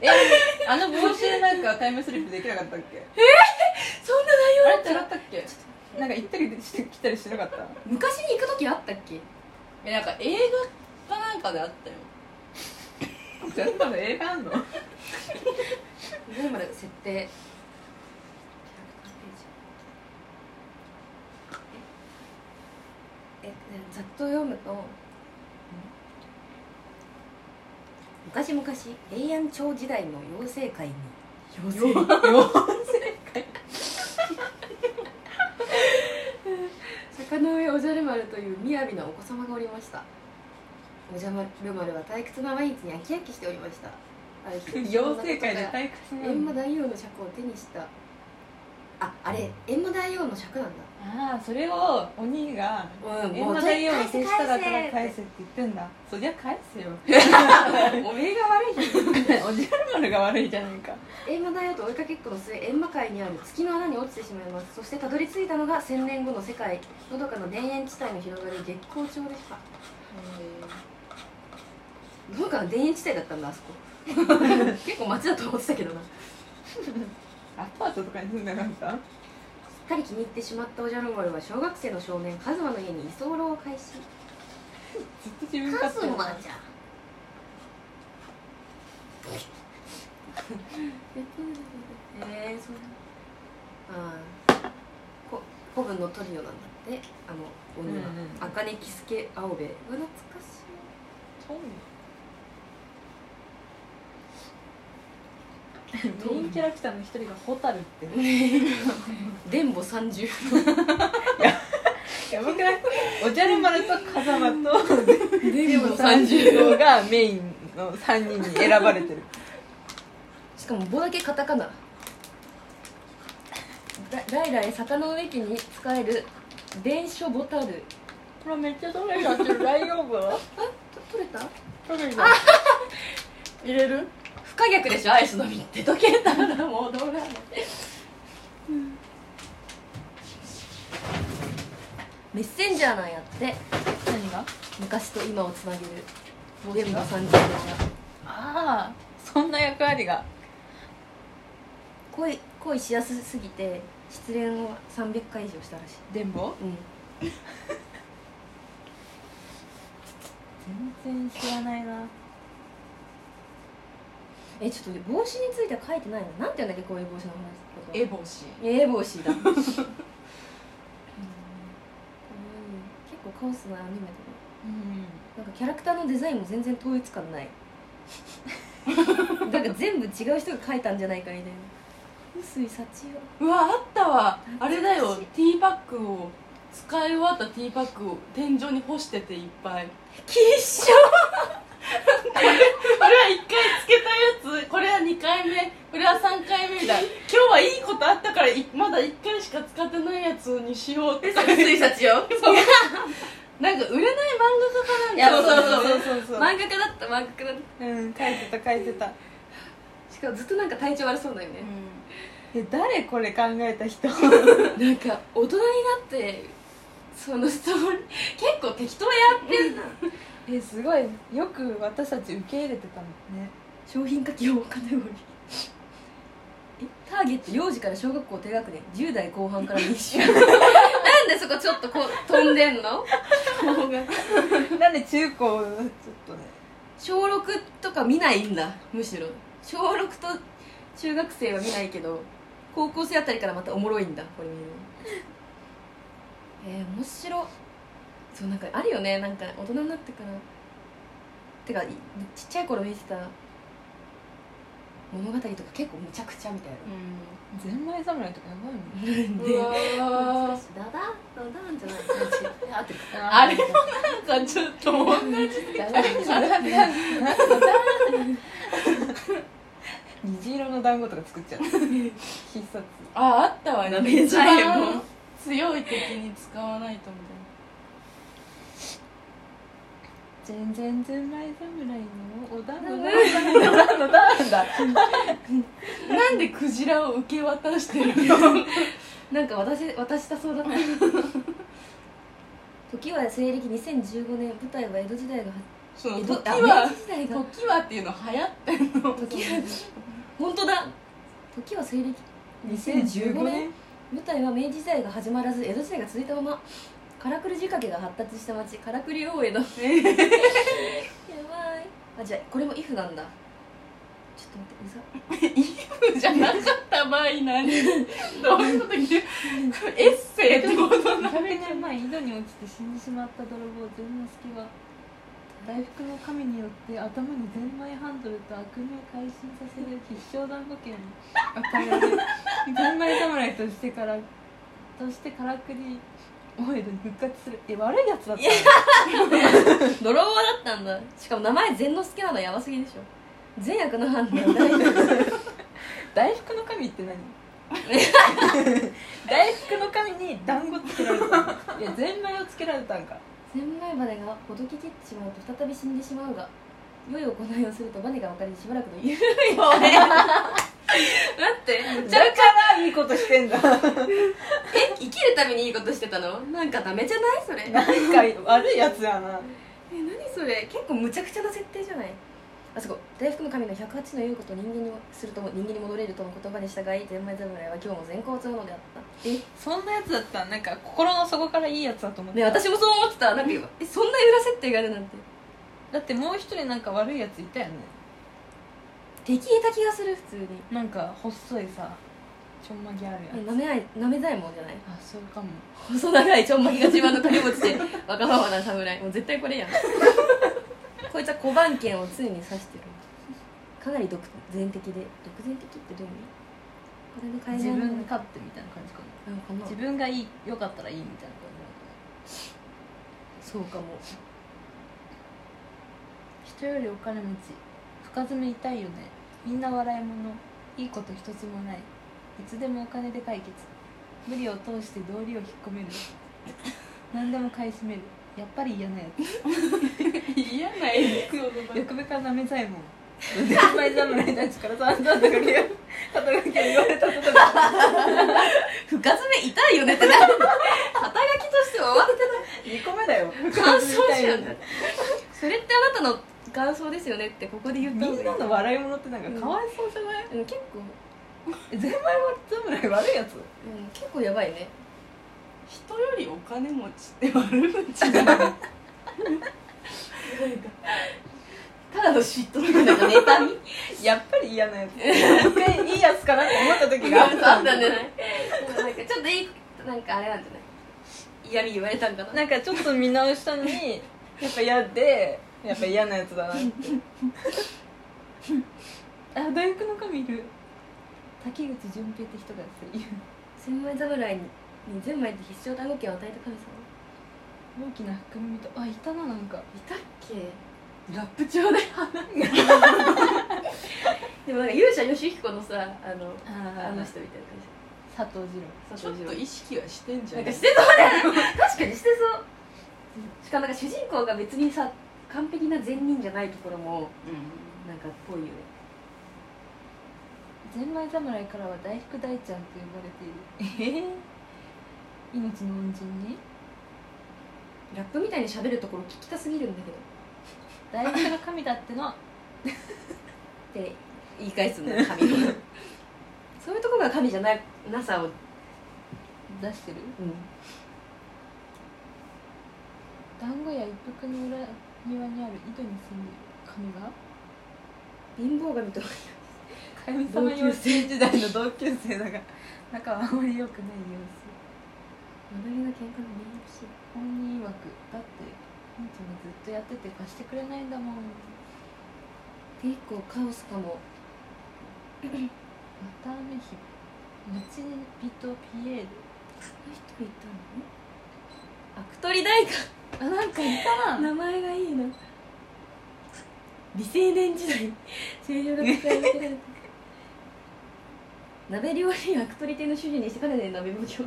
えあの帽子でなんかタイムスリップできなかったっけそんな内容あれだった違らったっけなんか行ったりしてきたりしてなかった昔に行く時あったっけえなんか映画かなんかであったよ全部の映画あんの全部設定ええざっと読むと昔々永安朝時代の妖精界に妖精界坂の上おじゃる丸という雅なお子様がおりましたおじゃる丸は退屈な毎日に飽き飽きしておりましたある日妖精界で退屈な閻魔の大王の尺を手にしたああれ閻魔大王の尺なんだああそれを鬼がうん閻魔大王に接しただから返せって言ってんだそりゃ返せよ おめえが悪いじゃんおじゃる丸が悪いじゃないか閻魔大王と追いかけっこの末閻魔界にある月の穴に落ちてしまいますそしてたどり着いたのが1000年後の世界のどかの田園地帯の広がり月光町でしたどどかの田園地帯だったんだあそ こ結構町だと思ってたけ どなアパートとかに住んでなかったすっかり気に入ってしまったおじゃる丸は小学生の少年カズマの家に居候を開始ずっと自分勝手なじゃんへえそうああこ古文のトリオなんだってあの鬼は、うんうんあかねきすけ青べうわ懐かしいそうメインキャラクターの一人がホタルって 伝母30やばくないおじゃる丸と風間とでも30号がメインの3人に選ばれてるしかも棒だけカタカナだ来来坂の上家に使える伝書ボタル これめっちゃどれがってる大丈夫と取れたどれ入れる不可逆でしょアイスのみって溶けたらもうどうなんメッセンジャーなんやって何が昔と今をつなげる帽全子部が30秒がああそんな役割が恋恋しやすすぎて失恋を300回以上したらしい電ボうん全然知らないなえちょっと帽子については書いてないのなんて言うんだっけこういう帽子の話エボシええ帽子だうん可愛い結構カオスなアニメだねうんなんかキャラクターのデザインも全然統一感ないなんか全部違う人が描いたんじゃないかみたいな薄い幸ようわあったわあれだよティーパックを使い終わったティーパックを天井に干してていっぱいきっし これは1回つけたやつこれは2回目これは3回目だ今日はいいことあったからいまだ1回しか使ってないやつにしようって薄い 幸よなんか売れない漫画家かなんかやそうそうそうそうそう漫画家だった漫画家だっうん書いてた書いてたたしかもずっとなんか体調悪そうだよね、え誰これ考えた人なんか大人になってそのストーリー結構適当やってんな えすごいよく私たち受け入れてたのね商品化希望カテゴリーえターゲット幼児から小学校低学年10代後半から20 なんでそこちょっとこう飛んでんのなんで中高ちょっとね小6とか見ないんだむしろ小6と中学生は見ないけど高校生あたりからまたおもろいんだこれ見るのえー、面白そうなんかあるよねなんか大人になってからてかいちっちゃい頃見てた物語とか結構むちゃくちゃみたいなゼンマイ侍とかやばいもんうわーダダダダンじゃないあってるあれもなんかちょっと同じ虹色の団子とか作っちゃう 必殺ああったわねめちゃえもん強い敵に使わないとみたいな全然ゼンマイ侍のおだんの だんのだんだなんでクジラを受け渡してるなんか私渡したそうだった時は西暦2015年舞台は江戸時代が その江時戸あは明治時代が時はっていうの流行ってんの時は本当だ時は西暦2015年舞台は明治時代が始まらず江戸時代が続いたままカラクリ仕掛けが発達した町カラクリ大 江のやばいあじゃあこれも「イフなんだちょっと待ってうざじゃなかった場合何どういうことにエッセイってことな100年前井戸に落ちて死んでしまった泥棒善之助は大福の神によって頭にゼンマイハンドルと悪名を改心させる必勝団保険に与えられゼンマイ侍としてからとしてからくり大江戸に復活するえ悪いやつだったの泥棒だったんだしかも名前善之助なのやばすぎでしょ善悪の判断大丈夫大福の神って何 大福の神に団子つけられたのいやゼンマイをつけられたんか善内バネがほどき切ってしまうと再び死んでしまうが良い行いをするとバネが分かりしばらくの猶予を得るだからいいことしてんだえ生きるためにいいことしてたのなんかダメじゃないそれなんか悪いやつやなえ何それ結構むちゃくちゃな設定じゃないあそこ大福の神の108の言うことを人間にするとも人間に戻れるとの言葉に従いゼンマイ侍は今日も善行を積むのであったえそんなやつだったなんか心の底からいいやつだと思ってねた私もそう思ってたなんか今えそんな裏設定があるなんてだってもう一人なんか悪いやついたよね敵いた気がする普通になんか細いさちょんまぎあるやつなめあいなめざいもんじゃないあそうかも細長いちょんまきが自慢の金持ちでわがままな侍もう絶対これやんこいつは小判剣を常に刺してるかなり独善的で独善的ってどういう意味これで自変えない分勝手みたいな感じかななのかな自分がいい良かったらいいみたいな感じなのかなそうかも人よりお金持ち深爪痛いよねみんな笑い者いいこと一つもないいつでもお金で解決無理を通して道理を引っ込める何でも買い占めるやっぱり嫌なや嫌なエピソードつ欲深からなめざいもん先輩侍たちから散々とかけよ肩書きを言われたことが深爪痛いよねってな肩書きとしては終わって2個目だよた感想じゃん それってあなたの感想ですよねってここで言ったみ方がいんいなの笑い者ってなんかかわいそうじゃない、うん結構、えゼンマイ侍悪いやつうん、結構やばいね人よりお金持ちって悪口だよただの嫉妬みたいな妬みやっぱり嫌なやつ絶対いいやつかなって思った時があったあったんじゃないなんかちょっといいなんかあれなんじゃない嫌味言われたんかななんかちょっと見直したの にやっぱ嫌でやっぱ嫌なやつだなって あ大福の神いる滝口純平って人がいる千枚侍にゼンマイで必勝団子券を与えた神様大きな含みとあいたななんかいたっけラップ調で でもなんか勇者義彦のさあのああのの人みたいな感佐藤二郎じ ちょっとい意識はしてんじゃなんんかしてそうだよね確かにしてそうしかもなんか主人公が別にさ完璧な善人じゃないところもうなんかっぽいよねゼンマイ侍からは大福大ちゃんと呼ばれているええ命の恩人にラップみたいに喋るところ聞きたすぎるんだけど大福の神だって のって言い返すのよ神をそういうところが神じゃないなさを、うん、出してる団子屋一服の裏庭にある井戸に住んでる神が貧乏神と神様養成時代の同級生だが仲はあまり良 くない様子学びの喧嘩の免疫本人曰くだって兄ちゃんがずっとやってて貸してくれないんだもんま結構カオスか もたあの日町人ピエールあの人いたのアクトリ大かあなんかいたな名前がいいな美青年時代青女が使い分けられた鍋料理やアクトリ亭の主人にして彼の鍋奉行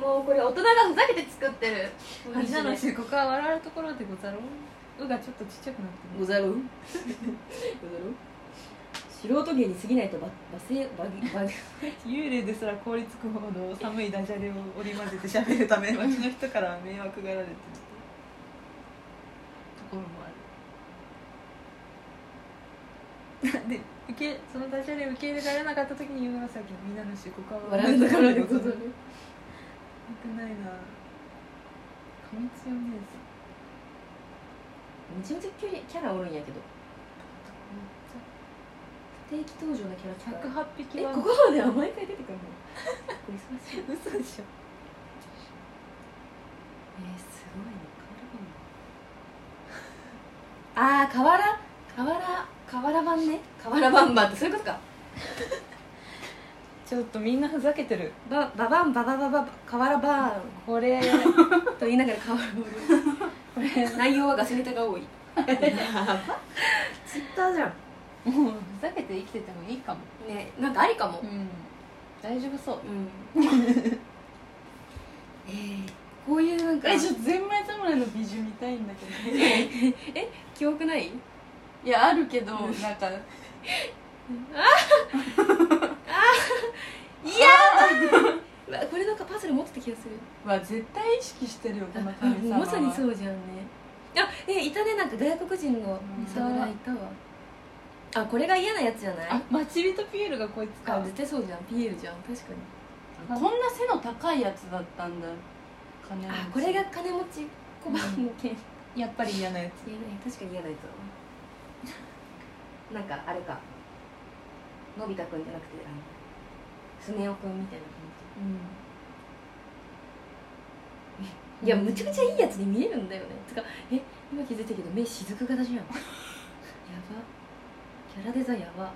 もうこれ大人がふざけて作って るみんなのしここは笑うところでござろううがちょっとちっちゃくなってござろうござろう素人芸に過ぎないとば罵声バギバギる幽霊ですら凍りつくほど寒いダジャレを織り交ぜて喋るた め町の人から迷惑がられてるところもあるで受けそのダジャレを受け入れられなかった時に言うの がさっきのみんなのしここは笑うところでござろうよくないなみつよ姉さんめちゃめちゃキャラキャラおるんやけど不定期登場のキャラクター108匹えはここまでは毎回出てくるのこれ 忙しい嘘でしょえー、すごいね ああ河原河原河原版ね河原版版ってそういうことかちょっとみんなふざけてるばババンババババ河原版これと言いながら河原版これ内容はガセネタが多いツイッターじゃんもうふざけて生きててもいいかもねなんかありかもうん大丈夫そううん えーこういうなんかえちょっとゼンマイ侍の美女見たいんだけど記憶ないいやあるけどなんかうわこれなんかパズル持ってた気がするは絶対意識してるよこの神様はまさにそうじゃんねあえいたねなんか外国人の侍いたわあこれが嫌なやつじゃないあ待ち人ピエールがこいつあか絶対そうじゃんピエールじゃん確かにこんな背の高いやつだったんだ金持ちあこれが金持ち小判の剣やっぱり嫌なやつ言えない確かに嫌なや つだなんかあれかのび太くんじゃなくてあのスネ夫くんみたいな感いやむちゃくちゃいいやつに見えるんだよねつかえ今気づいたけど目雫型じ ゃんやばキャラデザやば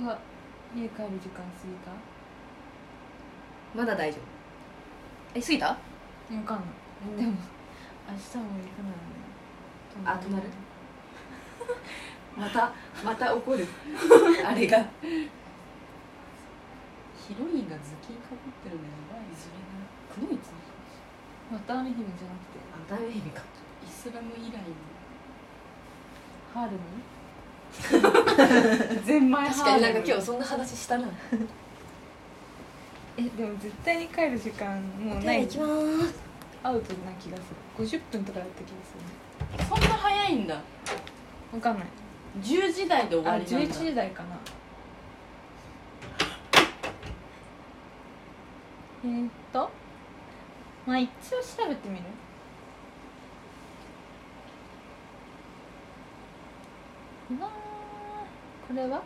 うわ家帰る時間過ぎたまだ大丈夫え過ぎたわかんない、でも明日も行かないあ泊まるまたまた怒るあれがヒロインが頭巾かぶってるのやばいそれなじクノイツまた雨姫じゃなくてあダメかイスラム以来のハーレムゼンマイ確かになんか今日そんな話したなえでも絶対に帰る時間もうない行きまーすアウトな気がする50分とかだった気がするねそんな早いんだわかんない10時台で終わあり11なんだ時台かなえー、っとまあ一応調べてみるうわーこれは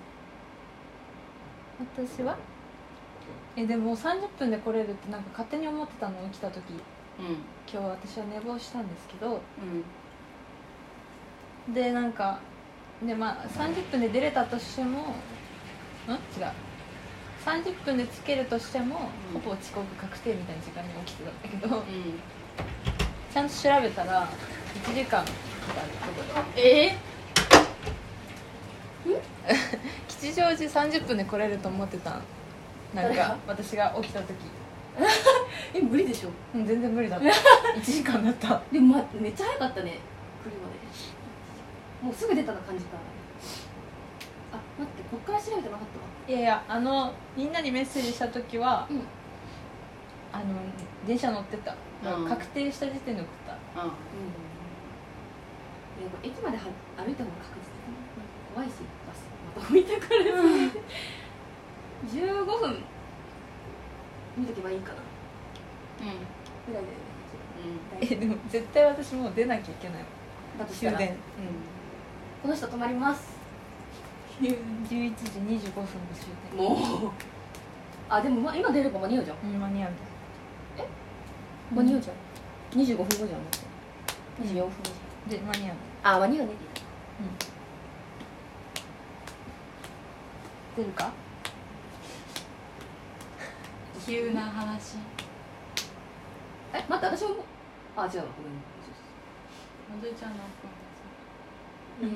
私はえでも30分で来れるってなんか勝手に思ってたの起きた時う今日私は寝坊したんですけどんうんでなんかでまあ30分で出れたとしてもん違う30分でつけるとしても、うんほぼ遅刻確定みたいな時間に起きてたんだけど うんちゃんと調べたら1時間とかあるえ 吉祥寺30分で来れると思ってたんなんか私が起きた時え無理でしょうん全然無理だった 1時間だったでも、ま、めっちゃ早かったね来るまでもうすぐ出たな感じかあ待ってこっから調べてなかったわいやいやあのみんなにメッセージした時は、うんあの電車乗ってた、うん確定した時点で送った あうんでも駅までは歩いた方が確実だな怖いしバスまた見てくれる、15分見とけばいいかなうんうんぐらいだよねえでも絶対私もう出なきゃいけないだとした終ら電この人泊まります11時25分の終電もうあでも、ま、今出れば間に合うじゃんうん間に合う間に合うじゃん25分後じゃん24分後じで間に合うゃんあ間に合うね出るか急な話え待って私もあ違うわごめんのぞいちゃんのうん一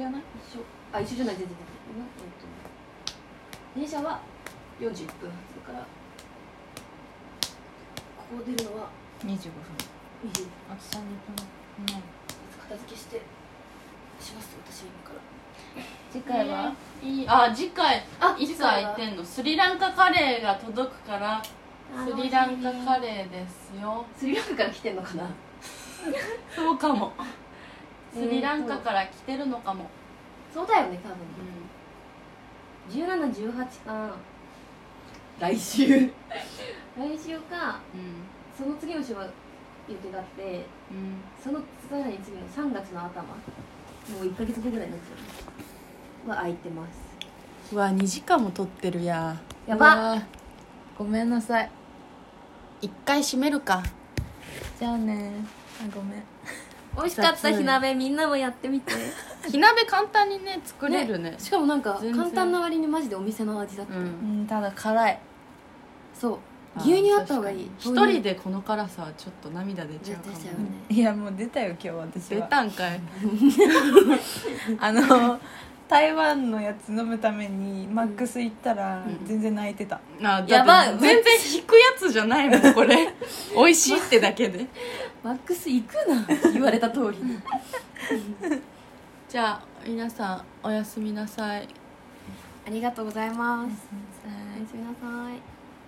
緒やない一緒あ一緒じゃない全然全然えっと電車は41分発だからここ出るのは25分20分あと30分ない片付けしてします私今から次回回は、いいあ次回あいつか行ってんのスリランカカレーが届くからあスリランカカレーですよスリランカから来てんのかなそうかもえスーとリランカから来てるのかも、そうだよね多分う1718か来週来週かんうんその次の週は予定があっうてんそのさらに次の3月の頭もう1か月後ぐらいになっちゃうは空いてますうわ2時間も撮ってるややばうわごめんなさい一回閉めるかじゃあねあごめん美味しかった火鍋みんなもやってみて 火鍋簡単にね作れるね しかもなんか全然簡単な割にマジでお店の味だった、うんうんただ辛いそうあ牛乳あった方がいい確かに一人でこの辛さはちょっと涙出ちゃうかも絶対ちゃうねいやもう出たよ今日私出はたんかいあの台湾のやつ飲むためにマックス行ったらうん全然泣いてた、あだってやばい全然引くやつじゃないもんこれ 美味しいってだけでマックス行くな言われた通りに じゃあ皆さんおやすみなさいありがとうございますおやすみなさい